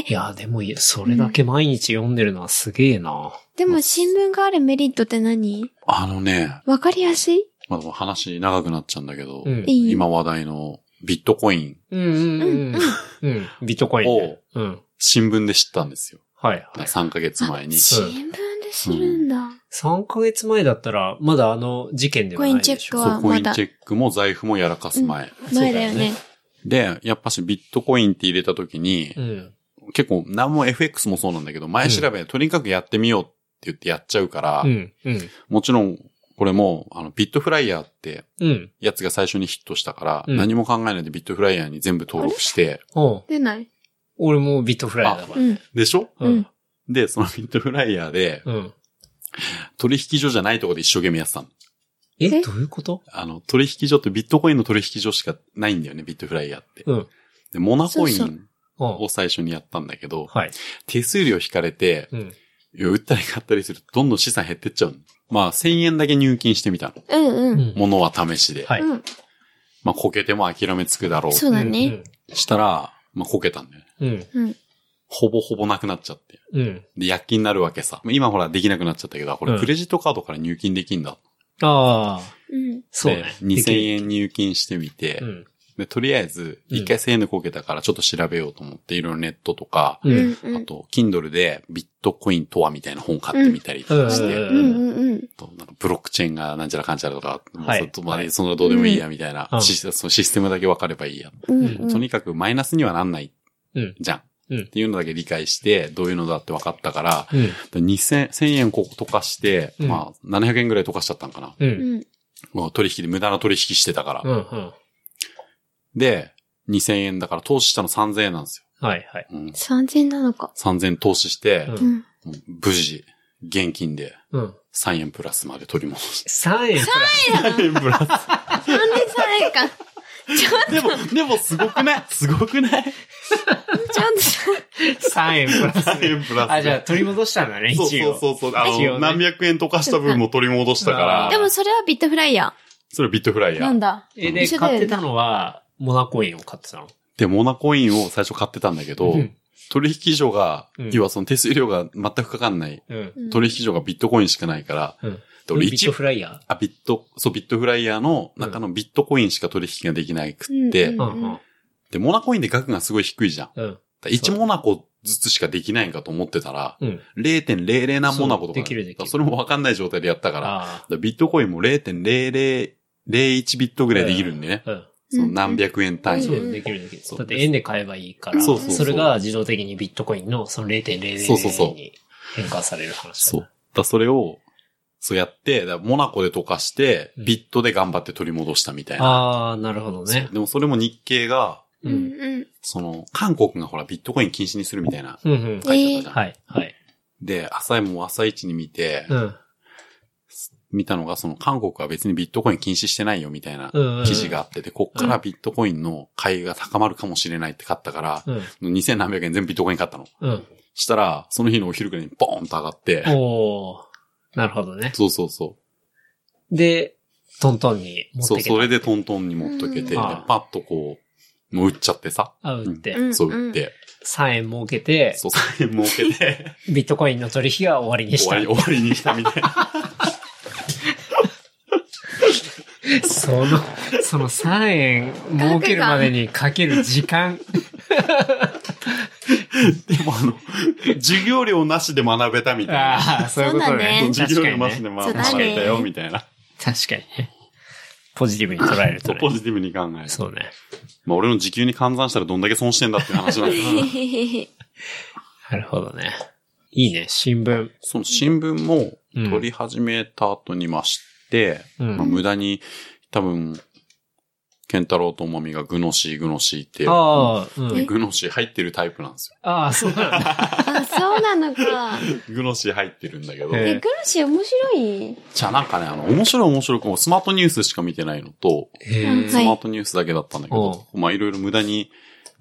S2: いや、でも、いやそれだけ毎日読んでるのはすげえな。
S4: でも新聞があるメリットって何
S3: あのね、
S4: わかりやすい
S3: まあ、もう話長くなっちゃうんだけど、
S2: うん。
S4: いい。
S3: 今話題のビットコイン
S2: うんうんうん。うん。ビットコインね。うん。
S3: 新聞で知ったんですよ。
S2: はいはい。
S3: 3ヶ月前に。
S4: 新聞でするんだ。
S2: 3ヶ月前だったら、まだあの事件ではないでしょ。
S4: コインチェックは
S3: そう、コイン
S4: まだ
S3: チェックも財布もやらかす前。
S4: 前だよね。
S3: で、やっぱしビットコインって入れた時に、
S2: うん。
S3: 結構何も FX もそうなんだけど、前調べ、とにかくやってみようって言ってやっちゃうから、
S2: うん。うん。
S3: もちろん、これも、あの、ビットフライヤーって
S2: うん。
S3: やつが最初にヒットしたから、
S2: うん
S3: 何も考えないでビットフライヤーに全部登録して、
S2: おう
S4: 出ない
S2: 俺もビットフライヤーだか
S4: う
S2: ら。
S4: ん。
S3: でしょ
S4: うん。
S3: で、その ビットフライヤーで、
S2: うん。
S3: 取引所じゃないところで一生懸命やってたの。
S2: え、
S4: え
S2: どういうこと
S3: あの、取引所ってビットコインの取引所しかないんだよね、ビットフライヤーって。
S2: うん。
S3: で、モナコイ
S4: そうそ
S3: ン
S2: おう
S3: を最初にやったんだけど、
S2: はい。
S3: 手数料引かれて、
S2: うん。
S3: いや売ったり買ったりするとどんどん資産減ってっちゃうの。まあ、1000円だけ入金してみたの。
S4: うんう。
S2: うんん。
S3: ものは試しで。
S2: はい。
S4: うん。
S3: まあ、こけても諦めつくだろう。
S4: そうだね。
S3: したら、まあ、こけたんだよね。
S2: うん。うん。
S4: うん。
S3: ほぼほぼなくなっちゃって。
S2: うん。
S3: で、薬金になるわけさ。今ほら、できなくなっちゃったけど、こ
S2: う
S3: れ
S2: ん
S3: クレジットカードから入金できんだ。
S2: ああ、
S4: うん。
S2: そうね。
S3: で2000円入金してみて、
S2: うん。
S3: で、とりあえず、
S2: うん
S3: 一回1000円でこけたからちょっと調べようと思って、いろいろネットとか、
S2: う。
S4: うんん。う
S3: あ
S4: ん。
S3: と、Kindle でビットコインとはみたいな本買ってみたりとかして、
S2: うん
S4: うんうん。
S3: となんかブロックチェーンがなんちゃらかんちゃらとか、もう
S2: はい
S3: それとまあそんなどうでもいいやみたいな、
S2: うん
S3: シスそのシステムだけ分かればいいや、
S4: うん
S2: う
S4: うん。
S3: とにかくマイナスにはなんない
S2: うん。
S3: じゃん。
S2: うん
S3: っていうのだけ理解して、どういうのだって分かったから、
S2: うん。
S3: 2000、1000円こう溶かして、
S2: うん
S3: まあ、700円ぐらい溶かしちゃったんかな。
S2: う。
S4: うんん。
S3: もう取引で無駄な取引してたから。
S2: うん。うん。
S3: で、2000円だから投資したの3000円なんです
S2: はいはい。
S3: よ。うん、
S4: 3000なのか。
S3: 3000投資して、
S2: うん
S4: うん。
S3: もう無事、現金で
S2: うん。
S3: 3円プラスまで取り 戻して。
S2: 3円プラス。
S3: 3円プラス。
S4: なんで3円か。ちょっと、
S3: でも、でもすごくないすごくない
S4: ちょっとさ、
S2: 3円プラス。
S3: 3円プラス。
S2: あ、じゃあ取り戻したんだね、一
S3: そ
S2: 応。
S3: うそうそうそう。あの、
S2: 一応ね
S3: 何百円溶かした分も取り戻したか ら。
S2: あ
S4: でもそれはビットフライヤ
S3: それはビットフライ
S4: ー。
S3: ヤ
S4: なん
S3: ー。
S4: だ。
S2: え、で、
S4: 一緒だよ
S2: 買
S4: ね
S2: ってたのは、モナコインを買ってたの。
S3: で、モナコインを最初買ってたんだけど、
S2: うん
S3: 取引所が、
S2: うん
S3: 要はその手数料が全くかかんない。
S2: うん。
S4: うん
S3: 取引所がビットコインしかないから、
S2: うん。
S3: で俺
S2: ビッ
S3: 一
S2: トフライヤ
S3: あ、ビット、そう、ビットフライヤーの中のビットコインしか取引ができなくって、
S2: ー。
S4: ん
S2: う
S4: うん
S2: うん。
S3: で、モナコインで額がすごい低いじゃん。
S2: うん。
S3: 1モナコずつしかできないんかと思ってたら、
S2: うん。
S3: 0.00何モナコとか、
S2: そうできるできる
S3: それもわかんない状態でやったから、だか
S2: あ
S3: らビットコインも0.0001ビットぐらいできるんでね。
S2: あ。うん。
S3: その何百円単位
S2: そ
S3: で。
S2: う、できるできる
S3: そ。う
S2: だって円で買えばいいから、
S3: そう
S4: そうそう
S2: それが自動的にビットコインのその
S3: そうそうそ
S2: 0.00
S3: う
S2: に変換される話
S3: そう。
S2: だ
S3: だからそれを、そうやって、だからモナコで溶かして、
S2: うん
S3: ビットで頑張って取り戻したみたいな。
S2: ああ、なるほどね
S3: そう。でもそれも日経が、
S4: う
S2: うんん。
S4: うん。
S3: その、韓国がほら、ビットコイン禁止にするみたいな。
S2: うんうん。
S3: 書いてあったじゃん。
S2: はい、はい。
S3: で、朝も朝一に見て、
S2: うん。
S3: 見たのが、その韓国は別にビットコイン禁止してないよみたいな
S2: うんうん
S3: 記事があって、で、こっからビットコインの買いが高まるかもしれないって買ったから、
S2: うん。
S3: 2000何百円全部ビットコイン買ったの。
S2: うん。
S3: したら、その日のお昼くらいにボーンと上がって、
S2: おおなるほどね。
S3: そうそうそ
S2: で、トントンに
S3: う。
S2: 持
S3: そ
S2: って
S3: う、
S2: け
S3: それでトントンに持っとけて、で
S2: うん
S3: パッとこう、もう売っちゃってさ、
S2: あ、売って、
S4: うん
S3: そう売って、
S2: 3円儲けて、
S3: そう、3円儲けて、
S2: ビットコインの取引は終わりにし
S3: 終わ
S2: た
S3: り、。終わりにしたみ たいな。
S2: その、その3円儲けるまでにかける時間。
S3: で もあの、授業料なしで学べたみたいな。
S2: ああ、そういうことね。
S3: 授業
S2: 確か
S3: 料
S2: に
S3: なしで
S2: ね。
S3: 学べ
S4: 確かにね
S3: たよ、みたいな。
S2: 確かにね。ポジティブに捉えると、
S3: そう
S2: ね。
S3: ポジティブに考え る。
S2: そうね。
S3: まあ俺の時給に換算したらどんだけ損してんだっていう話なんだけど
S2: なるほどね。いいね。新聞。
S3: その新聞も
S2: うん
S3: 取り始めた後にまして、
S2: うん
S3: まあ、無駄に多分、ケンタロウともみがグノシーグノシーって、
S2: ああ、うん
S3: で。グノシー入ってるタイプなんです
S2: ああ、そうなんだ。
S4: あ、そうなのか。
S3: よ。グノシー入ってるんだけど。
S2: へ
S4: え、
S2: え
S4: グルシー面白い
S3: じゃあなんかね、あの、面白い面白くもスマートニュースしか見てないのと、
S2: へ
S4: うん
S2: え
S4: はい
S3: スマートニュースだけだったんだけど、まあいろいろ無駄に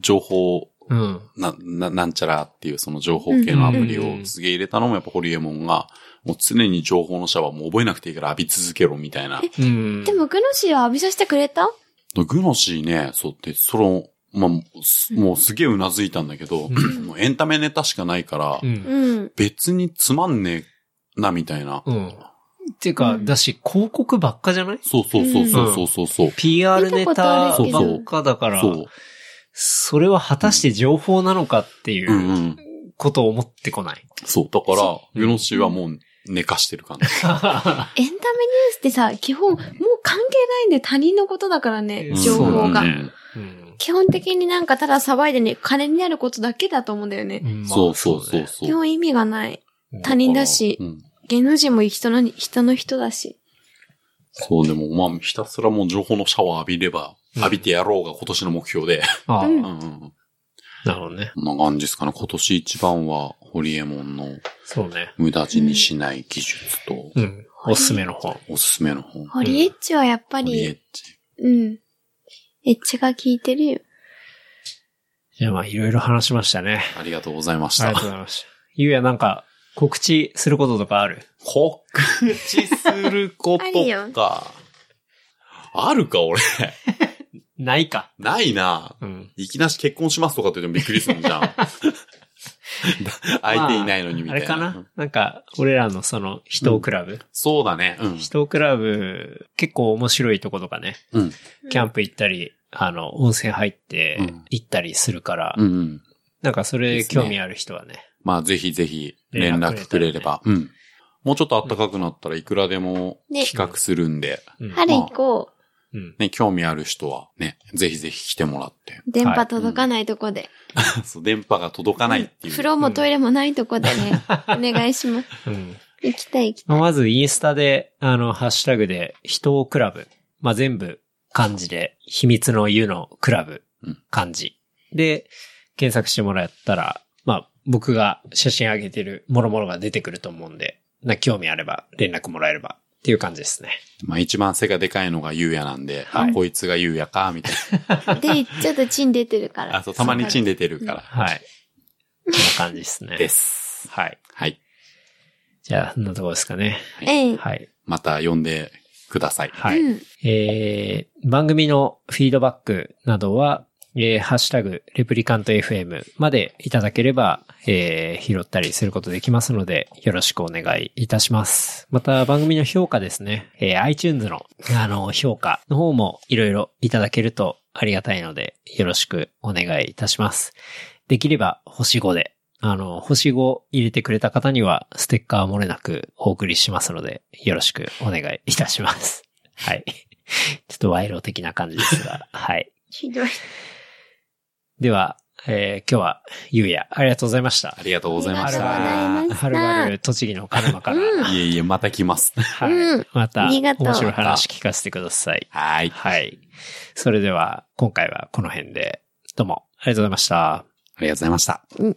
S3: 情報、
S2: うん。
S3: な、な、なんちゃらっていうその情報系のアプリ
S2: うんうんう
S3: を
S2: ん
S3: すげえ入れたのもやっぱホリエモンが、もう常に情報のシャワーもう覚えなくていいから浴び続けろみたいな。
S2: うん。
S4: でも、グルシーは浴びさせてくれた
S3: グノシーね、そうって、その、まあ、すもうすげえうなずいたんだけど、もうエンタメネタしかないから、
S2: うん、
S4: うん。
S3: 別につまんねえなみたいな。
S2: うん。っていうか、
S4: うん
S2: だし、広告ばっかじゃない
S3: そうそうそうそうそうそう。う
S2: ?PR ネタば
S3: 見たことある
S2: っかだから、
S3: そう。
S2: それは果たして情報なのかってい
S3: うんう。
S2: うんことを思ってこない。
S3: そう。だから、
S2: う
S3: グノシーはもう寝かしてる感じ。
S4: エンタメニュースってさ、基本、もう関係ないんで他人のことだからね、情報が。
S3: そうだね
S2: うん
S4: 基本的になんかただ騒いでね、金になることだけだと思うんだよね。
S2: んまあ
S3: そうそうそ
S2: そ
S3: う
S4: 基
S3: そう。
S4: 本意味がない。他人だし
S3: う、ん
S4: 芸能人も人の、人の人だし。
S3: そう、でもまあ、ひたすらもう情報のシャワー浴びれば、
S2: うん
S3: 浴びてやろうが今年の 目標で。
S2: ああ、
S4: う
S3: う
S4: ん
S3: んうん
S2: なるほどね。
S3: こんな感じですかね。今年一番は、ホリエモンの
S2: そうね。
S3: 無駄死にしない技術と、
S2: うん。おすすめの本。
S3: おすすめの本。ホ
S4: ホリエッチはやっぱ
S3: リエ
S4: り、
S3: ッチ。
S4: うん。エッチが効いてるよ。
S2: いや、まあ、いろいろ話しましたね。
S3: ありがとうございまし
S2: あり
S3: た
S2: がとう。ございました。ゆうや、なんか、告知することとかある
S3: 告知するこ
S4: ある
S3: と
S4: よ
S3: か。あるか、俺。
S2: ないか。
S3: ないな。
S2: うん。
S3: いきなし結婚しますとかって言ってもびっくりするじ ゃん。相手いないのにみ
S2: あ
S3: たい
S2: れ
S3: な。
S2: か
S3: うん
S2: ななんか、俺らのその、人クラブ。
S3: そうだね。うん。
S2: 人クラブ、結構面白いとことかね。
S3: うん。
S2: キャンプ行ったり、あの、温泉入って
S3: うん
S2: 行ったりするから、
S3: うんうん。
S2: なんかそ
S3: で
S2: れ
S3: すね
S2: 興味ある人はね。
S3: まあ、ぜひぜひ
S2: 連
S3: 連
S2: 絡
S3: 絡くれれば。うん。もうちょっと暖かくなったらいくらでも
S4: ね
S3: 企画するんで、
S2: うん。
S4: 春行こう。
S2: うん。
S3: ね、興味ある人はね、ぜひぜひ来てもらって。
S4: 電波届かないとこで。
S3: そう、電波が届かないっていう。
S4: 風呂もトイレもないとこでね。お願いします。
S2: うん
S4: 行きたい行きたい。
S2: まあまずインスタで、あの、ハッシュタグで、人をクラブ。まあ、全部漢字で、秘密の湯のクラブ
S3: うん、
S2: 漢字。で、検索してもらったら、まあ、僕が写真上げてるもろもろが出てくると思うんで、な興味あれば連絡もらえればっていう感じですね。
S3: まあ一番背がでかいのがゆうやなんで、あ、こいつがゆうやか、みたい
S4: で、ちょっとチン出てるか
S3: な。
S4: ら。
S3: あ、そう、たまにチン出てるから。
S2: はい。こんな感じですね。
S3: です。
S2: はい。
S3: はい。
S2: じゃあ、そんなところですかね。
S4: ええ。
S2: はい。
S3: また呼んでください。
S2: はい。
S4: うん。
S2: えー番組のフィードバックなどは、えーハッシュタグ、レプリカント FM までいただければ、えー拾ったりすることできますので、よろしくお願いいたします。また、番組の評価ですね、えー iTunes の、あの、評価の方もいろいろいただけるとありがたいので、よろしくお願いいたします。できれば、星5で、あの、星5入れてくれた方には、ステッカー漏れなくお送りしますので、よろしくお願いいたします。はい。ちょっと賄賂的な感じです が、はい。
S4: ひどい。
S2: では、えー今日は、ゆうや、ありがとうございました
S3: あ。りがとうございま
S4: あ
S3: し
S4: りが
S3: た。
S4: とうございました
S2: はるばる、栃木の鹿沼から、
S4: うん
S3: いえいえ、また来ます。
S2: はい
S4: うん
S2: また、
S4: あり
S2: 面
S4: がとう
S2: 白い話聞かせてください。
S3: はい。
S2: はい。それでは、今回はこの辺で、どうも、ありがとうございました。
S3: ありがとうございました。
S4: うん